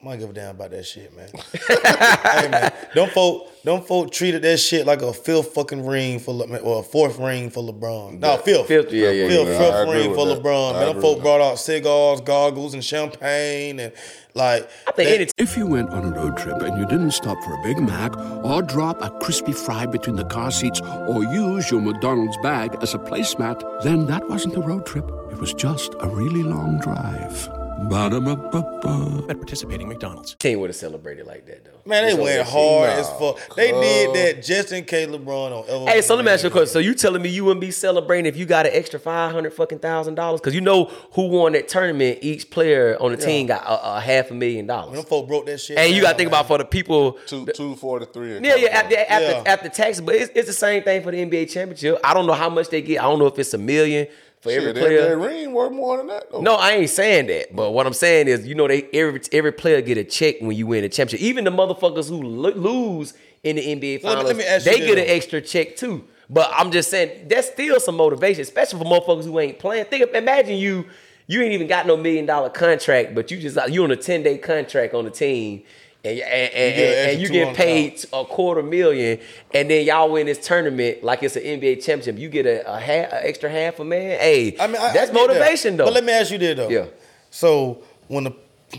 B: I don't give a damn about that shit, man. hey, man. Don't folk, don't folk treated that shit like a fifth fucking ring for Le, or a fourth ring for LeBron. No, fifth.
A: Fifth, yeah, yeah,
B: Fifth,
C: yeah. I
B: fifth
C: agree
B: ring
C: with
B: for
C: that.
B: LeBron.
C: I
B: Man, them
C: agree
B: folk
C: with
B: brought out cigars, goggles, and champagne, and like.
A: I think
B: they-
A: any
I: If you went on a road trip and you didn't stop for a Big Mac or drop a crispy fry between the car seats or use your McDonald's bag as a placemat, then that wasn't a road trip. It was just a really long drive. Ba-da-ba-ba-ba.
J: At participating McDonald's.
A: team would have celebrated like that though.
B: Man, they
A: Just
B: went
A: over
B: hard
C: Nah,
B: as fuck. They
C: cuz.
B: did that just in case LeBron don't ever.
A: Hey, so let me
B: win
A: ask you a question. So you telling me you wouldn't be celebrating if you got an extra five hundred fucking thousand dollars? Because you know who won that tournament. Each player on the team got a, a half a million
B: Them
A: dollars.
B: folk broke that shit.
A: And you got to
B: down,
A: think
B: man.
A: about for the people.
C: Two, two, four to three.
A: Yeah, yeah, after after,
B: Yeah.
A: after taxes, but it's, it's the same thing for the NBA championship. I don't know how much they get. I don't know if it's a million for every
C: Shit, that-
A: player.
C: that ring worth more than that.
B: Oh.
C: though.
A: No, I ain't saying that. But what I'm saying is, you know, they every every player get a check when you win a championship. Even the motherfuckers who lo- lose in the NBA
B: Let me-
A: finals,
B: let me ask you
A: they get
B: this.
A: an extra check too. But I'm just saying that's still some motivation, especially for motherfuckers who ain't playing. Think, imagine you you ain't even got no million dollar contract, but you just you on a ten day contract on the team. And, and, and,
B: You get an
A: and- and
B: extra
A: you get
B: 200,000.
A: paid t- a quarter million, and then y'all win this tournament like it's an NBA championship. You get a, a, half, a extra half a man. Hey,
B: I mean, I- I
A: that's
B: get that.
A: motivation though.
B: But let me ask you this though.
A: Yeah.
B: So when the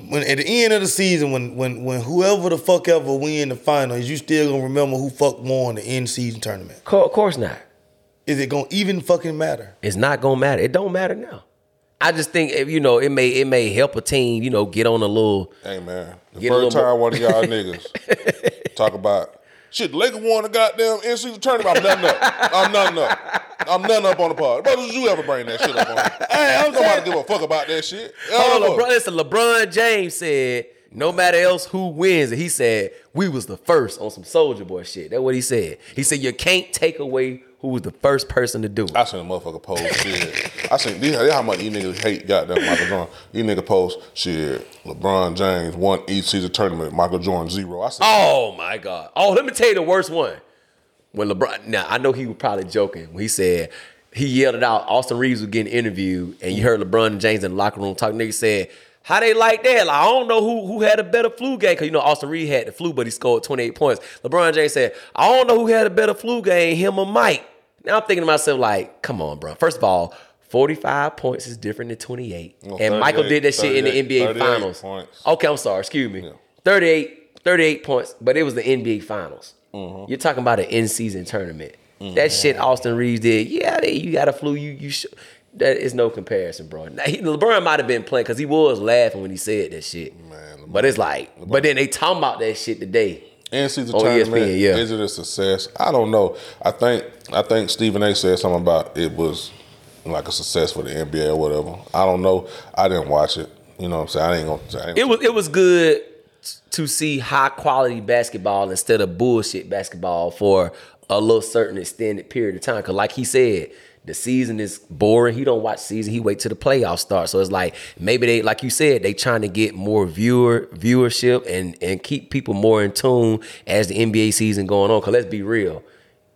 B: when at the end of the season, when when when whoever the fuck ever win the finals, you still gonna remember who fuck won the end season tournament.
A: Co- of course not.
B: Is it gonna even fucking matter?
A: It's not gonna matter. It don't matter now. I just think if you know, it may it may help a team, you know, get on a little.
C: Hey man, the
A: Get a
C: first
A: little
C: time one of y'all niggas talk about shit, the Lakers won the goddamn NCAA tournament. I'm nothing up. I'm nothing up. I'm nothing up on the pod. Brothers, you ever bring that shit up on? Hey, I'm nobody give a fuck about that shit. I
A: Oh,
C: don't know.
A: LeBron, listen, LeBron James said no matter else who wins. And he said, we was the first on some soldier boy shit. That's what he said. He said, you can't take away who was the first person to do it.
C: I seen a motherfucker post shit. I seen these this how much these niggas hate goddamn Michael Jordan. These niggas post shit. LeBron James won each season tournament. Michael Jordan zero. I said,
A: Oh my God. Oh, let me tell you the worst one. When LeBron, now I know he was probably joking when he said he yelled it out. Austin Reeves was getting interviewed, and you heard LeBron and James in the locker room talking. Nigga said, "How they like that? Like, I don't know who who had a better flu game because you know Austin Reeves had the flu, but he scored 28 points. LeBron James said, "I don't know who had a better flu game, him or Mike." Now I'm thinking to myself, like, come on, bro. First of all. 45 points is different than 28.
C: Well,
A: and Michael
C: 38
A: did that shit in the
C: 38
A: NBA
C: 38
A: Finals.
C: points.
A: Okay, I'm sorry. Excuse me. 38, 38 points, but it was the NBA Finals. You're talking about an in-season tournament. That shit Austin Reeves did. Yeah, they- you got a flu. You you. Sh- that is no comparison, bro. Now, he, LeBron might have been playing because he was laughing when he said that shit. but it's like, but then they talking about that shit today.
C: in season
A: Oh,
C: tournament.
A: ESPN, yeah.
C: Is it a success? I don't know. I think I think Stephen A. said something about it was like a success for the NBA or whatever. I don't know. I didn't watch it. You know what I'm saying? I ain't gonna. I ain't
A: It was it was good to see high quality basketball instead of bullshit basketball for a little certain extended period of time. Cause like he said, the season is boring. He don't watch season. He wait till the playoffs start. So it's like maybe they, like you said, they trying to get more viewer viewership and and keep people more in tune as the NBA season going on. Cause let's be real,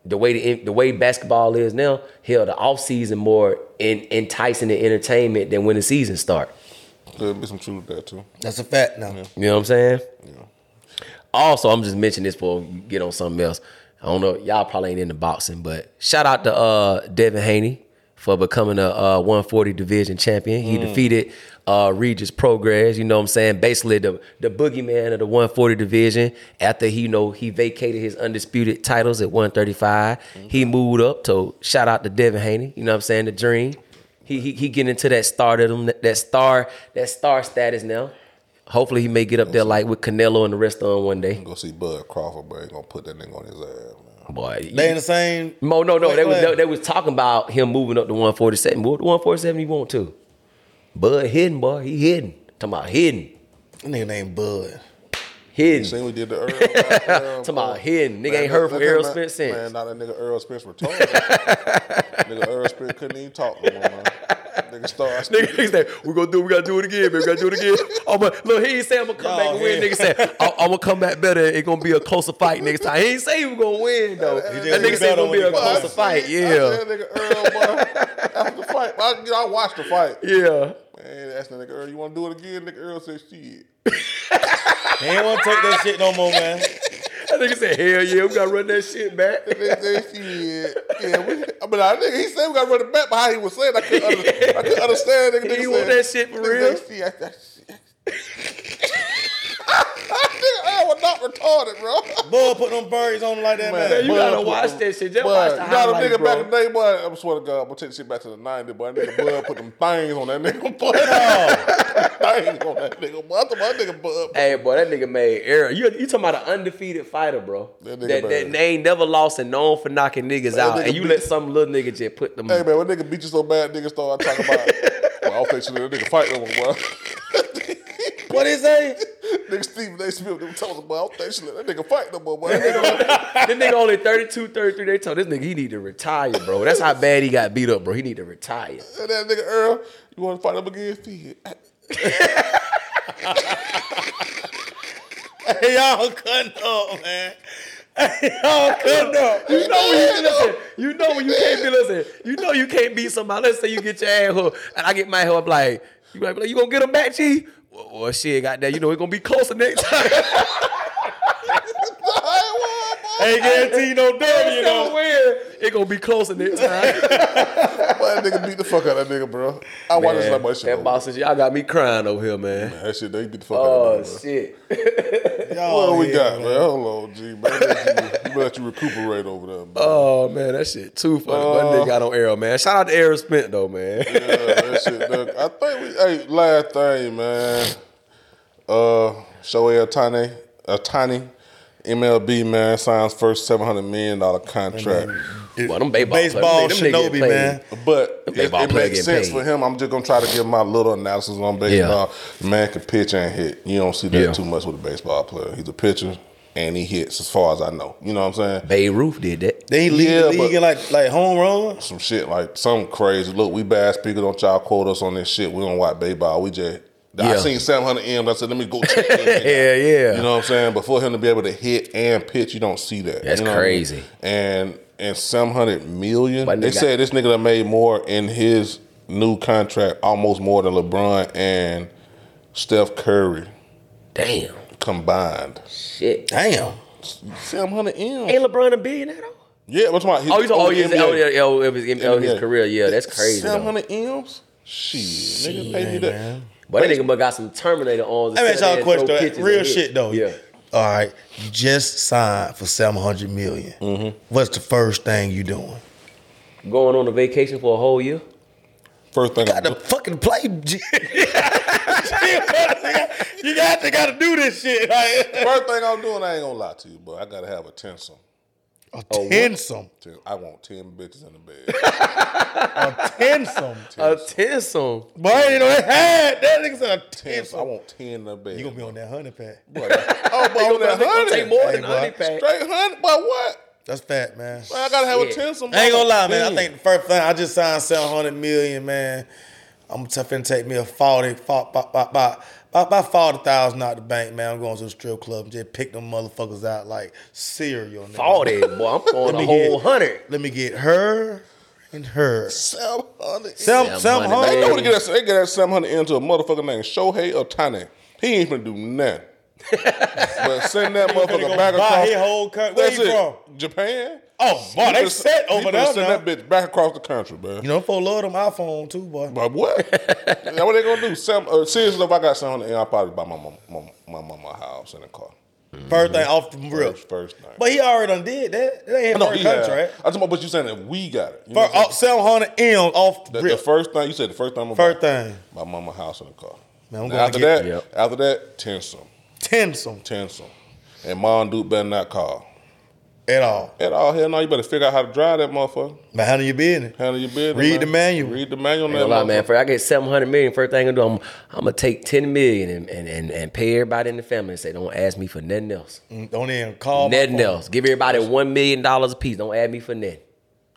A: the way the, the way basketball is now, hell, the off season more in, enticing and entertainment than when the season start.
C: Could be some truth to that too.
B: That's a fact now.
A: You know what I'm saying? Also, I'm just mentioning this before we get on something else. I don't know, y'all probably ain't into boxing, but shout out to uh, Devin Haney for becoming a uh, 140 division champion. He defeated uh, Regis Progress, you know what I'm saying? Basically, the, the boogeyman of the 140 division after he, you know, he vacated his undisputed titles at 135. He moved up, so shout out to Devin Haney, you know what I'm saying? The dream. He, he, he getting into that stardom, that that star, that star status now. Hopefully he may get up there like with Canelo and the rest of them one day.
C: Go see Bud Crawford, but ain't gonna put that nigga on his ass, man.
A: Boy,
B: They in the same.
A: Mo, no, no,
B: Wait,
A: they was
B: wait.
A: they, was talking about him moving up to 147. Move to 147 you want to. Bud hidden, boy, he hidden. Talking about hidden,
B: That nigga named Bud.
C: You
A: hidden.
C: seen we did the Earl? Goddamn,
A: Talking about
C: boy.
A: hidden. Nigga
C: Man,
A: ain't heard
C: look-
A: from
C: look
A: Errol
C: at
A: Spence
C: my-
A: since.
C: Man, now that nigga Earl Spence retarded. nigga Earl Spence couldn't even talk no more, man. Nigga started
A: Nigga, nigga said, we gonna do, we gotta do it again, man. We gotta do it again. I'm gonna, look, he ain't say I'm gonna come
B: No,
A: back and win.
B: yeah.
A: Nigga said, I'm, gonna come back better. It's gonna be a closer fight next time. He ain't say he was gonna win though. That
B: just
A: nigga said
B: better
A: it's gonna be
B: when
A: a
B: he comes.
A: closer fight.
C: I
A: Yeah,
C: said, nigga Earl, boy, after the fight, I, you know, I watched the fight.
A: yeah.
C: Man, that's the nigga Earl. You want to do it again? Nigga Earl said, shit.
B: They ain't want to take that shit no more, man.
A: That nigga said, hell yeah, we gotta run that shit back.
C: Nigga said, shit. Yeah, we, I mean, I, nigga, he said we got to run it back, but how he was saying, I couldn't, under, I couldn't understand. Nigga,
A: He
C: nigga
A: want
C: said,
A: that shit for
C: nigga
A: real?
C: said, shit, I- that shit. nigga Earl was not retarded, bro.
B: Bud put them birds on like that, man.
A: you
C: Boy,
A: gotta
C: put
A: watch
C: them-
A: that shit. Just
C: boy,
A: watch the
C: you know,
A: highlights,
C: nigga
A: bro.
C: back in the day, boy. I swear to God, I'm gonna take this shit back to the '90s, boy. Nigga, boy, put them things on that nigga. Boy, things on that nigga. Boy, I thought my nigga, boy.
A: Hey, boy, that nigga made error. You, you talking about an undefeated fighter, bro? That,
C: That nigga
A: that,
C: bad.
A: they ain't never lost and known for knocking niggas out,
C: nigga
A: and you
C: beat-
A: let some little nigga just put them.
C: Hey man, when nigga beat you so bad, nigga start talking about. well, I'll take you to the nigga fight no more, boy.
B: What is that?
C: nigga Stephen A. Smith, them telling boy, I'll take you to that nigga fight no more, boy.
A: this nigga only 32, 33. They told this nigga he need to retire, bro. That's how bad he got beat up, bro. He need to retire.
C: And that nigga Earl, you want to fight him again? Shit.
B: Hey, y'all cutting up, man. Hey, y'all cutting up.
A: You know when you listen. You know when you can't be listen. You know you can't beat somebody. Let's say you get your ass hooked, and I get my help. Like you like, you gonna get him back, G? Well, well shit, goddamn. You know it's gonna be closer next time.
B: Ain't guarantee no W,
A: so
B: you know.
A: weird. It gonna be closer next time.
C: Boy, that nigga beat the fuck out of that nigga, bro. I watched this like my shit.
A: that
C: over.
A: boss is y'all got me crying over here, man.
C: That shit, they beat the fuck out
A: Oh
C: of that nigga, bro.
A: shit. Oh,
B: Y'all
C: What we
B: here,
C: got, man? Hold on, G, man. You better- You let you recuperate over there, man.
A: Oh man, that shit too funny. One nigga got on Arrow, man. Shout out to Arrow Spent though, man.
C: Yeah, that shit, look, I think we. Hey, last thing, man. Uh, Shohei Otani, Otani MLB man signs first seven hundred million dollar contract.
A: Well, them baseball,
B: Baseball
A: players, them niggas
B: shinobi,
A: playing.
B: man.
C: But
A: Them
C: it,
A: baseball
C: it
A: players getting
C: makes sense
A: paid.
C: for him. I'm just gonna try to give my little analysis on baseball. Man can pitch and hit. You don't see that
A: Yeah.
C: too much with a baseball player. He's a pitcher and he hits as far as I know. You know what I'm saying?
A: Bay Roof did that.
B: They lead
C: Yeah,
B: the league
C: but-
B: in like like home runs.
C: some shit like some crazy. Look, we bad speakers. Don't y'all quote us on this shit. We don't watch baseball. We just. I
A: Yeah.
C: seen 700 M's. I said, let me go check that nigga out.
A: Yeah, yeah.
C: You know what I'm saying? But for him to be able to hit and pitch, you don't see that.
A: That's
C: You know what I mean?
A: crazy.
C: And and 700 million.
A: But
C: they
A: nigga-
C: said this nigga that made more in his new contract, almost more than LeBron and Steph Curry
A: Damn.
C: combined.
A: Shit.
B: Damn.
C: 700 M's.
A: Ain't LeBron a billionaire though?
C: Yeah, what's my?
A: Oh, he's oh, his, oh, yeah, yeah, oh, it was in- oh, his
C: NBA.
A: career. Yeah, that's crazy. though.
C: 700 M's? Shit, nigga, pay me that.
A: But that nigga must got some Terminator arms.
B: Let me ask y'all a question.
A: Throw
B: though.
A: pitches
B: Real
A: and hit.
B: shit though.
A: Yeah.
B: All right, you just signed for seven hundred million. What's the first thing you doing?
A: Going on a vacation for a whole year.
C: First thing,
B: Got to fucking play. G. you got to got to do this shit. Like,
C: first thing I'm doing, I ain't gonna lie to you, but I gotta have a tinsome.
B: tensome,
C: Ten- I want ten bitches in the bed.
B: tensome.
A: A tinsome.
B: Boy, I ain't know they had that nigga said a
C: Ten, I
B: tensome.
C: want ten in the bed.
B: You gonna be on that hundred pack?
C: Boy, that- oh, boy, on that
A: It's gonna
C: hundred.
A: take more
B: Hey,
A: than
B: boy.
A: honey pack.
C: Straight hundred. Boy, what?
B: That's fat, man.
C: Boy, I gotta have a
A: Shit.
C: tinsome.
B: I ain't gonna lie, man. I
C: Damn.
B: think the first thing I just signed seven hundred million, man. I'm tough and take me a forty, about forty thousand out the bank, man. I'm going to the strip club and just pick them motherfuckers out like cereal. nigga.
A: Forty, boy. I'm going a whole hundred.
B: Let me get her and her.
C: seven hundred.
B: Some some
C: They know where to
B: hundred.
C: get that. They get that seven hundred into a motherfucker named Shohei Otani. He ain't finna do nothing. but send that motherfucker back
B: buy
C: across.
B: his whole country. Where
C: That's
B: he
C: it.
B: from?
C: Japan.
B: Oh, boy,
C: He
B: they
C: finna-
B: set
C: he
B: over
C: finna
B: there
C: Send
B: now.
C: that bitch back across the country, man.
B: You know, for love them iPhone too, boy.
C: But what? now what they gonna do? Some uh, seriously, if I got something, I'll probably buy my mama, my, my mama a house and a car.
B: First thing off the rip.
C: First, first thing.
B: But he already done did that. That ain't his
C: No,
B: first
C: he had-
B: contract.
C: I'm talking about, but you saying that we got it. You know
B: For
C: what I'm saying?
B: oh, 700 M off the
C: the, the
B: rip.
C: first thing you said, the first thing. I'm gonna
B: First
C: buy,
B: thing.
C: my mama a house and a car.
B: Man, I'm
C: Now,
B: gonna
C: after
B: get-
C: that,
A: Yep.
C: after that, tinsome,
B: Tensome
C: tinsome, and mom Duke better not call.
B: at all.
C: At all hell no, you better figure out how to drive that motherfucker.
B: Man, handle your business.
C: Handle your business.
B: Read
C: man.
B: the manual.
C: Read the manual. on
A: Ain't gonna lie,
C: that
A: man.
C: motherfucker.
A: For I get seven hundred million, first thing I do, I'm I'm gonna take ten million and, and, and, and pay everybody in the family and say, don't ask me for nothing else.
B: Mm, Don't even call. my
A: Nothing
B: phone.
A: else. Give everybody one million dollars a piece. Don't add me for nothing.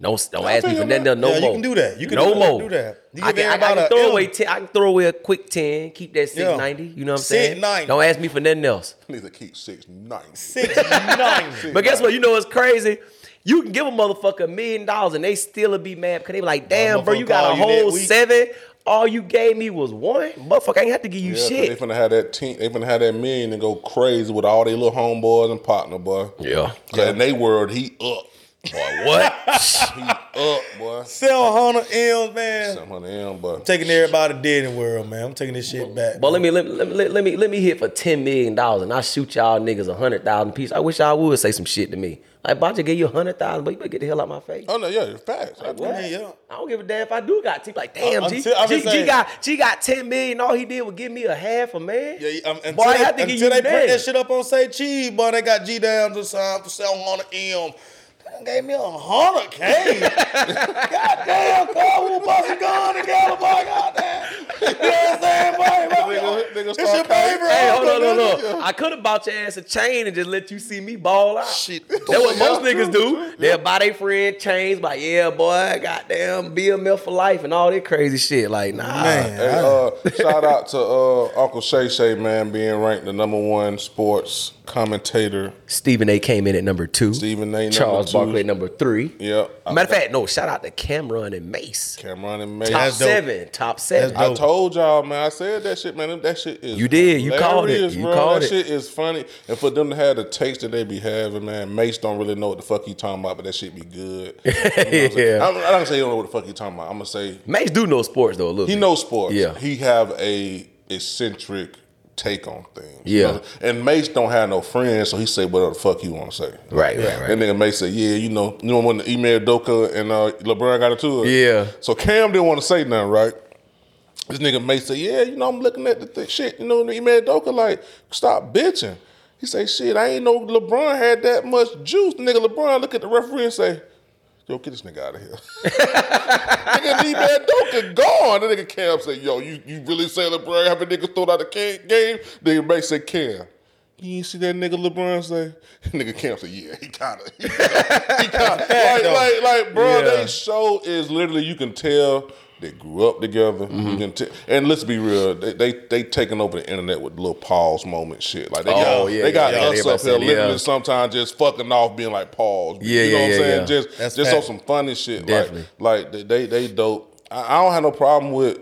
A: Don't don't ask me
C: feel
A: for nothing
C: that.
A: else. No
B: Yeah, you
A: more.
B: can do that. You can
A: no
B: do-
A: more.
B: do that. You
A: I
B: give
A: can, I, I
B: everybody
A: can
B: a
A: throw
B: M.
A: away ten. I can throw away a quick ten. Keep that six ninety. You know what I'm saying?
B: 690.
A: Don't ask me for nothing else.
C: Need to keep six ninety.
B: Six nine.
A: But guess what? You know what's crazy? You can give a motherfucker a million dollars and they still be mad because they be like, damn, bro, you got a
B: motherfucker call you
A: whole
B: that week."
A: seven. All you gave me was one. Motherfucker, I ain't have to give you
C: Yeah, 'cause
A: shit.
C: They finna have that team. They finna have that million and go crazy with all their little homeboys and partner, boy.
A: Yeah.
C: 'Cause in they world, he up,
A: Boy, what?
C: he up, boy.
B: 700 M's, man.
C: Seven hundred M, boy.
B: Taking everybody dead in the world, man. I'm taking this shit back.
A: but let me let, me- let, me- let, me let me hit for ten million dollars and I shoot y'all niggas a hundred thousand piece. I wish y'all would say some shit to me. Like, but I just gave you a hundred thousand, but you better get the hell out my face.
C: Oh no, yeah, it's facts. I
B: I mean, yeah.
A: I don't give a damn if I do got T. Like, damn, G,
B: Until- I'm
A: G,
B: just saying-
A: G got G got ten million. All he did was give me a half a man.
B: Yeah, um, until
A: Boy, I
B: they,
A: had to give
B: until
A: you
B: they print that
A: that.
B: shit up on Say Cheese, boy, they got G down to sign for 700 M. They done Gave me a hundred K. Goddamn, car who busting gun together, boy. Goddamn. You know what I'm saying, boy?
C: Nigga- nigga
B: It's
C: start
B: your
C: calling-
B: favorite.
A: Hey, hold on,
B: uncle,
A: hold on.
B: nigga.
A: I could have bought your ass a chain and just let you see me ball out.
C: Shit.
A: That's what
C: Yeah,
A: most
C: true,
A: niggas do. They'll buy their friend chains, like, yeah, boy, goddamn, BML for life and all that crazy shit. Like, nah.
B: Man,
C: Hey, uh, shout out to uh, Uncle Shay Shay, man, being ranked the number one sports commentator.
A: Stephen A came in at number two.
C: Stephen A number
A: Charles
C: two. Oh,
A: Barkley at number three.
C: Yep.
A: Matter of fact, no, shout out to Cameron and Mace.
C: Cameron and May.
A: Top
B: That's dope.
A: seven. Top seven.
B: dope.
C: I told y'all, man. I said that shit, man. That shit is
A: You did. You called it.
C: hilarious,
A: You
C: bro.
A: called
C: that
A: it.
C: shit is funny, and for them to have the taste that they be having, man. Mace don't really know what the fuck he talking about, but that shit be good. You know what I'm saying?
A: Yeah.
C: I'm, I don't say he don't know what the fuck he talking about. I'm gonna say
A: Mace do know sports though a little
C: he
A: bit.
C: knows sports.
A: Yeah.
C: he have a eccentric take on things.
A: Yeah.
C: know? and Mace don't have no friends, so he say whatever the fuck he want to say.
A: Right, right, right.
C: And nigga Mace say, yeah, you know, you know when email Doka and uh, LeBron got it to it.
A: Yeah.
C: So Cam didn't want to say nothing, right? This nigga Mace say, yeah, you know, I'm looking at the th- shit. You know, email Doka like, stop bitching. He say, shit, I ain't know LeBron had that much juice. Nigga, LeBron look at the referee and say, yo, get this nigga out of here. nigga, D man Doka gone. The nigga Cam say, yo, you, you really say LeBron have a nigga thrown out the ca- game? Nigga May say, Cam. You ain't see that nigga LeBron say? Nigga Cam say, yeah, he kinda. He kinda. like, like, like, bro,
B: Yeah.
C: they show is literally you can tell they grew up together.
A: Mm-hmm.
C: You can t- and let's be real, they, they they taking over the internet with little pause moment shit. Like they
A: Oh,
C: got
A: yeah,
C: they got
A: yeah, yeah,
C: us
A: everybody
C: up here
A: said, yeah.
C: literally sometimes just fucking off being like pause.
A: Yeah,
C: you
A: yeah,
C: know what I'm
A: yeah,
C: saying?
A: yeah.
C: Just
B: That's
C: just
B: fact.
C: on some funny shit.
A: Definitely.
C: Like, like they, they they dope. I, I don't have no problem with.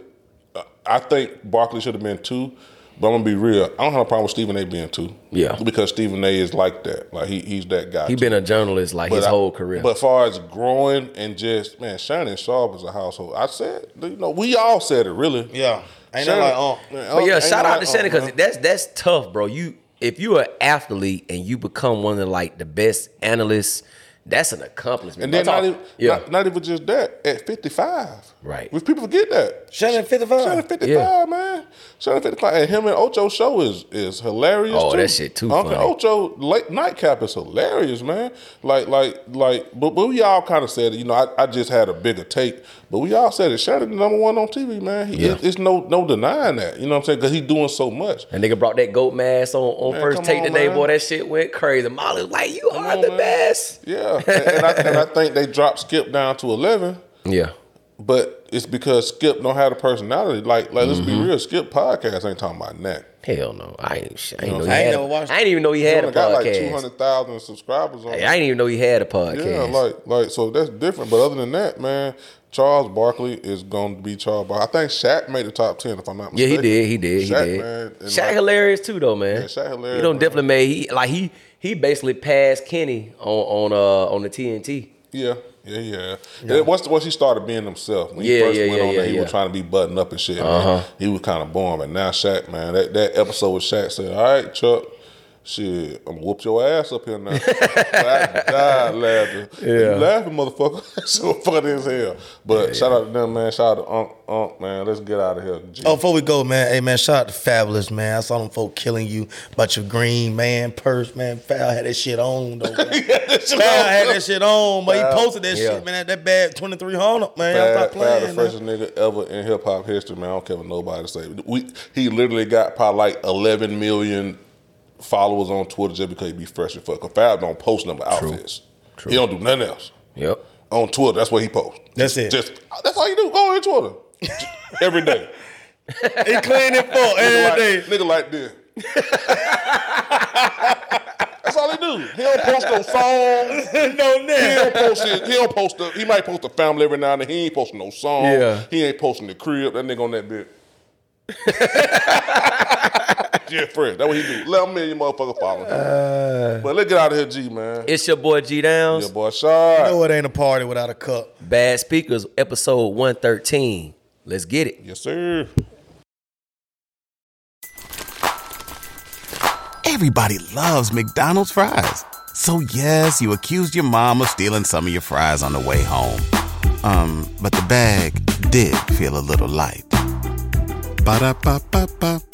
C: uh, I think Barkley should have been two, but I'm gonna be real. I don't have no problem with Stephen A. being two.
A: Yeah.
C: because Stephen A. is like that. Like he, he's that guy.
A: He
C: too.
A: been a journalist like his
C: I-
A: whole career.
C: But as far as growing and just man, Shannon Sharp is a household. I said, you know, we all said it really.
B: Yeah. Ain't no like, oh.
A: But yeah, shout
C: oh,
A: out to Shannon
C: Uh-huh.
A: because that's that's tough, bro. You if you're an athlete and you become one of like the best analysts, that's an accomplishment.
C: And then
A: I'm
C: not
A: talking-
C: even,
A: yeah,
C: not, not even just that. At 55,
A: Right.
C: Which people forget that.
B: Shannon
C: Shannon
B: 55.
C: 55, man. Shannon 55. And him and Ocho show is is hilarious.
A: Oh,
C: too.
A: that shit too
C: Uncle
A: funny.
C: Ocho late nightcap is hilarious, man. Like, like, like, but, but we all kind of said it, you know, I, I just had a bigger take, but we all said it. Shannon the number one on TV, man. He,
A: Yeah.
C: it- it's no no denying that. You know what I'm saying? Because he's doing so much.
A: that nigga brought that goat mask on on
C: Man,
A: first
C: come
A: take
C: on,
A: today,
C: man.
A: boy. That shit went crazy. Molly was like, "You are
C: on,
A: the
C: man.
A: best."
C: Yeah. and, and I, and I think they dropped Skip down to 11.
A: Yeah,
C: But it's because Skip don't have the personality. Like, like let's
A: Mm-hmm.
C: be real, Skip podcast ain't talking about that.
A: hell no. I ain't. I ain't, know he
B: I ain't
A: had a-
B: never watched
A: I ain't even know he
C: He
A: had a
C: only got like two
A: podcast.
C: hundred thousand subscribers on.
A: I didn't even know he had a podcast.
C: yeah, like like so that's different. But other than that, man, Charles Barkley is going to be Charles. Barkley. I think Shaq made the top ten if I'm not
A: Yeah,
C: mistaken.
A: he did. He did. He
C: Shaq,
A: did.
C: man, and
A: Shaq
C: like-
A: hilarious too, though, man.
C: Yeah, Shaq hilarious,
A: He done
C: man.
A: definitely made he like he he basically passed Kenny on on uh on the TNT.
C: Yeah, yeah, yeah. And once once he started being himself, when he
A: Yeah,
C: first
A: yeah,
C: went
A: yeah,
C: on there,
A: yeah,
C: he
A: yeah. Uh-huh.
C: was trying to be buttoned up and shit. man. He was kind of boring, but now Shaq, man, that, that episode with Shaq said, "All right, Chuck." Shit, I'm gonna whoop your ass up here now. I died laughing. You laughing, motherfucker. so funny as hell. But shout out to them, man. Shout out to Unc, Unc, man. Let's get out of here. G.
B: Oh, before we go, man, hey man, shout out to Fabulous, man. I saw them folk killing you about your green man purse, man. Foul had that shit on though. Man. Foul had that shit on, but he posted that
A: Yeah.
B: shit, man. That, that bad twenty three hundred, man. I
C: Fab, Fab
B: stopped
C: the
B: playing. man.
C: freshest nigga ever in hip hop history, man. I don't care what nobody say. We he literally got probably like eleven million followers on Twitter just because he be fresh and fuck. 'Cause Fab don't post number outfits. He don't do nothing else
A: Yep.
C: on Twitter. That's what he posts.
B: That's it.
C: Just that's all you do. Go on Twitter every day.
B: He clean it for
C: Nigga
B: every
C: like,
B: day.
C: nigga like this. That's all he do. He don't post no songs.
B: no
C: He don't
B: net.
C: post it. He don't post the. He might post a family every now and then. He ain't posting no song.
A: Yeah.
C: He ain't posting the crib. That nigga on that bit. yeah, friend. That's what he do. Eleven million motherfucker following. but let's get out of here, G man.
A: Uh. It's your boy G Downs.
C: Your boy Shard.
B: No, it ain't a party without a cup.
A: Bad Speakers, episode one thirteen. Let's get it.
C: Yes, sir.
E: Everybody loves McDonald's fries. So yes, you accused your mom of stealing some of your fries on the way home. Um, but the bag did feel a little light. Ba-da-ba-ba-ba.